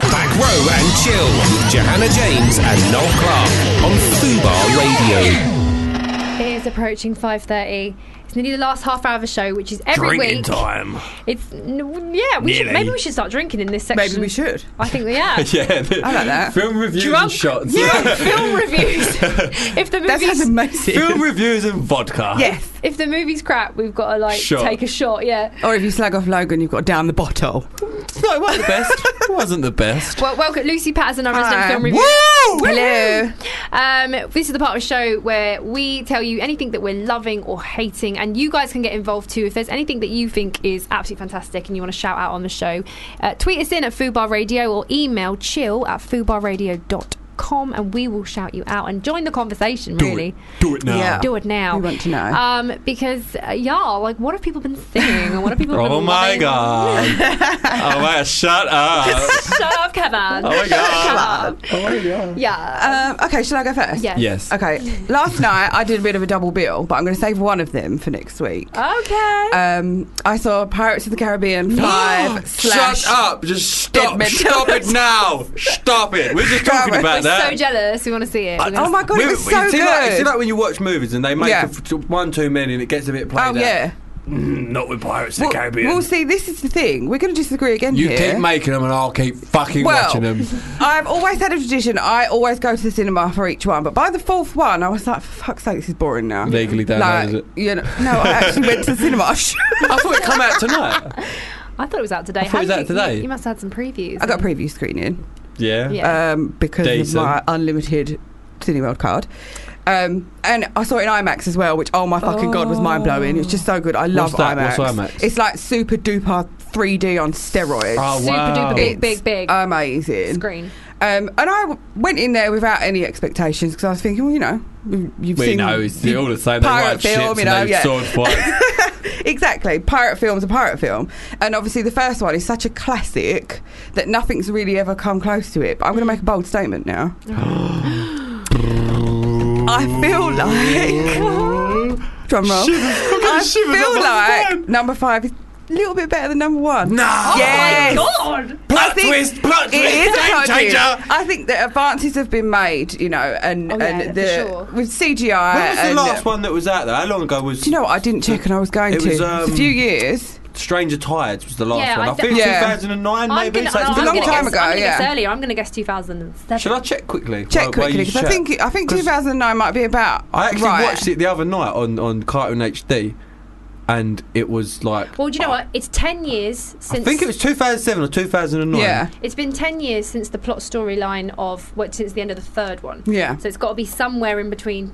[SPEAKER 1] Back Row and Chill with Johanna James and Noel Clark on Fubar Radio.
[SPEAKER 2] It is approaching 5.30. It's nearly the last half hour of the show, which is every week. It's, n- yeah, we should,
[SPEAKER 3] Nearly.
[SPEAKER 2] maybe we should start drinking in this section.
[SPEAKER 3] Maybe we should.
[SPEAKER 2] I think
[SPEAKER 3] (laughs)
[SPEAKER 2] we
[SPEAKER 3] (laughs)
[SPEAKER 2] are.
[SPEAKER 3] yeah,
[SPEAKER 2] I like that.
[SPEAKER 3] Film reviews
[SPEAKER 2] Drunk-
[SPEAKER 3] and shots.
[SPEAKER 2] Yeah, film reviews. if the
[SPEAKER 3] (laughs)
[SPEAKER 2] movie's,
[SPEAKER 3] Film reviews and vodka.
[SPEAKER 2] If the movie's crap, we've got to like
[SPEAKER 13] Shot.
[SPEAKER 2] take a shot. Yeah.
[SPEAKER 13] Or if you slag off Logan, you've got down the bottle.
[SPEAKER 3] No, it wasn't the best. it (laughs) wasn't the best.
[SPEAKER 2] Well, welcome, Lucy Patterson, our resident
[SPEAKER 13] Hi.
[SPEAKER 2] film review.
[SPEAKER 13] Woo!
[SPEAKER 2] Hello. Um, this is the part of the show where we tell you anything that we're loving or hating, and you guys can get involved too. If there's anything that you think is absolutely fantastic and you want to shout out on the show, uh, tweet us in at Foobar Radio or email chill at foobarradio.com and we will shout you out and join the conversation, really.
[SPEAKER 3] Do it now.
[SPEAKER 2] Do it now.
[SPEAKER 13] We want to know.
[SPEAKER 2] Um, because uh, y'all, like, what have people been singing? And what have people been
[SPEAKER 3] (laughs) Oh my
[SPEAKER 2] loving?
[SPEAKER 3] god. (laughs) oh my shut
[SPEAKER 2] (laughs)
[SPEAKER 3] up.
[SPEAKER 2] Shut up, Kevin.
[SPEAKER 3] Oh my God.
[SPEAKER 2] Come on.
[SPEAKER 13] Oh my
[SPEAKER 2] god. Yeah.
[SPEAKER 13] Um, okay, shall I go first?
[SPEAKER 2] Yes. Yes.
[SPEAKER 13] Okay. Last night I did a bit of a double bill, but I'm going to save one of them for next week.
[SPEAKER 2] Okay.
[SPEAKER 13] Um, I saw Pirates of the Caribbean five slash.
[SPEAKER 3] (gasps) Shut up. Just stop.
[SPEAKER 13] Dead
[SPEAKER 3] Stop
[SPEAKER 2] (laughs)
[SPEAKER 3] it now. Stop it. We're just talking about
[SPEAKER 2] We're
[SPEAKER 3] that.
[SPEAKER 2] so jealous. We want to see it.
[SPEAKER 13] oh
[SPEAKER 2] We're gonna-
[SPEAKER 3] We- we- you see Like, you see like when you watch movies and they make
[SPEAKER 13] Yeah.
[SPEAKER 3] a f- one too many and it gets a bit played
[SPEAKER 13] Oh,
[SPEAKER 3] out.
[SPEAKER 13] yeah.
[SPEAKER 3] Mm, not with Pirates
[SPEAKER 13] Well,
[SPEAKER 3] of the Caribbean.
[SPEAKER 13] Well, see, this is the thing. We're going to disagree again
[SPEAKER 3] you
[SPEAKER 13] here.
[SPEAKER 3] keep making them and I'll keep fucking
[SPEAKER 13] Well,
[SPEAKER 3] watching them.
[SPEAKER 13] (laughs) I've always had a tradition. I always go to the cinema for each one, but by the fourth one, I was like, "For fuck's sake, this is boring now."
[SPEAKER 3] Legally downloaded
[SPEAKER 13] like,
[SPEAKER 3] it.
[SPEAKER 13] You know, no, I actually went to the
[SPEAKER 3] (laughs)
[SPEAKER 13] cinema. I
[SPEAKER 3] thought it come out tonight.
[SPEAKER 2] I thought it was out today.
[SPEAKER 13] I thought it was
[SPEAKER 2] How
[SPEAKER 13] out
[SPEAKER 2] did you-
[SPEAKER 13] today.
[SPEAKER 2] You, you must have had some previews.
[SPEAKER 13] I got a preview screening
[SPEAKER 3] Yeah.
[SPEAKER 13] um, because
[SPEAKER 3] Decent.
[SPEAKER 13] of my unlimited Cineworld card. Um, and I saw it in IMAX as well, which oh my fucking god was mind blowing. It was just so good. I love
[SPEAKER 3] that?
[SPEAKER 13] IMAX.
[SPEAKER 3] What's IMAX?
[SPEAKER 13] It's like super duper 3D on steroids.
[SPEAKER 3] Oh, Super wow. duper big,
[SPEAKER 13] big, big, amazing screen. Um, and I w- went in there without any expectations because I was thinking, well, you know, you- you've
[SPEAKER 3] we
[SPEAKER 13] seen
[SPEAKER 3] know it's all the same. They
[SPEAKER 13] pirate
[SPEAKER 3] wipe
[SPEAKER 13] film,
[SPEAKER 3] ships
[SPEAKER 13] you know,
[SPEAKER 3] and they
[SPEAKER 13] yeah.
[SPEAKER 3] sword fight.
[SPEAKER 13] (laughs) exactly. Pirate film's a pirate film. And obviously, the first one is such a classic that nothing's really ever come close to it. But I'm going to make a bold
[SPEAKER 10] (gasps)
[SPEAKER 13] statement now. I feel
[SPEAKER 10] (laughs)
[SPEAKER 13] like. Drum roll. I
[SPEAKER 10] shivers up
[SPEAKER 13] feel
[SPEAKER 10] my
[SPEAKER 13] like number five is a little bit better than number one.
[SPEAKER 10] No. Oh my
[SPEAKER 13] Yes.
[SPEAKER 10] God. Plot
[SPEAKER 13] I think
[SPEAKER 10] twist, plot
[SPEAKER 13] It
[SPEAKER 10] twist,
[SPEAKER 13] is a
[SPEAKER 10] game
[SPEAKER 13] plot twist.
[SPEAKER 10] changer.
[SPEAKER 13] I think that advances have been made, you know, and,
[SPEAKER 10] Oh, yeah,
[SPEAKER 13] and
[SPEAKER 10] for
[SPEAKER 13] the
[SPEAKER 10] sure.
[SPEAKER 13] with CGI.
[SPEAKER 3] When was the
[SPEAKER 13] and-
[SPEAKER 3] last one that was out there? How long ago was? Do you
[SPEAKER 13] know what? I didn't check, and I was going
[SPEAKER 3] it
[SPEAKER 13] to.
[SPEAKER 3] Was,
[SPEAKER 13] It's
[SPEAKER 3] um,
[SPEAKER 13] a few years.
[SPEAKER 3] Stranger Tides was the last
[SPEAKER 2] Yeah,
[SPEAKER 3] one.
[SPEAKER 2] I
[SPEAKER 3] I, think
[SPEAKER 2] thi-
[SPEAKER 13] Yeah.
[SPEAKER 3] 2009
[SPEAKER 2] I'm
[SPEAKER 3] maybe.
[SPEAKER 2] gonna,
[SPEAKER 3] so
[SPEAKER 2] no,
[SPEAKER 3] it's
[SPEAKER 2] I'm
[SPEAKER 3] been a
[SPEAKER 2] gonna
[SPEAKER 3] while.
[SPEAKER 2] guess, I'm gonna guess earlier. I'm going to guess 2007.
[SPEAKER 3] Should I check quickly?
[SPEAKER 13] Check
[SPEAKER 3] While- while
[SPEAKER 13] quickly
[SPEAKER 3] you
[SPEAKER 13] because I
[SPEAKER 3] check?
[SPEAKER 13] think I think 2009 might be about.
[SPEAKER 3] I actually
[SPEAKER 13] right.
[SPEAKER 3] watched it the other night on on Cartoon HD, and it was like
[SPEAKER 2] Well, do you know what? It's 10 years
[SPEAKER 3] I
[SPEAKER 2] since.
[SPEAKER 3] think it was 2007 or 2009.
[SPEAKER 2] It's been 10 years since the plot storyline of. Well, since the end of the third one.
[SPEAKER 13] Yeah.
[SPEAKER 2] So it's got to be somewhere in between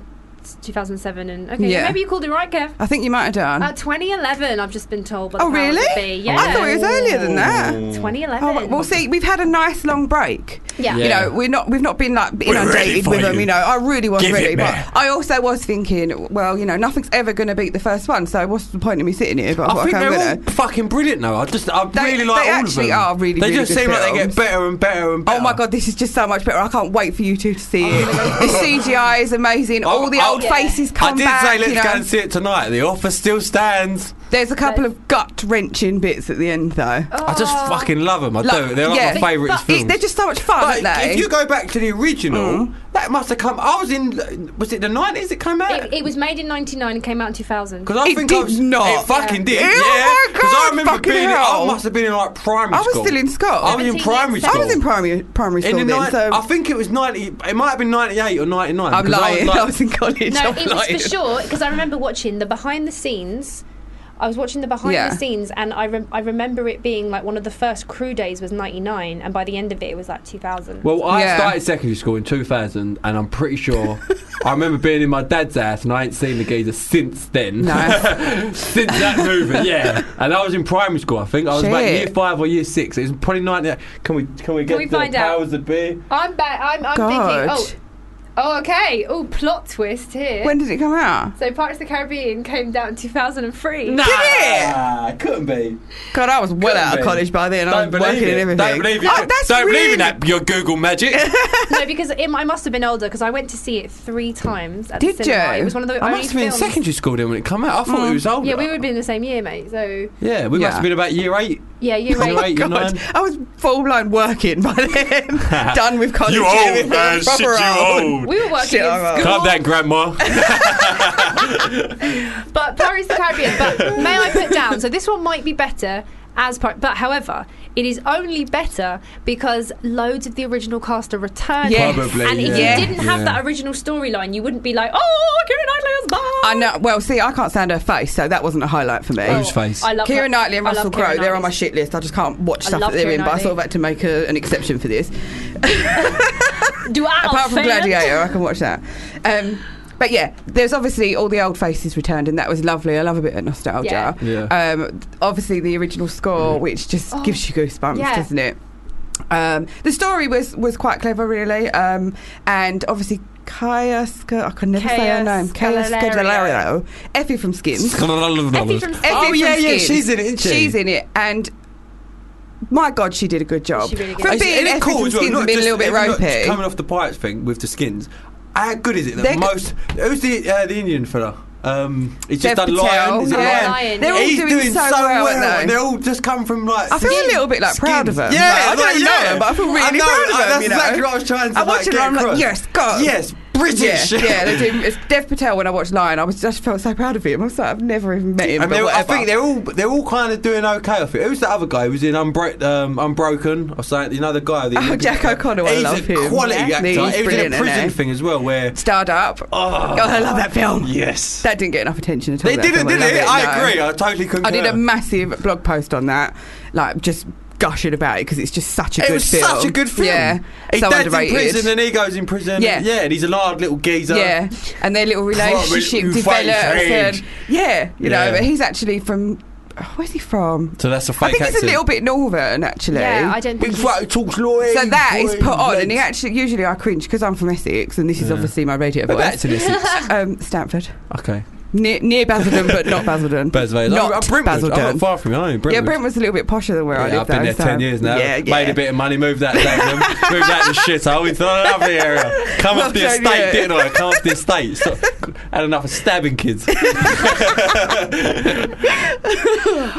[SPEAKER 2] 2007 and. Okay,
[SPEAKER 13] Yeah.
[SPEAKER 2] maybe you called it right, Kev.
[SPEAKER 13] I think you might have done.
[SPEAKER 2] Uh, 2011, I've just been told. By the
[SPEAKER 13] Oh,
[SPEAKER 2] powers that
[SPEAKER 13] really?
[SPEAKER 2] Be. Yeah.
[SPEAKER 13] I thought it was earlier than that.
[SPEAKER 2] 2011.
[SPEAKER 13] Oh, well, see, we've had a nice long break.
[SPEAKER 2] Yeah.
[SPEAKER 13] You know, we're not, we've not been like
[SPEAKER 2] ready
[SPEAKER 13] inundated
[SPEAKER 2] for
[SPEAKER 13] with them.
[SPEAKER 2] you.
[SPEAKER 13] You know, I really was
[SPEAKER 2] Give
[SPEAKER 13] ready,
[SPEAKER 2] it,
[SPEAKER 13] but
[SPEAKER 2] man.
[SPEAKER 13] I also was thinking, well, you know, nothing's ever going to beat the first one, so what's the point of me sitting here? But I,
[SPEAKER 3] I
[SPEAKER 13] thought,
[SPEAKER 3] think
[SPEAKER 13] okay, I'm
[SPEAKER 3] they're all
[SPEAKER 13] gonna-
[SPEAKER 3] fucking brilliant though. I just I
[SPEAKER 13] They-
[SPEAKER 3] really like
[SPEAKER 13] they
[SPEAKER 3] all
[SPEAKER 13] actually
[SPEAKER 3] of them.
[SPEAKER 13] are really,
[SPEAKER 3] They
[SPEAKER 13] really
[SPEAKER 3] just
[SPEAKER 13] good
[SPEAKER 3] seem like they
[SPEAKER 13] films.
[SPEAKER 3] get better and better and better.
[SPEAKER 13] Oh my god, this is just so much better. I can't wait for you two to see
[SPEAKER 3] (laughs)
[SPEAKER 13] it. the CGI is amazing. All the
[SPEAKER 3] I-
[SPEAKER 13] old faces
[SPEAKER 3] Oh, I
[SPEAKER 13] come
[SPEAKER 3] did
[SPEAKER 13] back.
[SPEAKER 3] say let's
[SPEAKER 13] you know.
[SPEAKER 3] go and see it tonight. The offer still stands.
[SPEAKER 13] There's a couple of gut wrenching bits at the end, though.
[SPEAKER 3] I just fucking love them. I do. They're like my favourite
[SPEAKER 13] Oh. But it-
[SPEAKER 3] films.
[SPEAKER 13] They're just Mm. so much fun,
[SPEAKER 3] But
[SPEAKER 13] aren't they?
[SPEAKER 3] if you go back to the original, that must have come. I was in. Was it the nineties? It came out.
[SPEAKER 2] It, it was made in 99 and came out in 2000.
[SPEAKER 3] Because I think I was, It fucking did.
[SPEAKER 2] Yeah.
[SPEAKER 3] Yeah.
[SPEAKER 2] Oh
[SPEAKER 13] my
[SPEAKER 3] Because I
[SPEAKER 13] God,
[SPEAKER 3] remember
[SPEAKER 13] fucking
[SPEAKER 3] being. in-
[SPEAKER 13] hell.
[SPEAKER 3] I must have been in like primary
[SPEAKER 13] I was
[SPEAKER 3] school.
[SPEAKER 13] still in Scott.
[SPEAKER 3] I was in primary
[SPEAKER 13] I
[SPEAKER 3] school.
[SPEAKER 13] was in primary primary school.
[SPEAKER 3] In the
[SPEAKER 13] then,
[SPEAKER 3] ni-
[SPEAKER 13] so
[SPEAKER 3] I think it was ninety. It might have been ninety-eight or ninety-nine.
[SPEAKER 13] I'm
[SPEAKER 3] because
[SPEAKER 13] lying. (laughs)
[SPEAKER 3] I was, like-
[SPEAKER 13] I was in college.
[SPEAKER 2] No,
[SPEAKER 13] I'm
[SPEAKER 2] it was
[SPEAKER 13] lying.
[SPEAKER 2] for sure because I remember watching the behind the scenes. I was watching the behind
[SPEAKER 13] Yeah.
[SPEAKER 2] the scenes, and I rem- I remember it being like one of the first crew days was '99, and by the end of it, it was like 2000.
[SPEAKER 3] Well, I started secondary school in 2000, and I'm
[SPEAKER 13] (laughs)
[SPEAKER 3] pretty sure I remember being in my dad's house, and I ain't seen the geezer since then. (laughs) since that movie,
[SPEAKER 13] (laughs)
[SPEAKER 3] yeah. And I was in primary school, I think. I was about
[SPEAKER 2] Shit.
[SPEAKER 3] year five or year six. It was probably 90. Can we can we get
[SPEAKER 2] Can we
[SPEAKER 3] the
[SPEAKER 2] find out?
[SPEAKER 3] powers that be?
[SPEAKER 2] I'm back. I'm, I'm
[SPEAKER 3] God.
[SPEAKER 2] thinking. Oh, oh, okay. Oh, plot twist
[SPEAKER 13] (laughs)
[SPEAKER 2] here.
[SPEAKER 13] When did it come out?
[SPEAKER 2] So Pirates of the Caribbean came down in 2003.
[SPEAKER 3] Nah, Ah, couldn't be.
[SPEAKER 13] God, I was well out of
[SPEAKER 3] be.
[SPEAKER 13] college by then. I
[SPEAKER 3] Don't
[SPEAKER 13] was
[SPEAKER 3] believe
[SPEAKER 13] working
[SPEAKER 3] it.
[SPEAKER 13] and everything.
[SPEAKER 3] Don't believe it.
[SPEAKER 13] Like, that's
[SPEAKER 3] Don't believe in
[SPEAKER 13] really-
[SPEAKER 3] that. Your
[SPEAKER 13] (laughs)
[SPEAKER 3] Google magic.
[SPEAKER 2] (laughs) no, because it, I must have been older because I went to see it three times. At
[SPEAKER 3] Did
[SPEAKER 2] the
[SPEAKER 3] you?
[SPEAKER 2] cinema. It was one of the
[SPEAKER 3] I
[SPEAKER 2] only
[SPEAKER 3] must have been in
[SPEAKER 2] films-
[SPEAKER 3] secondary school then when it came out. I thought it was older.
[SPEAKER 2] Yeah, we would have been in the same year, mate. So
[SPEAKER 3] Yeah, we
[SPEAKER 13] Mm. Yeah.
[SPEAKER 3] must have been about year eight.
[SPEAKER 2] yeah, year
[SPEAKER 3] Year
[SPEAKER 2] eight.
[SPEAKER 3] eight, year nine.
[SPEAKER 13] I was full blown working by then.
[SPEAKER 3] (laughs)
[SPEAKER 13] Done with college.
[SPEAKER 3] You
[SPEAKER 13] and
[SPEAKER 3] old,
[SPEAKER 13] everything.
[SPEAKER 3] man. Shit,
[SPEAKER 13] Proper
[SPEAKER 3] you old.
[SPEAKER 2] We were working
[SPEAKER 13] Shit,
[SPEAKER 2] in
[SPEAKER 13] I'm old.
[SPEAKER 2] school. Calm
[SPEAKER 3] down, (laughs) Grandma.
[SPEAKER 2] but Pirates of the Caribbean. But may I put down? So this one might be better as part, but however, it is only better because loads of the original cast are returning.
[SPEAKER 13] Yes. Probably,
[SPEAKER 2] and if
[SPEAKER 13] yeah.
[SPEAKER 2] you didn't have
[SPEAKER 13] Yeah.
[SPEAKER 2] that original storyline, you wouldn't be like, oh, Kieran Knightley back.
[SPEAKER 13] I know. Well, see, I can't stand her face, so that wasn't a highlight for me.
[SPEAKER 2] Whose face? I Oh. love her-
[SPEAKER 13] Kira Knightley and
[SPEAKER 2] I love
[SPEAKER 13] Russell
[SPEAKER 2] Keira
[SPEAKER 13] Crowe. They're on my shit list. I just can't watch
[SPEAKER 2] I
[SPEAKER 13] stuff
[SPEAKER 2] love
[SPEAKER 13] that they're in.
[SPEAKER 2] Keira
[SPEAKER 13] But I sort of
[SPEAKER 2] Knightley.
[SPEAKER 13] had to make a, an exception for this.
[SPEAKER 2] Do
[SPEAKER 3] Oh,
[SPEAKER 2] I
[SPEAKER 13] Apart from
[SPEAKER 2] offend?
[SPEAKER 13] Gladiator, I can watch that. Um, but yeah, there's obviously all the old faces returned, and that was lovely. I love a bit of nostalgia.
[SPEAKER 3] Yeah.
[SPEAKER 13] Um, obviously, the original score, which just
[SPEAKER 3] Oh.
[SPEAKER 13] gives you goosebumps,
[SPEAKER 3] Yeah.
[SPEAKER 13] doesn't it? Um, the story was was quite clever, really, um, and obviously. Kaya, Sc- I can never say her
[SPEAKER 3] Kaya
[SPEAKER 13] name. Kaya
[SPEAKER 3] Scodelario.
[SPEAKER 13] Scodelario. Effie from
[SPEAKER 3] (laughs)
[SPEAKER 13] Skins.
[SPEAKER 3] Effie
[SPEAKER 13] Effie
[SPEAKER 3] Oh
[SPEAKER 13] from
[SPEAKER 3] yeah, yeah,
[SPEAKER 13] Skins.
[SPEAKER 3] she's in it, isn't she?
[SPEAKER 13] She's in it, and my God, she did a good job.
[SPEAKER 3] She really
[SPEAKER 13] For being Effie from Skins and being a little bit ropey.
[SPEAKER 3] Coming off the Pirates thing with the skins, how good is it?
[SPEAKER 13] They're
[SPEAKER 3] That
[SPEAKER 13] g-
[SPEAKER 3] most who's the uh, the Indian fella? Um, he's just
[SPEAKER 13] Dev
[SPEAKER 3] done
[SPEAKER 13] Patel.
[SPEAKER 3] lion. Is it
[SPEAKER 13] Yeah.
[SPEAKER 3] lion?
[SPEAKER 13] They're all
[SPEAKER 3] he's
[SPEAKER 13] doing so well, aren't they?
[SPEAKER 3] and they're all just come from like.
[SPEAKER 13] I feel a little bit like proud of her.
[SPEAKER 3] skins. Yeah,
[SPEAKER 13] Like, I don't
[SPEAKER 3] like,
[SPEAKER 13] know
[SPEAKER 3] yeah.
[SPEAKER 13] her, but I feel really
[SPEAKER 3] I know,
[SPEAKER 13] proud of
[SPEAKER 3] I-
[SPEAKER 13] her.
[SPEAKER 3] that's
[SPEAKER 13] you know?
[SPEAKER 3] exactly what I was trying to,
[SPEAKER 13] I
[SPEAKER 3] like,
[SPEAKER 13] watched it
[SPEAKER 3] get
[SPEAKER 13] and I'm
[SPEAKER 3] across.
[SPEAKER 13] like, yes, go.
[SPEAKER 3] Yes, British.
[SPEAKER 13] Yeah,
[SPEAKER 3] (laughs)
[SPEAKER 13] yeah they do. It's Dev Patel. When I watched Lion, I was just felt so proud of him. I was like, I've never even met him.
[SPEAKER 3] And
[SPEAKER 13] but
[SPEAKER 3] they're, I
[SPEAKER 13] whatever.
[SPEAKER 3] think they're all they're all kind of doing okay. I think who's the other guy who was in Unbro- um, Unbroken? I saying you know the guy. The
[SPEAKER 13] Oh, Jack O'Connell. I
[SPEAKER 3] He's
[SPEAKER 13] love
[SPEAKER 3] a
[SPEAKER 13] him.
[SPEAKER 3] quality
[SPEAKER 13] Yeah.
[SPEAKER 3] actor.
[SPEAKER 13] He's
[SPEAKER 3] He was in
[SPEAKER 13] brilliant,
[SPEAKER 3] a
[SPEAKER 13] isn't
[SPEAKER 3] prison
[SPEAKER 13] he?
[SPEAKER 3] thing as well, where
[SPEAKER 13] Starred up. Oh, I love that film.
[SPEAKER 3] Yes,
[SPEAKER 13] that didn't get enough attention at all.
[SPEAKER 3] They
[SPEAKER 13] that
[SPEAKER 3] didn't,
[SPEAKER 13] film. I
[SPEAKER 3] did
[SPEAKER 13] love
[SPEAKER 3] it? I agree.
[SPEAKER 13] No.
[SPEAKER 3] I totally
[SPEAKER 13] I did
[SPEAKER 3] concur.
[SPEAKER 13] a massive blog post on that, like just gushing about it because it's just such a good
[SPEAKER 3] it was
[SPEAKER 13] film.
[SPEAKER 3] such a good film.
[SPEAKER 13] Yeah,
[SPEAKER 3] His
[SPEAKER 13] so
[SPEAKER 3] dad's
[SPEAKER 13] underrated.
[SPEAKER 3] in prison and he goes in prison.
[SPEAKER 13] Yeah.
[SPEAKER 3] Yeah, yeah and he's an hard little geezer.
[SPEAKER 13] Yeah, and their little relationship
[SPEAKER 3] Oh, really?
[SPEAKER 13] develops.
[SPEAKER 3] Face
[SPEAKER 13] And,
[SPEAKER 3] age.
[SPEAKER 13] yeah, you know,
[SPEAKER 3] Yeah.
[SPEAKER 13] but he's actually from. oh, Where's he from?
[SPEAKER 3] So that's a fake
[SPEAKER 13] I think
[SPEAKER 3] accent.
[SPEAKER 13] he's a little bit northern, actually.
[SPEAKER 2] Yeah, I don't think Big he's-
[SPEAKER 3] talks Lloyd.
[SPEAKER 13] So that is put on, and he
[SPEAKER 2] Lloyd.
[SPEAKER 13] actually usually I cringe because I'm from Essex, and this is
[SPEAKER 3] Yeah.
[SPEAKER 13] obviously my radio voice. (laughs)
[SPEAKER 3] Whereabouts in Essex?
[SPEAKER 13] um, Stanford,
[SPEAKER 3] Okay.
[SPEAKER 13] near, near Basildon, but not Basildon.
[SPEAKER 3] Basildon.
[SPEAKER 13] Not
[SPEAKER 3] I'm, I'm Brentwood.
[SPEAKER 13] Basildon.
[SPEAKER 3] I'm not far from you. I'm in Brentwood.
[SPEAKER 13] Yeah, Brentwood's a little bit posher than where I
[SPEAKER 3] Yeah,
[SPEAKER 13] live.
[SPEAKER 3] I've been
[SPEAKER 13] though,
[SPEAKER 3] there
[SPEAKER 13] so-
[SPEAKER 3] ten years now.
[SPEAKER 13] Yeah, yeah.
[SPEAKER 3] Made a bit of money. Moved that dagnum. moved out the shithole. It's not enough here. Come
[SPEAKER 13] Not
[SPEAKER 3] off the
[SPEAKER 13] shown
[SPEAKER 3] estate,
[SPEAKER 13] yet.
[SPEAKER 3] didn't I? Come off the estate. Stop. Had enough of stabbing (laughs) kids.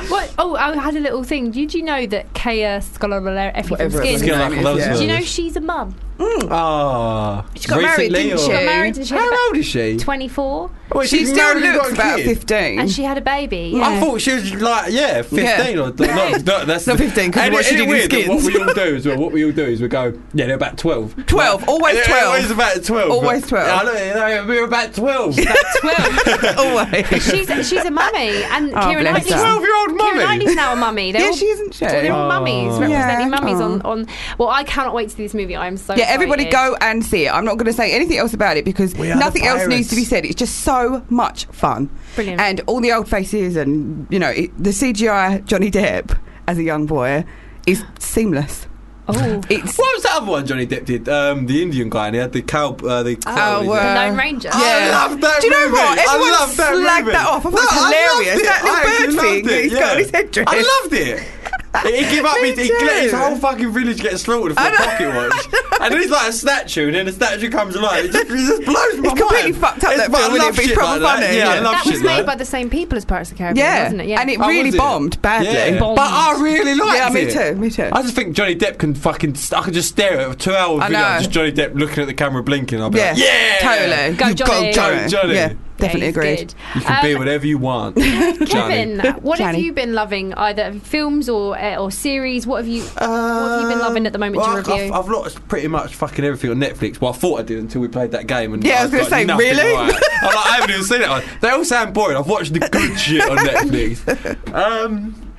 [SPEAKER 2] what? Oh, I had a little thing. Did you know that Kaya Scolarola everything
[SPEAKER 3] Whatever her
[SPEAKER 2] skin?
[SPEAKER 3] bloody name is, yeah.
[SPEAKER 2] Do you know she's a mum?
[SPEAKER 3] Ah.
[SPEAKER 2] She got married,
[SPEAKER 3] recently
[SPEAKER 2] didn't she?
[SPEAKER 3] or-
[SPEAKER 2] She got married and she had a
[SPEAKER 3] How
[SPEAKER 2] ba-
[SPEAKER 3] old is she?
[SPEAKER 2] 24.
[SPEAKER 3] Wait,
[SPEAKER 13] She
[SPEAKER 3] she's
[SPEAKER 13] still
[SPEAKER 3] married and
[SPEAKER 13] looks
[SPEAKER 3] got a
[SPEAKER 13] about
[SPEAKER 3] kid?
[SPEAKER 13] fifteen.
[SPEAKER 2] And she had a baby.
[SPEAKER 3] I thought she was like yeah, fifteen or no, no that's
[SPEAKER 13] Not 15, 'cause
[SPEAKER 3] And
[SPEAKER 13] what
[SPEAKER 3] it-
[SPEAKER 13] she
[SPEAKER 3] and
[SPEAKER 13] did with
[SPEAKER 3] it weird that What we
[SPEAKER 13] skins.
[SPEAKER 3] all do as well. What we all do is we go yeah, they're about twelve.
[SPEAKER 13] 12, always
[SPEAKER 3] Yeah,
[SPEAKER 13] 12.
[SPEAKER 3] Always about twelve.
[SPEAKER 13] Always 12.
[SPEAKER 3] I know, we were about
[SPEAKER 13] (laughs)
[SPEAKER 3] twelve. (laughs)
[SPEAKER 13] Always.
[SPEAKER 2] She's she's a mummy, and
[SPEAKER 13] Oh,
[SPEAKER 2] Kieran
[SPEAKER 13] bless
[SPEAKER 2] Knightley's
[SPEAKER 13] her. 12-year-old mummy.
[SPEAKER 2] Kieran Knightley's now a mummy. They're
[SPEAKER 13] Yeah,
[SPEAKER 2] all,
[SPEAKER 13] she isn't she?
[SPEAKER 2] They're all mummies
[SPEAKER 13] Oh.
[SPEAKER 2] representing
[SPEAKER 13] Yeah.
[SPEAKER 2] mummies on,
[SPEAKER 13] Oh.
[SPEAKER 2] on. Well, I cannot wait to see this movie. I'm so
[SPEAKER 13] yeah, everybody
[SPEAKER 2] excited.
[SPEAKER 13] go and see it. I'm not going to say anything else about it because
[SPEAKER 2] the
[SPEAKER 13] nothing else needs
[SPEAKER 2] pirates.
[SPEAKER 13] to be said. It's just so much fun.
[SPEAKER 2] Brilliant.
[SPEAKER 13] And all the old faces and, you know, it, the CGI Johnny Depp as a young boy is seamless.
[SPEAKER 2] Oh.
[SPEAKER 13] It's,
[SPEAKER 3] what was that other one Johnny Depp did? Um, the Indian guy, and he had the cow. Uh, the cow in
[SPEAKER 13] uh,
[SPEAKER 3] there.
[SPEAKER 2] The Lone Ranger.
[SPEAKER 3] I love that
[SPEAKER 13] Do you know
[SPEAKER 3] movie.
[SPEAKER 13] what?
[SPEAKER 3] I
[SPEAKER 13] Everyone
[SPEAKER 3] love that
[SPEAKER 13] slagged
[SPEAKER 3] movie.
[SPEAKER 13] that off. I thought
[SPEAKER 3] No,
[SPEAKER 13] it was
[SPEAKER 3] I loved
[SPEAKER 13] hilarious.
[SPEAKER 3] it.
[SPEAKER 13] That little
[SPEAKER 3] I actually
[SPEAKER 13] bird
[SPEAKER 3] loved
[SPEAKER 13] thing
[SPEAKER 3] it,
[SPEAKER 13] that he's got
[SPEAKER 3] yeah.
[SPEAKER 13] on his headdress.
[SPEAKER 3] I loved it. He give up
[SPEAKER 13] Me
[SPEAKER 3] his, he let his
[SPEAKER 13] too.
[SPEAKER 3] whole fucking village get slaughtered for a
[SPEAKER 13] (laughs)
[SPEAKER 3] pocket watch, and then he's like a statue, and then the statue comes alive. It just, it just blows my
[SPEAKER 13] It's completely
[SPEAKER 3] mind.
[SPEAKER 13] fucked up,
[SPEAKER 3] It's-
[SPEAKER 13] that
[SPEAKER 3] but I
[SPEAKER 13] film, isn't it?
[SPEAKER 3] love
[SPEAKER 13] But it's
[SPEAKER 3] shit
[SPEAKER 13] proper
[SPEAKER 3] like that.
[SPEAKER 13] funny.
[SPEAKER 3] Yeah, I
[SPEAKER 13] That
[SPEAKER 3] love
[SPEAKER 2] That
[SPEAKER 3] shit
[SPEAKER 2] was made
[SPEAKER 3] like
[SPEAKER 2] by the same people as Pirates of the Caribbean,
[SPEAKER 13] Yeah.
[SPEAKER 2] wasn't it? Yeah,
[SPEAKER 13] And it
[SPEAKER 3] Oh,
[SPEAKER 13] really
[SPEAKER 3] was it?
[SPEAKER 13] bombed badly.
[SPEAKER 3] Yeah.
[SPEAKER 13] Bombed.
[SPEAKER 3] But I really liked
[SPEAKER 13] Yeah, me
[SPEAKER 3] it.
[SPEAKER 13] too. Me too.
[SPEAKER 3] I just think Johnny Depp can fucking. I could just stare at a two-hour
[SPEAKER 13] I
[SPEAKER 3] video
[SPEAKER 13] know.
[SPEAKER 3] of just Johnny Depp looking at the camera blinking. I'll be
[SPEAKER 13] yeah.
[SPEAKER 3] like, yeah,
[SPEAKER 13] Totally.
[SPEAKER 2] Go
[SPEAKER 13] You've got
[SPEAKER 2] Johnny.
[SPEAKER 13] to
[SPEAKER 3] Go Johnny.
[SPEAKER 13] Yeah, definitely
[SPEAKER 2] he's
[SPEAKER 13] agreed.
[SPEAKER 2] good.
[SPEAKER 3] You can be whatever you want, Johnny.
[SPEAKER 2] Um, Kevin, what have
[SPEAKER 13] Johnny.
[SPEAKER 2] you been loving? Either films or uh, or series? What have you What have you been loving at the moment
[SPEAKER 13] Uh,
[SPEAKER 3] Uh, Well,
[SPEAKER 2] to
[SPEAKER 3] I've,
[SPEAKER 2] review?
[SPEAKER 3] I've watched pretty much fucking everything on Netflix. Well, I thought I did until we played that game. And
[SPEAKER 13] Yeah, I was
[SPEAKER 3] I've
[SPEAKER 13] gonna
[SPEAKER 3] got
[SPEAKER 13] say,
[SPEAKER 3] nothing
[SPEAKER 13] really?
[SPEAKER 3] right. I'm like, I haven't even seen it. They all sound boring. I've watched the
[SPEAKER 2] (laughs)
[SPEAKER 3] good shit on Netflix. Um,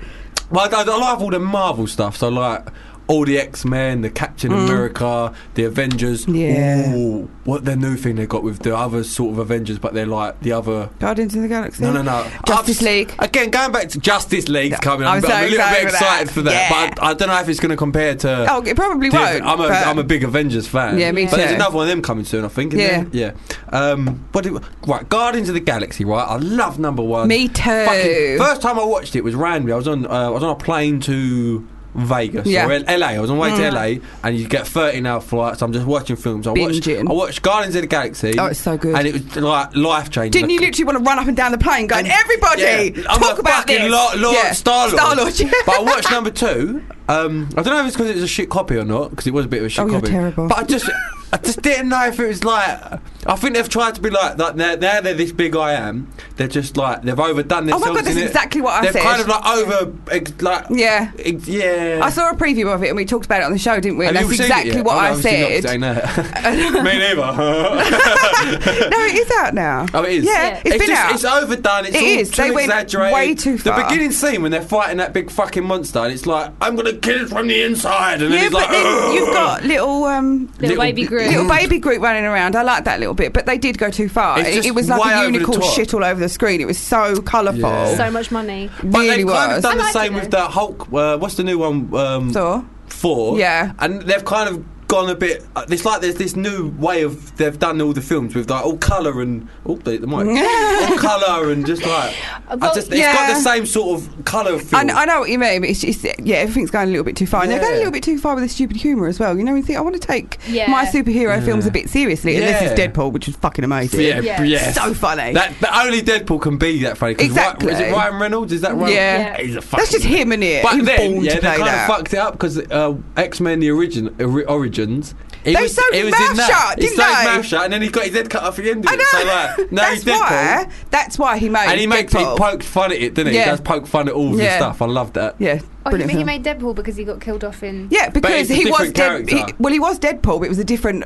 [SPEAKER 3] well, I, I love all the Marvel stuff. So like. All the X Men, the Captain
[SPEAKER 2] Mm.
[SPEAKER 3] America, the Avengers.
[SPEAKER 13] Yeah.
[SPEAKER 3] Ooh, what their new thing they got with the other sort of Avengers, but they're like the other
[SPEAKER 13] Guardians of the Galaxy.
[SPEAKER 3] no, no, no.
[SPEAKER 13] Justice
[SPEAKER 3] I've-
[SPEAKER 13] League.
[SPEAKER 3] Again, going back to Justice League's coming.
[SPEAKER 13] I'm
[SPEAKER 3] I'm, I'm,
[SPEAKER 13] so
[SPEAKER 3] a little
[SPEAKER 13] excited
[SPEAKER 3] bit
[SPEAKER 13] for that.
[SPEAKER 3] excited for that,
[SPEAKER 13] Yeah.
[SPEAKER 3] but I, I don't know if it's going to compare to.
[SPEAKER 13] Oh, it probably
[SPEAKER 3] different-
[SPEAKER 13] won't.
[SPEAKER 3] I'm a,
[SPEAKER 13] but-
[SPEAKER 3] I'm a big Avengers fan.
[SPEAKER 13] Yeah, me
[SPEAKER 3] but There's
[SPEAKER 13] too.
[SPEAKER 3] another one of them coming soon, I think. Isn't yeah, yeah. Um, but it, right, Guardians of the Galaxy. Right, I love number one.
[SPEAKER 13] Me too.
[SPEAKER 3] Fucking- first time I watched it was randomly. I was on. Uh, I was on a plane to. Vegas
[SPEAKER 13] Yeah.
[SPEAKER 3] or L- LA. I was on my way
[SPEAKER 13] Mm.
[SPEAKER 3] to LA, and you get 13 hour flights. I'm just watching films. I watched, I
[SPEAKER 13] Binging.
[SPEAKER 3] watched Guardians of the Galaxy.
[SPEAKER 13] Oh, it's so good.
[SPEAKER 3] And it was like life changing.
[SPEAKER 13] Didn't you literally want to run up and down the plane going, everybody,
[SPEAKER 3] Yeah. I'm
[SPEAKER 13] talk
[SPEAKER 3] a
[SPEAKER 13] about
[SPEAKER 3] fucking
[SPEAKER 13] this?
[SPEAKER 3] Lord, Lord
[SPEAKER 13] Yeah.
[SPEAKER 3] Star Lord.
[SPEAKER 13] Star-Lord, yeah.
[SPEAKER 3] but I
[SPEAKER 13] (laughs)
[SPEAKER 3] watched number two. Um, I don't know if it's because it was a shit copy or not, because it was a bit of a shit
[SPEAKER 13] Oh, you're
[SPEAKER 3] copy.
[SPEAKER 13] terrible.
[SPEAKER 3] But I just, I just didn't know if it was like. I think they've tried to be like that. Now, now they're this big. I am. They're just like they've overdone
[SPEAKER 13] Oh my
[SPEAKER 3] themselves.
[SPEAKER 13] God, that's
[SPEAKER 3] in it.
[SPEAKER 13] exactly what I
[SPEAKER 3] They've
[SPEAKER 13] said.
[SPEAKER 3] kind of like over, ex- like
[SPEAKER 13] Yeah.
[SPEAKER 3] ex- yeah.
[SPEAKER 13] I saw a preview of it and we talked about it on the show, didn't we?
[SPEAKER 3] Have
[SPEAKER 13] And
[SPEAKER 3] you
[SPEAKER 13] that's
[SPEAKER 3] seen it
[SPEAKER 13] exactly
[SPEAKER 3] yet?
[SPEAKER 13] what
[SPEAKER 3] Oh, no,
[SPEAKER 13] I
[SPEAKER 3] obviously not, 'cause
[SPEAKER 13] said.
[SPEAKER 3] I
[SPEAKER 13] (laughs)
[SPEAKER 3] ain't know. Me neither. (laughs)
[SPEAKER 13] no, it is out now.
[SPEAKER 3] Oh, it is.
[SPEAKER 13] Yeah, it's been
[SPEAKER 3] just-
[SPEAKER 13] out.
[SPEAKER 3] It's overdone. It's
[SPEAKER 13] It
[SPEAKER 3] all
[SPEAKER 13] is.
[SPEAKER 3] Too
[SPEAKER 13] They went
[SPEAKER 3] exaggerated.
[SPEAKER 13] way too far.
[SPEAKER 3] The beginning scene when they're fighting that big fucking monster, and it's like, I'm gonna kill it from the inside, and then
[SPEAKER 13] yeah,
[SPEAKER 3] it's
[SPEAKER 13] but
[SPEAKER 3] like,
[SPEAKER 13] then
[SPEAKER 3] "Ugh."
[SPEAKER 13] you've got little um,
[SPEAKER 3] Little Little baby bi- group.
[SPEAKER 13] little baby group running around. I like that little bit, but they did go too far.
[SPEAKER 3] It's
[SPEAKER 13] It,
[SPEAKER 3] just
[SPEAKER 13] it was like
[SPEAKER 3] way
[SPEAKER 13] a
[SPEAKER 3] over the
[SPEAKER 13] unicorn
[SPEAKER 3] top.
[SPEAKER 13] shit all over the screen. It was so colourful.
[SPEAKER 3] Yeah.
[SPEAKER 2] (laughs) so much money. Oh,
[SPEAKER 3] But
[SPEAKER 13] really
[SPEAKER 3] they've kind of
[SPEAKER 13] was.
[SPEAKER 3] done
[SPEAKER 2] I
[SPEAKER 3] the
[SPEAKER 2] liked
[SPEAKER 3] same
[SPEAKER 2] it
[SPEAKER 3] with the Hulk. Uh, what's the new one? Um,
[SPEAKER 13] Thor.
[SPEAKER 3] Four.
[SPEAKER 13] Yeah.
[SPEAKER 3] And they've kind of gone a bit. uh, It's like there's this new way of they've done all the films with like all colour and oh, the,
[SPEAKER 13] (laughs)
[SPEAKER 3] the mic, all colour and just like I
[SPEAKER 2] Well,
[SPEAKER 3] just, it's
[SPEAKER 13] yeah.
[SPEAKER 3] got the same sort of colour.
[SPEAKER 13] I,
[SPEAKER 3] feel.
[SPEAKER 13] kn- I know what you mean, but it's just, yeah, everything's going a little bit too far. And they're going a
[SPEAKER 3] Yeah.
[SPEAKER 13] little bit too far with the stupid humour as well. You know, you think, I want to take
[SPEAKER 2] Yeah.
[SPEAKER 13] my superhero films a bit seriously, unless it's
[SPEAKER 3] Yeah.
[SPEAKER 13] Deadpool, which is fucking amazing.
[SPEAKER 3] Yeah,
[SPEAKER 2] Yeah.
[SPEAKER 3] yes.
[SPEAKER 13] So funny.
[SPEAKER 3] That, but only Deadpool can be that funny. 'cause Ry-
[SPEAKER 13] Exactly.
[SPEAKER 3] is it Ryan Reynolds? Is that right?
[SPEAKER 13] Yeah.
[SPEAKER 3] He's a fucking.
[SPEAKER 13] That's just him in it.
[SPEAKER 3] But
[SPEAKER 13] He's
[SPEAKER 3] then,
[SPEAKER 13] born
[SPEAKER 3] yeah,
[SPEAKER 13] to
[SPEAKER 3] they
[SPEAKER 13] play
[SPEAKER 3] kind
[SPEAKER 13] that.
[SPEAKER 3] of fucked it up because uh, X Men: The Origin ori- Origins. He
[SPEAKER 13] They
[SPEAKER 3] was,
[SPEAKER 13] sewed
[SPEAKER 3] he
[SPEAKER 13] his
[SPEAKER 3] was
[SPEAKER 13] mouth
[SPEAKER 3] in that.
[SPEAKER 13] shut,
[SPEAKER 3] he
[SPEAKER 13] didn't
[SPEAKER 3] sewed his
[SPEAKER 13] they?
[SPEAKER 3] mouth shut, and then he got his head cut off at the end of
[SPEAKER 13] I
[SPEAKER 3] it.
[SPEAKER 13] (laughs)
[SPEAKER 3] So like, now
[SPEAKER 13] that's
[SPEAKER 3] he's Deadpool.
[SPEAKER 13] why. That's why he made.
[SPEAKER 3] And he makes he
[SPEAKER 13] Deadpool.
[SPEAKER 3] pokes fun at it, doesn't he?
[SPEAKER 13] Yeah.
[SPEAKER 3] He does poke fun at all of
[SPEAKER 13] Yeah.
[SPEAKER 3] the stuff. I love that.
[SPEAKER 13] Yeah.
[SPEAKER 2] Oh, he,
[SPEAKER 13] brilliant
[SPEAKER 2] he
[SPEAKER 13] film.
[SPEAKER 2] made Deadpool because he got killed off in.
[SPEAKER 13] Yeah, because
[SPEAKER 3] it's a
[SPEAKER 13] he was
[SPEAKER 3] different
[SPEAKER 13] Dead, he,
[SPEAKER 3] character.
[SPEAKER 13] well, he was Deadpool, but it was a different.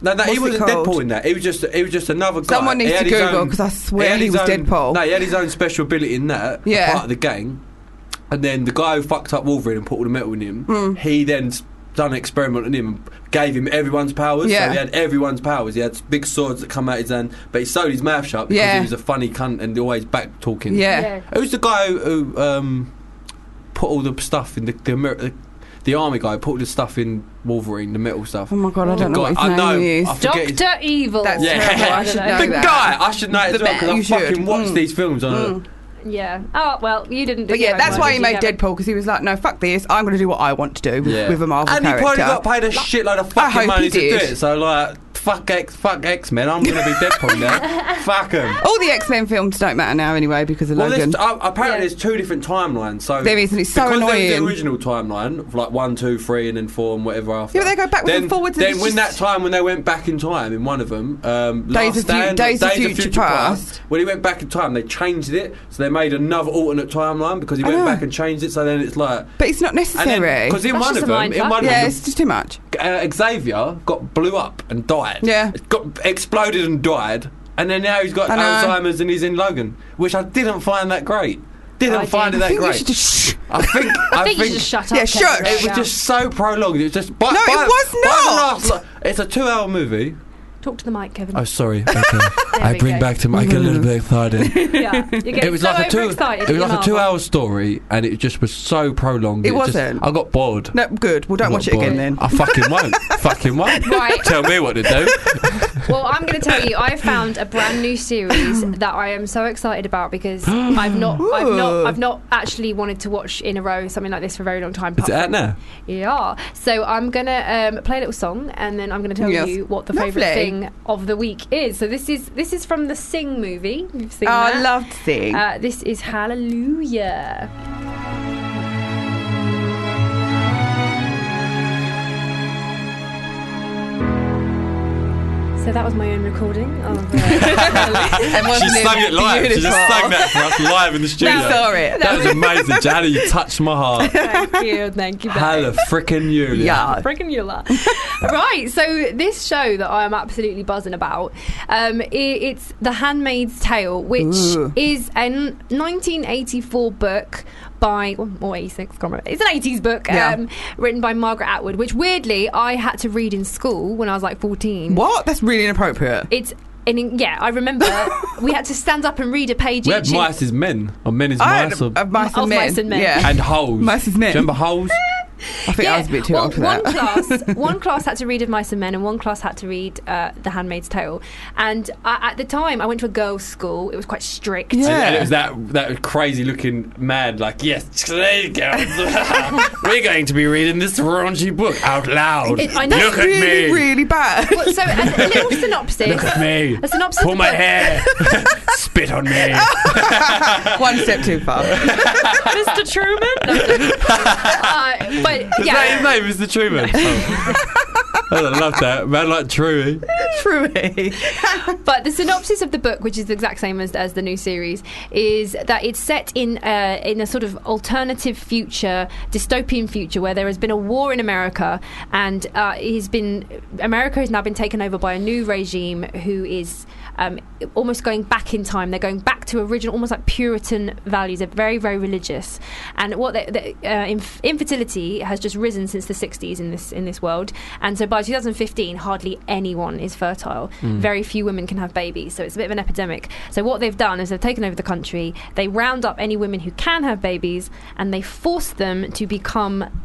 [SPEAKER 3] No, no,
[SPEAKER 13] What's
[SPEAKER 3] he
[SPEAKER 13] it
[SPEAKER 3] wasn't
[SPEAKER 13] called?
[SPEAKER 3] Deadpool in that. He was just he was just another guy.
[SPEAKER 13] Someone needs
[SPEAKER 3] He had
[SPEAKER 13] to
[SPEAKER 3] his
[SPEAKER 13] Google,
[SPEAKER 3] own-
[SPEAKER 13] 'cause I swear
[SPEAKER 3] had
[SPEAKER 13] he
[SPEAKER 3] his
[SPEAKER 13] was
[SPEAKER 3] own-
[SPEAKER 13] Deadpool.
[SPEAKER 3] No, he had his own special ability in that.
[SPEAKER 13] Yeah.
[SPEAKER 3] Yeah, part of the gang. And then the guy who fucked up Wolverine and put all the metal in him,
[SPEAKER 13] Mm.
[SPEAKER 3] he then s- done an experiment on him and gave him everyone's powers.
[SPEAKER 13] Yeah.
[SPEAKER 3] So he had everyone's powers. He had big swords that come out his hand, but he sewed his mouth shut because
[SPEAKER 13] Yeah.
[SPEAKER 3] he was a funny cunt and always back talking.
[SPEAKER 13] Yeah. Yeah.
[SPEAKER 3] Who's the guy who, who um, put all the stuff in the the, Amer- the the army guy who put all the stuff in Wolverine, the metal stuff.
[SPEAKER 13] Oh my god, I don't know
[SPEAKER 3] The
[SPEAKER 13] what his
[SPEAKER 3] guy- I
[SPEAKER 13] name
[SPEAKER 3] know,
[SPEAKER 13] is.
[SPEAKER 3] I forget his-
[SPEAKER 2] Doctor Evil.
[SPEAKER 13] That's
[SPEAKER 2] (laughs)
[SPEAKER 13] terrible.
[SPEAKER 3] (laughs)
[SPEAKER 13] I should know
[SPEAKER 3] the
[SPEAKER 13] that.
[SPEAKER 3] guy, I should know it as
[SPEAKER 13] The
[SPEAKER 3] well because
[SPEAKER 13] man-
[SPEAKER 3] I
[SPEAKER 13] you should.
[SPEAKER 3] fucking watch
[SPEAKER 13] Mm.
[SPEAKER 3] these films. I
[SPEAKER 13] Mm.
[SPEAKER 2] Yeah. Oh well, you didn't. Do
[SPEAKER 13] But yeah,
[SPEAKER 2] your
[SPEAKER 13] that's
[SPEAKER 2] homework,
[SPEAKER 13] why he
[SPEAKER 2] did
[SPEAKER 13] made
[SPEAKER 2] you, Gavin?
[SPEAKER 13] Deadpool because he was like, "No, fuck this! I'm going to do what I want to do with,
[SPEAKER 3] Yeah.
[SPEAKER 13] with a Marvel
[SPEAKER 3] and
[SPEAKER 13] character."
[SPEAKER 3] he probably got paid a shitload of
[SPEAKER 13] I hope
[SPEAKER 3] fucking money
[SPEAKER 13] he
[SPEAKER 3] to do
[SPEAKER 13] did.
[SPEAKER 3] it. So like, fuck X, fuck X Men. I'm gonna
[SPEAKER 13] (laughs)
[SPEAKER 3] be Deadpool now. fuck him.
[SPEAKER 13] All the X Men films don't matter now anyway because of
[SPEAKER 3] Well,
[SPEAKER 13] Logan.
[SPEAKER 3] there's, uh, apparently there's two different timelines. So
[SPEAKER 13] There is, and it's so
[SPEAKER 3] because There
[SPEAKER 13] annoying.
[SPEAKER 3] was the original timeline of like one, two, three, and then four and whatever after.
[SPEAKER 13] Yeah, but they go backwards
[SPEAKER 3] then,
[SPEAKER 13] and forwards and
[SPEAKER 3] Then
[SPEAKER 13] it's
[SPEAKER 3] when
[SPEAKER 13] just-
[SPEAKER 3] that time when they went back in time in one of them, um,
[SPEAKER 13] Days
[SPEAKER 3] Last
[SPEAKER 13] of Fu-
[SPEAKER 3] Stand,
[SPEAKER 13] Days of Future
[SPEAKER 3] When he went back in time, they changed it, so they made another alternate timeline because he went back and changed it. So then it's like.
[SPEAKER 13] but Oh. it's not necessary
[SPEAKER 3] Because in one of them, in one
[SPEAKER 13] yeah,
[SPEAKER 3] of
[SPEAKER 13] it's
[SPEAKER 3] them,
[SPEAKER 13] just too much.
[SPEAKER 3] uh, Xavier got blew up and died.
[SPEAKER 13] Yeah.
[SPEAKER 3] It got exploded and died, and then now he's got
[SPEAKER 13] I know.
[SPEAKER 3] Alzheimer's and he's in Logan, which I didn't find that great. Didn't
[SPEAKER 13] I
[SPEAKER 3] find
[SPEAKER 13] did.
[SPEAKER 3] it that
[SPEAKER 13] I think you
[SPEAKER 3] great.
[SPEAKER 13] should just
[SPEAKER 3] I think.
[SPEAKER 13] (laughs)
[SPEAKER 3] I,
[SPEAKER 2] I think you should shut up, Yeah, Kevin, shush. right
[SPEAKER 3] It was
[SPEAKER 2] now.
[SPEAKER 3] just so prolonged. It was just. By,
[SPEAKER 2] No, it
[SPEAKER 3] by-
[SPEAKER 2] was
[SPEAKER 3] by
[SPEAKER 2] not.
[SPEAKER 3] the last lo- it's a two-hour movie.
[SPEAKER 2] Talk to the mic, Kevin.
[SPEAKER 3] Oh,
[SPEAKER 13] (laughs)
[SPEAKER 3] sorry. Okay.
[SPEAKER 2] There
[SPEAKER 3] I
[SPEAKER 2] we
[SPEAKER 3] bring
[SPEAKER 2] go.
[SPEAKER 3] back to my. I get a little bit excited.
[SPEAKER 2] yeah, you're getting
[SPEAKER 3] It was
[SPEAKER 2] so
[SPEAKER 3] like a two.
[SPEAKER 2] overexcited
[SPEAKER 3] It was
[SPEAKER 2] at
[SPEAKER 3] like a
[SPEAKER 2] Marvel.
[SPEAKER 3] two-hour story, and it just was so prolonged.
[SPEAKER 13] It
[SPEAKER 3] just-
[SPEAKER 13] wasn't.
[SPEAKER 3] I got bored.
[SPEAKER 13] No, good. Well, don't
[SPEAKER 3] I
[SPEAKER 13] watch
[SPEAKER 3] got
[SPEAKER 13] it again
[SPEAKER 3] bored.
[SPEAKER 13] then.
[SPEAKER 3] I fucking won't. fucking won't.
[SPEAKER 2] Right.
[SPEAKER 3] Tell me what to do.
[SPEAKER 2] Well, I'm going to tell you, I found a brand
[SPEAKER 3] (laughs)
[SPEAKER 2] new series that I am so excited
[SPEAKER 3] (gasps)
[SPEAKER 2] about because I've not, I've not,
[SPEAKER 3] Ooh.
[SPEAKER 2] I've not actually wanted to watch in a row something like this for a very long time.
[SPEAKER 3] Is it
[SPEAKER 2] apart
[SPEAKER 3] out
[SPEAKER 2] from-
[SPEAKER 3] now?
[SPEAKER 2] Yeah. So I'm going to um, play a little song, and then I'm going to tell
[SPEAKER 13] Yes.
[SPEAKER 2] you what the
[SPEAKER 13] Lovely.
[SPEAKER 2] favorite thing of the week is. So this is this is from the Sing movie. You've seen
[SPEAKER 13] Oh, I
[SPEAKER 2] that.
[SPEAKER 13] loved Sing.
[SPEAKER 2] Uh, this is Hallelujah. So that was my own recording. of, uh, Hallelujah.
[SPEAKER 3] She sang it live. She just sang that for us live in the studio.
[SPEAKER 2] We saw it.
[SPEAKER 3] That was amazing, Jana. You touched my heart.
[SPEAKER 2] Thank you, thank you. babe.
[SPEAKER 3] Hella frickin' you.
[SPEAKER 2] (laughs) Freaking you lot. right, so this show that I'm absolutely buzzing about, um, i it's The Handmaid's Tale, which
[SPEAKER 7] Ooh.
[SPEAKER 2] is a n- 1984 book by, well, or 86, can't remember. It's an 80s book
[SPEAKER 7] Yeah.
[SPEAKER 2] um, written by Margaret Atwood, which weirdly I had to read in school when I was like 14.
[SPEAKER 13] What? That's really inappropriate.
[SPEAKER 2] It's, and in- yeah,
[SPEAKER 7] (laughs)
[SPEAKER 2] I remember we had to stand up and read a page
[SPEAKER 3] We
[SPEAKER 2] each.
[SPEAKER 3] had
[SPEAKER 2] in-
[SPEAKER 3] mice is men, or men is
[SPEAKER 2] I had
[SPEAKER 3] mice, or
[SPEAKER 2] a mice and Oh, men. mice and men. Yeah.
[SPEAKER 3] and holes. Mice is men. remember holes?
[SPEAKER 13] I think I was a bit too
[SPEAKER 2] well,
[SPEAKER 13] old for
[SPEAKER 2] one
[SPEAKER 13] that. (laughs)
[SPEAKER 2] class, one class had to read *Of Mice and Men*, and one class had to read uh, *The Handmaid's Tale*. And I, at the time, I went to a girls' school. It was quite strict.
[SPEAKER 3] And, and it was that that crazy looking mad, like yes, today, girls, (laughs) we're going to be reading this raunchy book out loud.
[SPEAKER 2] It- I know.
[SPEAKER 3] Look at me.
[SPEAKER 2] Really, really
[SPEAKER 13] bad. (laughs)
[SPEAKER 2] (laughs) Well, so, a little synopsis.
[SPEAKER 3] Look at me.
[SPEAKER 2] A synopsis.
[SPEAKER 3] Pull
[SPEAKER 2] of
[SPEAKER 3] my (laughs)
[SPEAKER 2] the-
[SPEAKER 3] hair. Spit on me.
[SPEAKER 13] One step too far. (laughs)
[SPEAKER 2] Mr. Truman. No, no. Uh, but
[SPEAKER 3] Is
[SPEAKER 2] yeah.
[SPEAKER 3] that his name? Is the Truman? Oh. I love that man, like eh? Truman.
[SPEAKER 13] Truman.
[SPEAKER 2] but the synopsis of the book, which is the exact same as, as the new series, is that it's set in uh, in a sort of alternative future, dystopian future, where there has been a war in America, and uh, it has been America has now been taken over by a new regime who is. Um, almost going back in time, they're going back to original, almost like Puritan values. They're very, very religious, and what they, they, uh, inf- infertility has just risen since the 60s in this in this world. And so by 2015, hardly anyone is fertile.
[SPEAKER 7] Mm.
[SPEAKER 2] Very very few women can have babies, so it's a bit of an epidemic. So what they've done is they've taken over the country. They round up any women who can have babies, and they force them to become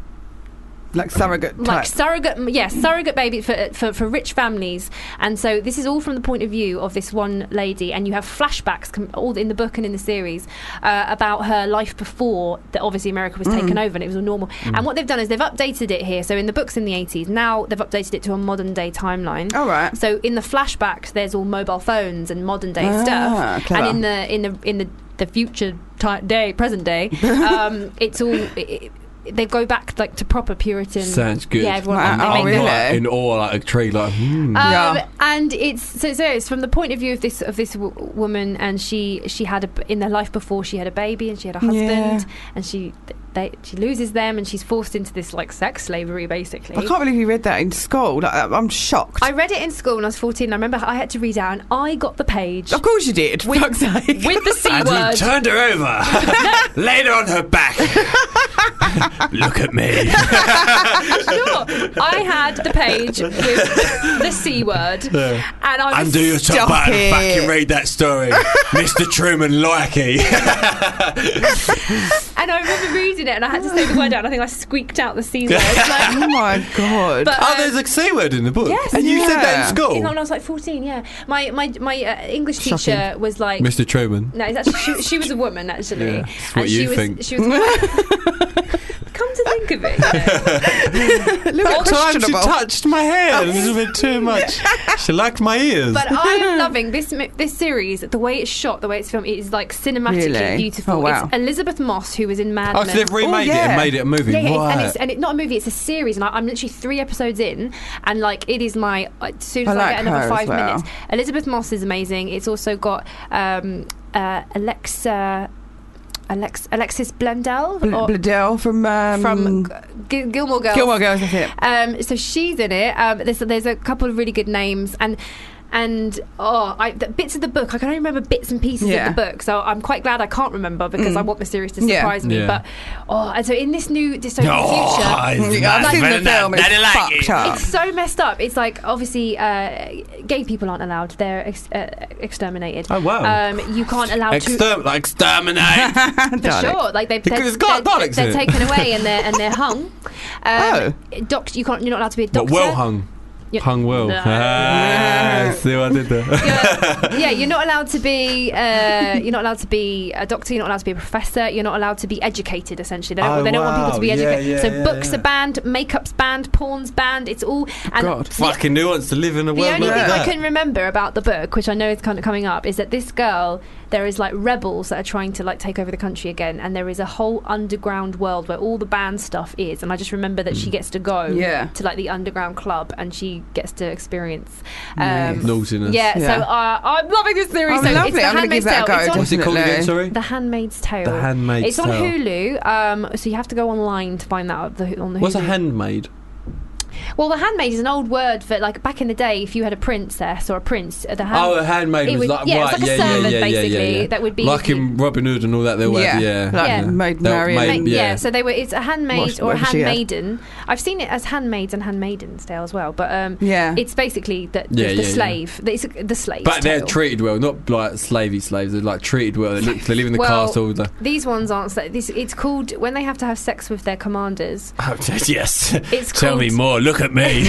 [SPEAKER 13] like surrogate type.
[SPEAKER 2] like surrogate, yeah, surrogate baby for, for for rich families. And so this is all from the point of view of this one lady, and you have flashbacks com- all in the book and in the series uh, about her life before that. Obviously, America was taken
[SPEAKER 7] Mm.
[SPEAKER 2] over, and it was all normal.
[SPEAKER 7] Mm.
[SPEAKER 2] And what they've done is they've updated it here. So in the books in the eighties, now they've updated it to a modern day timeline.
[SPEAKER 13] All right.
[SPEAKER 2] So in the flashbacks, there's all mobile phones and modern day
[SPEAKER 13] Ah,
[SPEAKER 2] stuff,
[SPEAKER 13] clever.
[SPEAKER 2] and
[SPEAKER 13] (laughs)
[SPEAKER 2] in the in the in the the future ti day present day, um, it's all. i i they go back like to proper Puritan.
[SPEAKER 3] Sounds good.
[SPEAKER 2] Yeah, everyone.
[SPEAKER 3] I'm,
[SPEAKER 2] they
[SPEAKER 3] I'm
[SPEAKER 2] make-
[SPEAKER 3] like in awe, like a tree, like. Hmm.
[SPEAKER 2] Um, And it's so, so it's from the point of view of this of this w- woman, and she she had a, b- in their life before she had a baby, and she had a husband,
[SPEAKER 13] Yeah.
[SPEAKER 2] and she they, she loses them, and she's forced into this like sex slavery basically.
[SPEAKER 13] I can't believe you read that in school. Like, I'm shocked.
[SPEAKER 2] I read it in school when I was 14. I remember I had to read out, and I got the page
[SPEAKER 13] Of course you did. for fuck's sake.
[SPEAKER 2] (laughs) with the
[SPEAKER 13] (laughs)
[SPEAKER 2] C
[SPEAKER 13] And you
[SPEAKER 2] word.
[SPEAKER 13] turned
[SPEAKER 3] her
[SPEAKER 2] (laughs)
[SPEAKER 3] over, laid her on her back. Look at me.
[SPEAKER 2] sure. I had the page with the
[SPEAKER 3] (laughs)
[SPEAKER 2] C word. And I was
[SPEAKER 3] Undo your top
[SPEAKER 2] Stop
[SPEAKER 3] button.
[SPEAKER 2] it.
[SPEAKER 3] Fucking read that
[SPEAKER 2] (laughs)
[SPEAKER 3] story, Mr. Truman Loike.
[SPEAKER 2] And I remember reading it and I had to say the word out and I think I squeaked out the
[SPEAKER 13] (laughs)
[SPEAKER 2] C word. Like,
[SPEAKER 13] oh my god!
[SPEAKER 2] But,
[SPEAKER 3] oh,
[SPEAKER 2] um,
[SPEAKER 3] there's a C word in the book.
[SPEAKER 2] Yes.
[SPEAKER 3] and you said that in
[SPEAKER 2] Yeah, When
[SPEAKER 3] school.
[SPEAKER 2] I was like 14, yeah. My my my uh, English teacher
[SPEAKER 3] Shocking.
[SPEAKER 2] was like
[SPEAKER 3] Mr. Truman.
[SPEAKER 2] No, it's actually she, she was a woman actually.
[SPEAKER 3] Yeah, that's what
[SPEAKER 2] and
[SPEAKER 3] you
[SPEAKER 2] she was,
[SPEAKER 3] think.
[SPEAKER 2] She was. (laughs) Come to think of
[SPEAKER 3] At
[SPEAKER 2] it,
[SPEAKER 3] times she
[SPEAKER 2] questionable.
[SPEAKER 3] touched my hair a little bit too
[SPEAKER 2] (laughs)
[SPEAKER 3] much. She liked my ears.
[SPEAKER 2] But I
[SPEAKER 3] (laughs)
[SPEAKER 2] am loving this mi- this series. The way it's shot, the way it's filmed, it is like cinematically
[SPEAKER 3] Really?
[SPEAKER 2] beautiful.
[SPEAKER 3] Oh, wow.
[SPEAKER 2] It's Elizabeth Moss, who was in Mad
[SPEAKER 3] Oh, so
[SPEAKER 2] Men.
[SPEAKER 3] they've remade it and made it a movie.
[SPEAKER 2] Yeah, yeah, it's- and
[SPEAKER 3] Right.
[SPEAKER 2] it's and it, not a movie. It's a series, and I, I'm literally three episodes in, and like it is my uh, as soon as
[SPEAKER 13] I
[SPEAKER 2] I,
[SPEAKER 13] like
[SPEAKER 2] get another
[SPEAKER 13] her
[SPEAKER 2] five
[SPEAKER 13] as well.
[SPEAKER 2] minutes. Elizabeth Moss is amazing. It's also got um, uh, Alexa. Alex, Alexis Blundell
[SPEAKER 13] Bl-
[SPEAKER 2] or-
[SPEAKER 13] Bladel from um,
[SPEAKER 2] Oh. from uh, G- Gilmore Girls.
[SPEAKER 13] Gilmore Girls, that's it.
[SPEAKER 2] Um, so she's in it. Um, there's, there's a couple of really good names and. And oh, I, the bits of the book I can only remember bits and pieces
[SPEAKER 13] Yeah.
[SPEAKER 2] of the book, so I'm quite glad I can't remember because
[SPEAKER 13] Mm.
[SPEAKER 2] I want the series to
[SPEAKER 13] Yeah.
[SPEAKER 2] surprise me.
[SPEAKER 13] Yeah.
[SPEAKER 2] But oh, and so in this new dystopian
[SPEAKER 13] Oh,
[SPEAKER 2] future,
[SPEAKER 13] it's Yeah, I've mad. seen the film, it's Daddy like fucked it. up.
[SPEAKER 2] It's so messed up. It's like obviously uh, gay people aren't allowed; they're ex- uh, exterminated.
[SPEAKER 3] Oh, wow.
[SPEAKER 2] Um, you can't allow to
[SPEAKER 3] Exterm- like
[SPEAKER 2] (laughs)
[SPEAKER 3] exterminate.
[SPEAKER 2] for sure, like they,
[SPEAKER 3] Because
[SPEAKER 2] they're,
[SPEAKER 3] it's got
[SPEAKER 2] they're-
[SPEAKER 3] Daleks
[SPEAKER 2] they're
[SPEAKER 3] in it.
[SPEAKER 2] taken away and they're and they're hung.
[SPEAKER 3] (laughs)
[SPEAKER 2] Um,
[SPEAKER 3] Oh.
[SPEAKER 2] doc- you can't. You're not allowed to be a
[SPEAKER 3] But
[SPEAKER 2] doctor.
[SPEAKER 3] well hung.
[SPEAKER 2] Yeah.
[SPEAKER 3] Hung well.
[SPEAKER 2] No.
[SPEAKER 3] Ah, see what I did there?
[SPEAKER 2] yeah, you're not allowed to be. Uh, you're not allowed to be a doctor. You're not allowed to be a professor. You're not allowed to be educated. Essentially, they don't,
[SPEAKER 3] Oh,
[SPEAKER 2] they don't want people to
[SPEAKER 3] wow.
[SPEAKER 2] be
[SPEAKER 3] Yeah,
[SPEAKER 2] educated.
[SPEAKER 3] yeah,
[SPEAKER 2] so
[SPEAKER 3] yeah,
[SPEAKER 2] books
[SPEAKER 3] yeah.
[SPEAKER 2] are banned, makeup's banned, porn's banned. It's all and
[SPEAKER 3] God, (laughs)
[SPEAKER 2] the-
[SPEAKER 3] fucking who wants to live in a
[SPEAKER 2] The
[SPEAKER 3] world
[SPEAKER 2] only
[SPEAKER 3] like
[SPEAKER 2] thing
[SPEAKER 3] that?
[SPEAKER 2] I can remember about the book, which I know is kind of coming up, is that this girl, there is like rebels that are trying to like take over the country again, and there is a whole underground world where all the band stuff is. And I just remember that she gets to go
[SPEAKER 13] Mm. Yeah.
[SPEAKER 2] to like the underground club, and she gets to experience um,
[SPEAKER 3] Nice. Naughtiness.
[SPEAKER 2] Yeah,
[SPEAKER 3] Yeah.
[SPEAKER 2] so uh, I'm loving this series.
[SPEAKER 13] Oh,
[SPEAKER 2] so
[SPEAKER 13] lovely.
[SPEAKER 2] It's the
[SPEAKER 13] Mm. I'm gonna
[SPEAKER 2] Handmaid's
[SPEAKER 13] give that a
[SPEAKER 2] Tale.
[SPEAKER 13] go,
[SPEAKER 2] It's on-
[SPEAKER 3] What's it called again, sorry?
[SPEAKER 2] The Handmaid's Tale.
[SPEAKER 3] The Handmaid's
[SPEAKER 2] It's on
[SPEAKER 3] Tale.
[SPEAKER 2] Hulu, um, so you have to go online to find that out the, on the Hulu.
[SPEAKER 3] What's a handmaid?
[SPEAKER 2] Well, the handmaid is an old word for like back in the day. If you had a princess or a prince, the hand-
[SPEAKER 3] Oh, a handmaid
[SPEAKER 2] Um, it
[SPEAKER 3] was
[SPEAKER 2] would-
[SPEAKER 3] like
[SPEAKER 2] yeah, it was
[SPEAKER 3] right,
[SPEAKER 2] like
[SPEAKER 3] yeah,
[SPEAKER 2] a
[SPEAKER 3] yeah,
[SPEAKER 2] servant
[SPEAKER 3] yeah, yeah,
[SPEAKER 2] basically
[SPEAKER 3] yeah, yeah.
[SPEAKER 2] that would be
[SPEAKER 3] like in Robin Hood and all that. They were,
[SPEAKER 13] Yeah,
[SPEAKER 3] yeah, yeah,
[SPEAKER 13] like Maid
[SPEAKER 3] They were
[SPEAKER 13] Marian.
[SPEAKER 3] maid-
[SPEAKER 2] Ma-
[SPEAKER 3] yeah.
[SPEAKER 2] so they were. It's a handmaid
[SPEAKER 13] What's-
[SPEAKER 2] or a
[SPEAKER 13] whatever she had.
[SPEAKER 2] handmaiden. I've seen it as handmaids and handmaidens tale as well, but um,
[SPEAKER 13] Yeah.
[SPEAKER 2] it's basically the,
[SPEAKER 3] Yeah,
[SPEAKER 2] the,
[SPEAKER 3] yeah, yeah.
[SPEAKER 2] slave. It's a- the slave.
[SPEAKER 3] But they're
[SPEAKER 2] tale.
[SPEAKER 3] treated well, not like slavey slaves. They're like treated well. They live, they live in the
[SPEAKER 2] Well,
[SPEAKER 3] castle. The,
[SPEAKER 2] These ones aren't. sla- This it's called when they have to have sex with their
[SPEAKER 3] (laughs)
[SPEAKER 2] commanders.
[SPEAKER 3] (laughs) oh, yes.
[SPEAKER 2] It's
[SPEAKER 3] Tell me
[SPEAKER 2] called-
[SPEAKER 3] more. Look at me.
[SPEAKER 2] (laughs)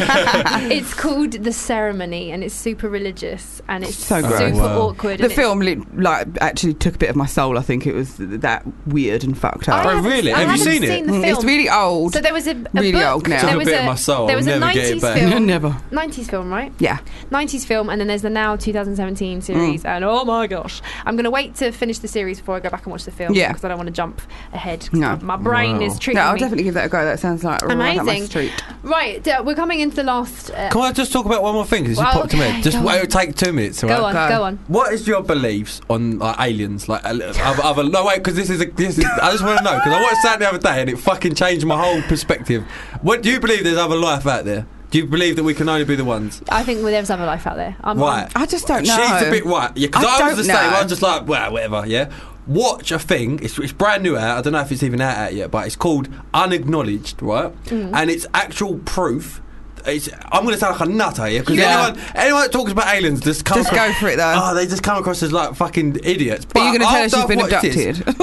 [SPEAKER 2] it's called the ceremony, and it's super religious, and it's
[SPEAKER 13] so
[SPEAKER 2] super
[SPEAKER 13] gross.
[SPEAKER 3] Wow.
[SPEAKER 2] awkward.
[SPEAKER 13] The
[SPEAKER 2] and it's-
[SPEAKER 13] film li- like actually took a bit of my soul. I think it was that weird and fucked up.
[SPEAKER 3] I Oh, haven't- really? I Have you haven't seen it? seen the
[SPEAKER 13] Mm, It's
[SPEAKER 2] film.
[SPEAKER 13] really old.
[SPEAKER 2] So there was a, a
[SPEAKER 13] really
[SPEAKER 2] book-
[SPEAKER 13] old now.
[SPEAKER 2] There was There was a 90s
[SPEAKER 13] (laughs)
[SPEAKER 2] film.
[SPEAKER 13] Never.
[SPEAKER 2] 90s film, right?
[SPEAKER 13] Yeah.
[SPEAKER 2] 90s film, and then there's the now 2017 series.
[SPEAKER 13] Mm.
[SPEAKER 2] And oh my gosh, I'm going to wait to finish the series before I go back and watch the film
[SPEAKER 13] Yeah.
[SPEAKER 2] because I don't want to jump ahead. 'cause
[SPEAKER 13] No.
[SPEAKER 2] my brain is tricking
[SPEAKER 13] No, I'll
[SPEAKER 2] me.
[SPEAKER 13] definitely give that a go. That sounds like right up my
[SPEAKER 2] Amazing.
[SPEAKER 13] street.
[SPEAKER 2] Right, d- we're coming into the last. Uh,
[SPEAKER 3] Can I just talk about one more thing? 'Cause It just
[SPEAKER 2] Well,
[SPEAKER 3] popped to
[SPEAKER 2] okay,
[SPEAKER 3] me. Just
[SPEAKER 2] go
[SPEAKER 3] wait,
[SPEAKER 2] on.
[SPEAKER 3] it'll take two minutes. all
[SPEAKER 13] Oh,
[SPEAKER 2] Go
[SPEAKER 3] right?
[SPEAKER 2] on, go on.
[SPEAKER 3] What is your beliefs on like, aliens? Like al- other, other, no wait, because this is a this is, I just want to know because I watched that the other day and it fucking changed my whole perspective. What do you believe? There's other life out there. Do you believe that we can only be the ones?
[SPEAKER 2] I think well, there's other life out there. I'm,
[SPEAKER 3] Right.
[SPEAKER 2] I'm-
[SPEAKER 3] She's a bit right. Yeah, because
[SPEAKER 2] I
[SPEAKER 3] I, was
[SPEAKER 2] don't
[SPEAKER 3] the same.
[SPEAKER 2] know.
[SPEAKER 3] I was just like, well, whatever. Yeah. Watch a thing. It's, it's brand new out. I don't know if it's even out, out yet, but it's called Unacknowledged, right?
[SPEAKER 10] Mm.
[SPEAKER 3] And it's actual proof. It's, I'm going to sound like a nutter here because
[SPEAKER 10] Yeah.
[SPEAKER 3] anyone, anyone that talks about aliens just comes
[SPEAKER 13] Just go for it though.
[SPEAKER 3] Oh, they just come across as like fucking idiots.
[SPEAKER 13] But you're gonna tell us
[SPEAKER 3] after
[SPEAKER 13] you've
[SPEAKER 3] I've
[SPEAKER 13] been
[SPEAKER 3] watched this-
[SPEAKER 13] abducted.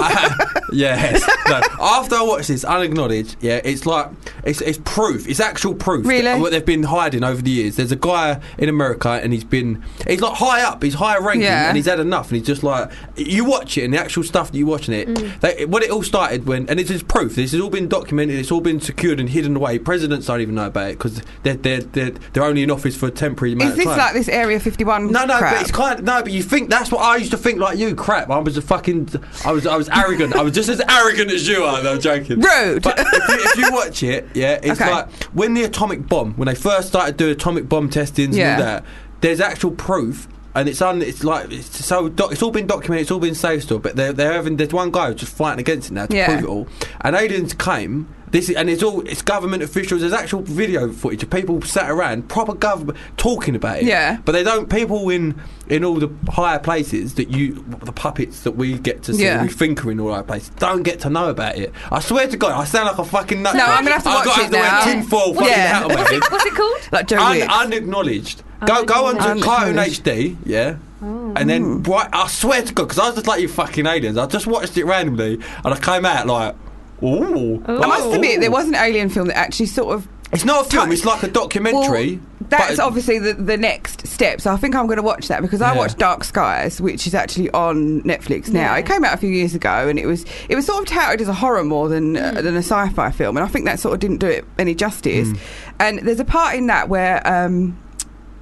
[SPEAKER 3] (laughs) yes. No. After I watched this, unacknowledged, yeah, it's like it's it's proof. It's actual proof.
[SPEAKER 13] Really?
[SPEAKER 3] that- What they've been hiding over the years. There's a guy in America, and he's been he's like high up. He's high ranking,
[SPEAKER 13] Yeah.
[SPEAKER 3] and he's had enough. And he's just like you watch it, and the actual stuff that you watch in it.
[SPEAKER 13] Mm.
[SPEAKER 3] They, what it all started when, and it's just proof. This has all been documented. It's all been secured and hidden away. Presidents don't even know about it because they're they're they're they're, they're only in office for a temporary amount
[SPEAKER 13] Is this
[SPEAKER 3] of time.
[SPEAKER 13] like this Area 51
[SPEAKER 3] no, no,
[SPEAKER 13] crap?
[SPEAKER 3] but it's kind of, no, but you think that's what I used to think like you, crap. I was a fucking, I was, I was arrogant. I was just as arrogant as you are. No, I'm joking.
[SPEAKER 13] Rude.
[SPEAKER 3] But if you, if you watch it, yeah, it's
[SPEAKER 13] Okay.
[SPEAKER 3] like when the atomic bomb, when they first started doing atomic bomb testings
[SPEAKER 13] Yeah.
[SPEAKER 3] and all that, there's actual proof. And it's un, it's like it's so doc, it's all been documented, it's all been saved still. But they're, they're having there's one guy who's just fighting against it now to
[SPEAKER 13] Yeah.
[SPEAKER 3] prove it all. And aliens came. This is, and it's all it's government officials. There's actual video footage of people sat around proper government talking about it.
[SPEAKER 13] Yeah.
[SPEAKER 3] But they don't. People in in all the higher places that you, the puppets that we get to see,
[SPEAKER 13] Yeah.
[SPEAKER 3] we think are in all our places, don't get to know about it. I swear to God, I sound like a fucking nut.
[SPEAKER 13] No, I'm gonna have to
[SPEAKER 3] I've
[SPEAKER 13] watch
[SPEAKER 3] got
[SPEAKER 13] it
[SPEAKER 3] to have
[SPEAKER 13] now.
[SPEAKER 3] to wear tinfoil fucking
[SPEAKER 13] Yeah.
[SPEAKER 3] hat on my
[SPEAKER 13] What's
[SPEAKER 3] head.
[SPEAKER 2] What's it called?
[SPEAKER 13] like (laughs) Joe
[SPEAKER 3] Un-
[SPEAKER 13] Wicks.
[SPEAKER 3] unacknowledged. Go go on to Cartoon HD, yeah. And then, right, I swear to God, because I was just like you fucking aliens. I just watched it randomly, and I came out like, ooh.
[SPEAKER 13] I must admit, there
[SPEAKER 3] Ooh.
[SPEAKER 13] was an alien film that actually sort of.
[SPEAKER 3] It's not a film. It's like a documentary.
[SPEAKER 13] Well,
[SPEAKER 3] but
[SPEAKER 13] that's
[SPEAKER 3] it-
[SPEAKER 13] obviously the, the next step. So I think I'm going to watch that because I
[SPEAKER 3] Yeah.
[SPEAKER 13] watched Dark Skies, which is actually on Netflix now. It came out a few years ago, and it was it was sort of touted as a horror more than uh, than a sci-fi film, and I think that sort of didn't do it any justice.
[SPEAKER 3] Mm.
[SPEAKER 13] And there's a part in that where. Um,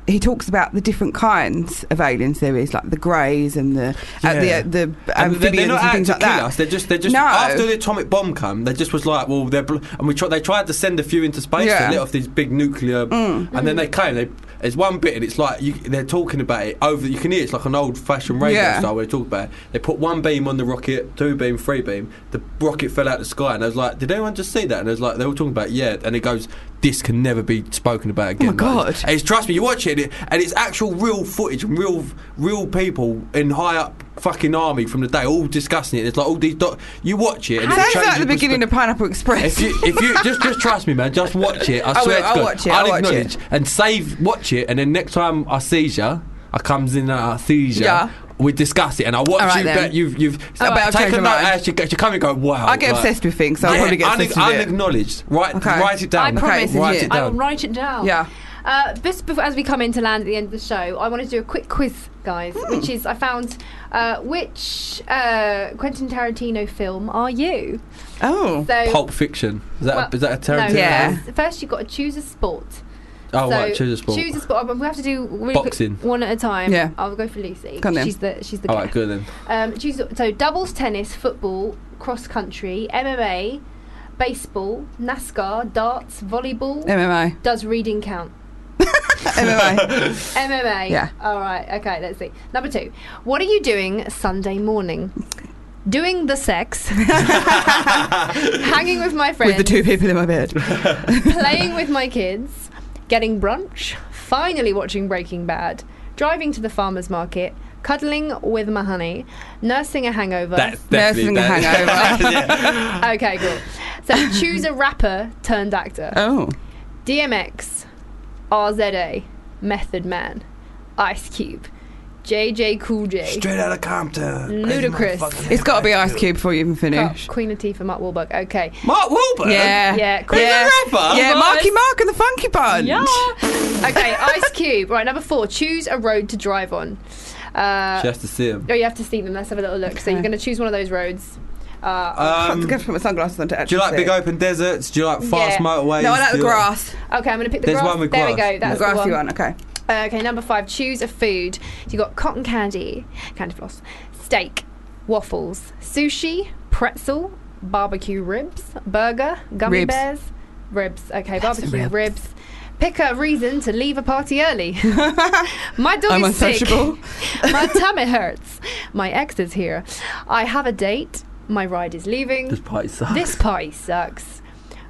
[SPEAKER 13] he talks about the different kinds of aliens there is, like the greys and the uh, the,
[SPEAKER 3] Yeah.
[SPEAKER 13] uh, the
[SPEAKER 3] And
[SPEAKER 13] amphibians
[SPEAKER 3] they're,
[SPEAKER 13] and,
[SPEAKER 3] they're not out
[SPEAKER 13] things
[SPEAKER 3] to
[SPEAKER 13] like
[SPEAKER 3] kill
[SPEAKER 13] that.
[SPEAKER 3] us. They're just, they're just.
[SPEAKER 13] No.
[SPEAKER 3] After the atomic bomb come, they just was like, well, they're, bl- and we tried. They tried to send a few into space.
[SPEAKER 13] Yeah. Mm.
[SPEAKER 3] They lit off these big nuclear, and then they came. They, there's one bit, and it's like you, they're talking about it over. You can hear it's like an old-fashioned radio
[SPEAKER 13] Yeah.
[SPEAKER 3] style where they talk about. It. They put one beam on the rocket, two beam, three beam. The rocket fell out the sky, and I was like, did anyone just see that? And I was like, they were talking about it, yeah, and it goes. This can never be spoken about again.
[SPEAKER 13] Oh my
[SPEAKER 3] Like,
[SPEAKER 13] God.
[SPEAKER 3] and It's trust me, you watch it, and, it, and it's actual real footage and real, real people in high up fucking army from the day all discussing it. It's like all these. Doc- you watch it, and it
[SPEAKER 13] Sounds
[SPEAKER 3] changes
[SPEAKER 13] like the
[SPEAKER 3] your
[SPEAKER 13] beginning of Pineapple Express.
[SPEAKER 3] If you, if you just, just trust me, man, just watch it. I,
[SPEAKER 13] I
[SPEAKER 3] swear
[SPEAKER 13] will,
[SPEAKER 3] to
[SPEAKER 13] I'll
[SPEAKER 3] God,
[SPEAKER 13] watch it, I'll watch
[SPEAKER 3] acknowledge and save, watch it, and then next time I see ya, I comes in and I sees ya.
[SPEAKER 13] Yeah.
[SPEAKER 3] We discuss it, and I watch
[SPEAKER 13] All right
[SPEAKER 3] you.
[SPEAKER 13] then.
[SPEAKER 3] But you've you've
[SPEAKER 13] All right, I'll
[SPEAKER 3] take
[SPEAKER 13] change
[SPEAKER 3] a
[SPEAKER 13] my
[SPEAKER 3] note
[SPEAKER 13] mind.
[SPEAKER 3] as you, as you come and go.
[SPEAKER 13] (laughs)
[SPEAKER 3] Wow,
[SPEAKER 13] I get obsessed with things, so I'll probably get obsessed with it.
[SPEAKER 3] Unacknowledged. Write
[SPEAKER 13] Okay.
[SPEAKER 3] write it down.
[SPEAKER 13] I promise,
[SPEAKER 3] Write
[SPEAKER 13] yeah.
[SPEAKER 3] it
[SPEAKER 2] I will
[SPEAKER 3] down.
[SPEAKER 2] write it down.
[SPEAKER 13] Yeah.
[SPEAKER 2] Uh, just before, as we come in to land at the end of the show, I want to do a quick quiz, guys,
[SPEAKER 3] Hmm.
[SPEAKER 2] which is I found uh, which uh, Quentin Tarantino film are you?
[SPEAKER 13] Oh,
[SPEAKER 2] So-
[SPEAKER 3] Pulp Fiction. Is that
[SPEAKER 2] Well,
[SPEAKER 3] a, is that a Tarantino?
[SPEAKER 2] No,
[SPEAKER 3] film?
[SPEAKER 2] first- First, you've got to choose a sport.
[SPEAKER 3] Oh,
[SPEAKER 2] So,
[SPEAKER 3] right, choose a sport.
[SPEAKER 2] Choose a sport. Um, We have to do really quick-
[SPEAKER 3] Boxing.
[SPEAKER 2] one at a time.
[SPEAKER 13] Yeah.
[SPEAKER 2] I'll go for Lucy.
[SPEAKER 13] Come then.
[SPEAKER 2] she's the she's the.
[SPEAKER 3] All
[SPEAKER 2] cat.
[SPEAKER 3] right, good then.
[SPEAKER 2] Um, choose so doubles tennis, football, cross country, MMA, baseball, NASCAR, darts, volleyball.
[SPEAKER 13] MMA.
[SPEAKER 2] Does reading count? (laughs)
[SPEAKER 13] MMA.
[SPEAKER 2] MMA.
[SPEAKER 13] Yeah.
[SPEAKER 2] All right. Okay. Let's see. Number two. What are you doing Sunday morning? Doing
[SPEAKER 13] (laughs)
[SPEAKER 2] the sex. Hanging with my friends.
[SPEAKER 13] With the two people in my bed.
[SPEAKER 2] playing with my kids, getting brunch, finally watching Breaking Bad, driving to the farmer's market, cuddling with my honey, nursing a hangover.
[SPEAKER 3] That's definitely
[SPEAKER 13] Nursing a
[SPEAKER 3] (laughs)
[SPEAKER 13] hangover.
[SPEAKER 2] okay, cool. So choose a rapper turned actor.
[SPEAKER 13] oh.
[SPEAKER 2] DMX, RZA, Method Man, Ice Cube, JJ Cool J.
[SPEAKER 3] Straight out of Compton.
[SPEAKER 2] Ludicrous.
[SPEAKER 13] It's got to be Ice Cube before you even
[SPEAKER 2] Oh,
[SPEAKER 13] finish.
[SPEAKER 2] Queen Latifah, Mark Wahlberg. Okay.
[SPEAKER 3] Mark Wahlberg.
[SPEAKER 13] Yeah.
[SPEAKER 2] Yeah,
[SPEAKER 13] yeah.
[SPEAKER 2] Queen
[SPEAKER 13] Yeah,
[SPEAKER 3] rapper?
[SPEAKER 2] Yes.
[SPEAKER 13] Marky Mark and the Funky Bunch.
[SPEAKER 2] Yeah. okay, Ice Cube. Right, number four. Choose a road to drive on. Uh,
[SPEAKER 3] She has to see him.
[SPEAKER 2] oh, you have to see them. Let's have a little look. So you're going to choose one of those roads. Uh,
[SPEAKER 13] I have to
[SPEAKER 3] Um,
[SPEAKER 13] go put my sunglasses on to
[SPEAKER 3] do
[SPEAKER 13] actually.
[SPEAKER 3] you like
[SPEAKER 13] see
[SPEAKER 3] big
[SPEAKER 13] it.
[SPEAKER 3] open deserts? Do you like fast
[SPEAKER 2] Yeah.
[SPEAKER 3] motorways?
[SPEAKER 13] No, I like
[SPEAKER 3] Do
[SPEAKER 13] the
[SPEAKER 3] you like-
[SPEAKER 13] grass.
[SPEAKER 2] okay, I'm going to pick the
[SPEAKER 3] There's
[SPEAKER 2] grass.
[SPEAKER 3] one with
[SPEAKER 2] there we
[SPEAKER 3] grass.
[SPEAKER 2] go. That's
[SPEAKER 13] the grassy
[SPEAKER 2] the
[SPEAKER 13] one. Okay.
[SPEAKER 2] Uh, okay, number five. Choose a food. You got cotton candy, candy floss, steak, waffles, sushi, pretzel, barbecue ribs, burger, gummy
[SPEAKER 13] Ribs.
[SPEAKER 2] bears, ribs. Okay, barbecue
[SPEAKER 13] ribs.
[SPEAKER 2] ribs. Pick a reason to leave a
[SPEAKER 13] (laughs)
[SPEAKER 2] party early. My dog
[SPEAKER 13] I'm
[SPEAKER 2] is sick.
[SPEAKER 13] untouchable.
[SPEAKER 2] (laughs) My tummy hurts. My ex is here. I have a date. My ride is leaving.
[SPEAKER 3] This party sucks.
[SPEAKER 2] (sighs) This party sucks.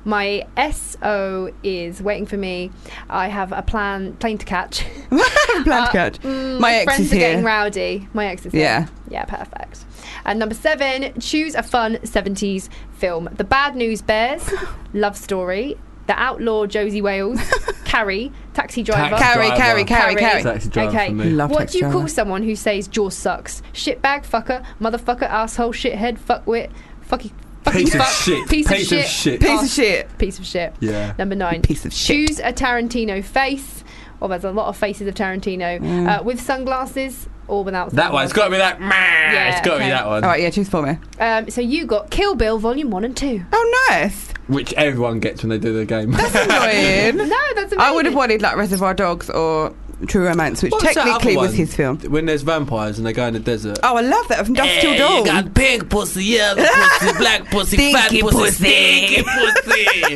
[SPEAKER 2] My SO is waiting for me. I have a plan plane to catch. (laughs)
[SPEAKER 13] Blood catch.
[SPEAKER 2] Mm,
[SPEAKER 13] my ex
[SPEAKER 2] friends
[SPEAKER 13] is
[SPEAKER 2] are getting
[SPEAKER 13] here.
[SPEAKER 2] rowdy. My ex is
[SPEAKER 13] Yeah.
[SPEAKER 2] here. Yeah, perfect. And number seven, choose a fun 70s film. The Bad
[SPEAKER 13] (laughs)
[SPEAKER 2] News Bears, Love Story, The Outlaw Josie Wales, Carrie, Taxi Driver.
[SPEAKER 3] Taxi
[SPEAKER 13] Carry,
[SPEAKER 3] Driver.
[SPEAKER 13] carry, carry, carry.
[SPEAKER 3] Taxi driver
[SPEAKER 2] okay.
[SPEAKER 3] for me.
[SPEAKER 13] Love
[SPEAKER 2] what
[SPEAKER 13] Taxi
[SPEAKER 2] do you
[SPEAKER 13] Driver.
[SPEAKER 2] call someone who says Jaws sucks? Shitbag, fucker, motherfucker, asshole, shithead, fuckwit, fucky, fucking
[SPEAKER 3] Piece of
[SPEAKER 2] fuck,
[SPEAKER 3] shit.
[SPEAKER 2] piece,
[SPEAKER 3] Piece of
[SPEAKER 2] of,
[SPEAKER 3] shit.
[SPEAKER 2] shit,
[SPEAKER 13] Piece of
[SPEAKER 2] ass-
[SPEAKER 13] shit.
[SPEAKER 2] piece of shit.
[SPEAKER 3] Yeah.
[SPEAKER 2] Number nine.
[SPEAKER 13] Piece of shit.
[SPEAKER 2] Choose a Tarantino face. Well, there's a lot of faces of Tarantino uh, with sunglasses or without.
[SPEAKER 3] That one. It's got to be that.
[SPEAKER 2] Yeah,
[SPEAKER 3] it's got to
[SPEAKER 2] okay.
[SPEAKER 3] be that one.
[SPEAKER 13] All right, yeah, choose for me.
[SPEAKER 2] Um, so you got Kill Bill Volume One and Two.
[SPEAKER 13] (laughs) Oh, nice.
[SPEAKER 3] which everyone gets when they do their game. That's (laughs)
[SPEAKER 13] annoying.
[SPEAKER 2] no, (laughs) that's amazing.
[SPEAKER 13] I would have wanted like Reservoir Dogs or True Romance, which technically was his film.
[SPEAKER 3] When there's vampires and they go in the desert.
[SPEAKER 13] Oh, I love that from Dust Till Dawn.
[SPEAKER 7] You got pink
[SPEAKER 13] (laughs)
[SPEAKER 7] pussy, yellow pussy, black pussy, fat
[SPEAKER 13] Stinky
[SPEAKER 7] pussy,
[SPEAKER 13] pussy. Oh, (laughs)
[SPEAKER 7] stinky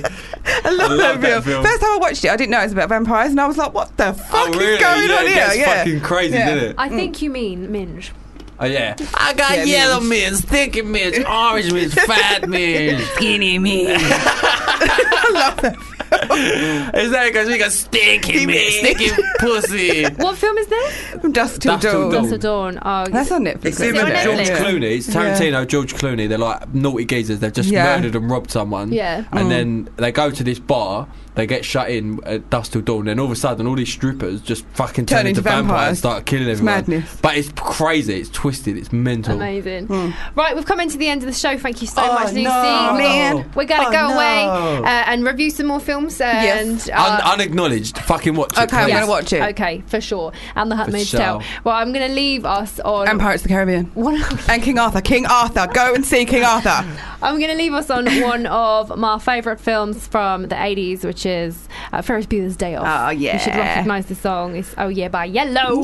[SPEAKER 7] pussy.
[SPEAKER 13] I love,
[SPEAKER 3] I
[SPEAKER 13] that,
[SPEAKER 3] love that
[SPEAKER 13] film.
[SPEAKER 3] film. Oh,
[SPEAKER 13] First time I watched it, I didn't know it was about vampires, and I was like, "What the fuck
[SPEAKER 3] really?
[SPEAKER 13] is going
[SPEAKER 3] Yeah,
[SPEAKER 13] on
[SPEAKER 3] it
[SPEAKER 13] here?"
[SPEAKER 3] gets
[SPEAKER 13] yeah,
[SPEAKER 3] fucking crazy,
[SPEAKER 13] yeah.
[SPEAKER 3] doesn't it?
[SPEAKER 2] I think you mean Minge.
[SPEAKER 3] Oh yeah.
[SPEAKER 7] I got
[SPEAKER 2] Yeah,
[SPEAKER 7] yellow
[SPEAKER 2] minge.
[SPEAKER 7] minge, stinky minge, orange minge, fat
[SPEAKER 3] (laughs)
[SPEAKER 7] minge, skinny minge.
[SPEAKER 13] I love that.
[SPEAKER 7] Is that because we got stinky minge, stinky (laughs) pussy?
[SPEAKER 2] What film is this?
[SPEAKER 13] From Dust Till
[SPEAKER 3] Dust Till
[SPEAKER 13] Dawn.
[SPEAKER 3] Dawn. Dust
[SPEAKER 2] Till Dawn. Oh,
[SPEAKER 13] That's on Netflix.
[SPEAKER 3] It's
[SPEAKER 13] isn't
[SPEAKER 3] even
[SPEAKER 13] it?
[SPEAKER 3] George Clooney. It's Tarantino, George Clooney. They're like naughty geezers. They've just
[SPEAKER 13] Yeah.
[SPEAKER 3] murdered and robbed someone.
[SPEAKER 13] Yeah.
[SPEAKER 3] And
[SPEAKER 13] Mm.
[SPEAKER 3] then they go to this bar. They get shut in at dusk till dawn. Then all of a sudden, all these strippers just fucking turn,
[SPEAKER 13] Turn into
[SPEAKER 3] into vampires. and
[SPEAKER 13] vampires.
[SPEAKER 3] start killing everyone.
[SPEAKER 13] madness.
[SPEAKER 3] But it's crazy. It's twisted. It's mental.
[SPEAKER 2] Amazing. Right, we've come into the end of the show. Thank you so
[SPEAKER 3] Oh,
[SPEAKER 2] much, Lucy.
[SPEAKER 3] no. Oh, man.
[SPEAKER 2] We're going to
[SPEAKER 3] Oh,
[SPEAKER 2] go
[SPEAKER 3] no.
[SPEAKER 2] away uh, and review some more films. And,
[SPEAKER 3] Un-
[SPEAKER 2] uh,
[SPEAKER 3] unacknowledged. Fucking watch it.
[SPEAKER 2] yes.
[SPEAKER 3] please.
[SPEAKER 2] Okay, for sure. And The
[SPEAKER 3] For
[SPEAKER 2] Handmaid's
[SPEAKER 3] sure.
[SPEAKER 2] Tale. Well, I'm going to leave us on.
[SPEAKER 13] And Pirates of the Caribbean.
[SPEAKER 2] What?
[SPEAKER 13] And King Arthur. King Arthur. Go and see King Arthur.
[SPEAKER 2] I'm going to leave us on one of my favourite films from the 80s, which is uh, Ferris Bueller's Day Off.
[SPEAKER 13] Oh,
[SPEAKER 2] You should
[SPEAKER 13] yeah.
[SPEAKER 2] recognise the song. It's Oh Yeah by Yellow.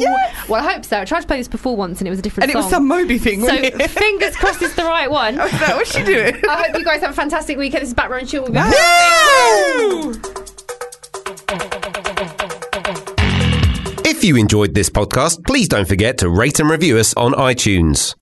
[SPEAKER 2] Well, I hope so. I tried to play this before once and it was a different
[SPEAKER 13] And it was
[SPEAKER 2] song.
[SPEAKER 13] some Moby thing,
[SPEAKER 2] So
[SPEAKER 13] wasn't it? (laughs)
[SPEAKER 2] fingers crossed it's the right one.
[SPEAKER 13] I was like, what's she doing?
[SPEAKER 2] I hope you guys have a fantastic weekend. This is Backroom Chill. We'll be back.
[SPEAKER 13] Woo!
[SPEAKER 1] If you enjoyed this podcast, please don't forget to rate and review us on iTunes.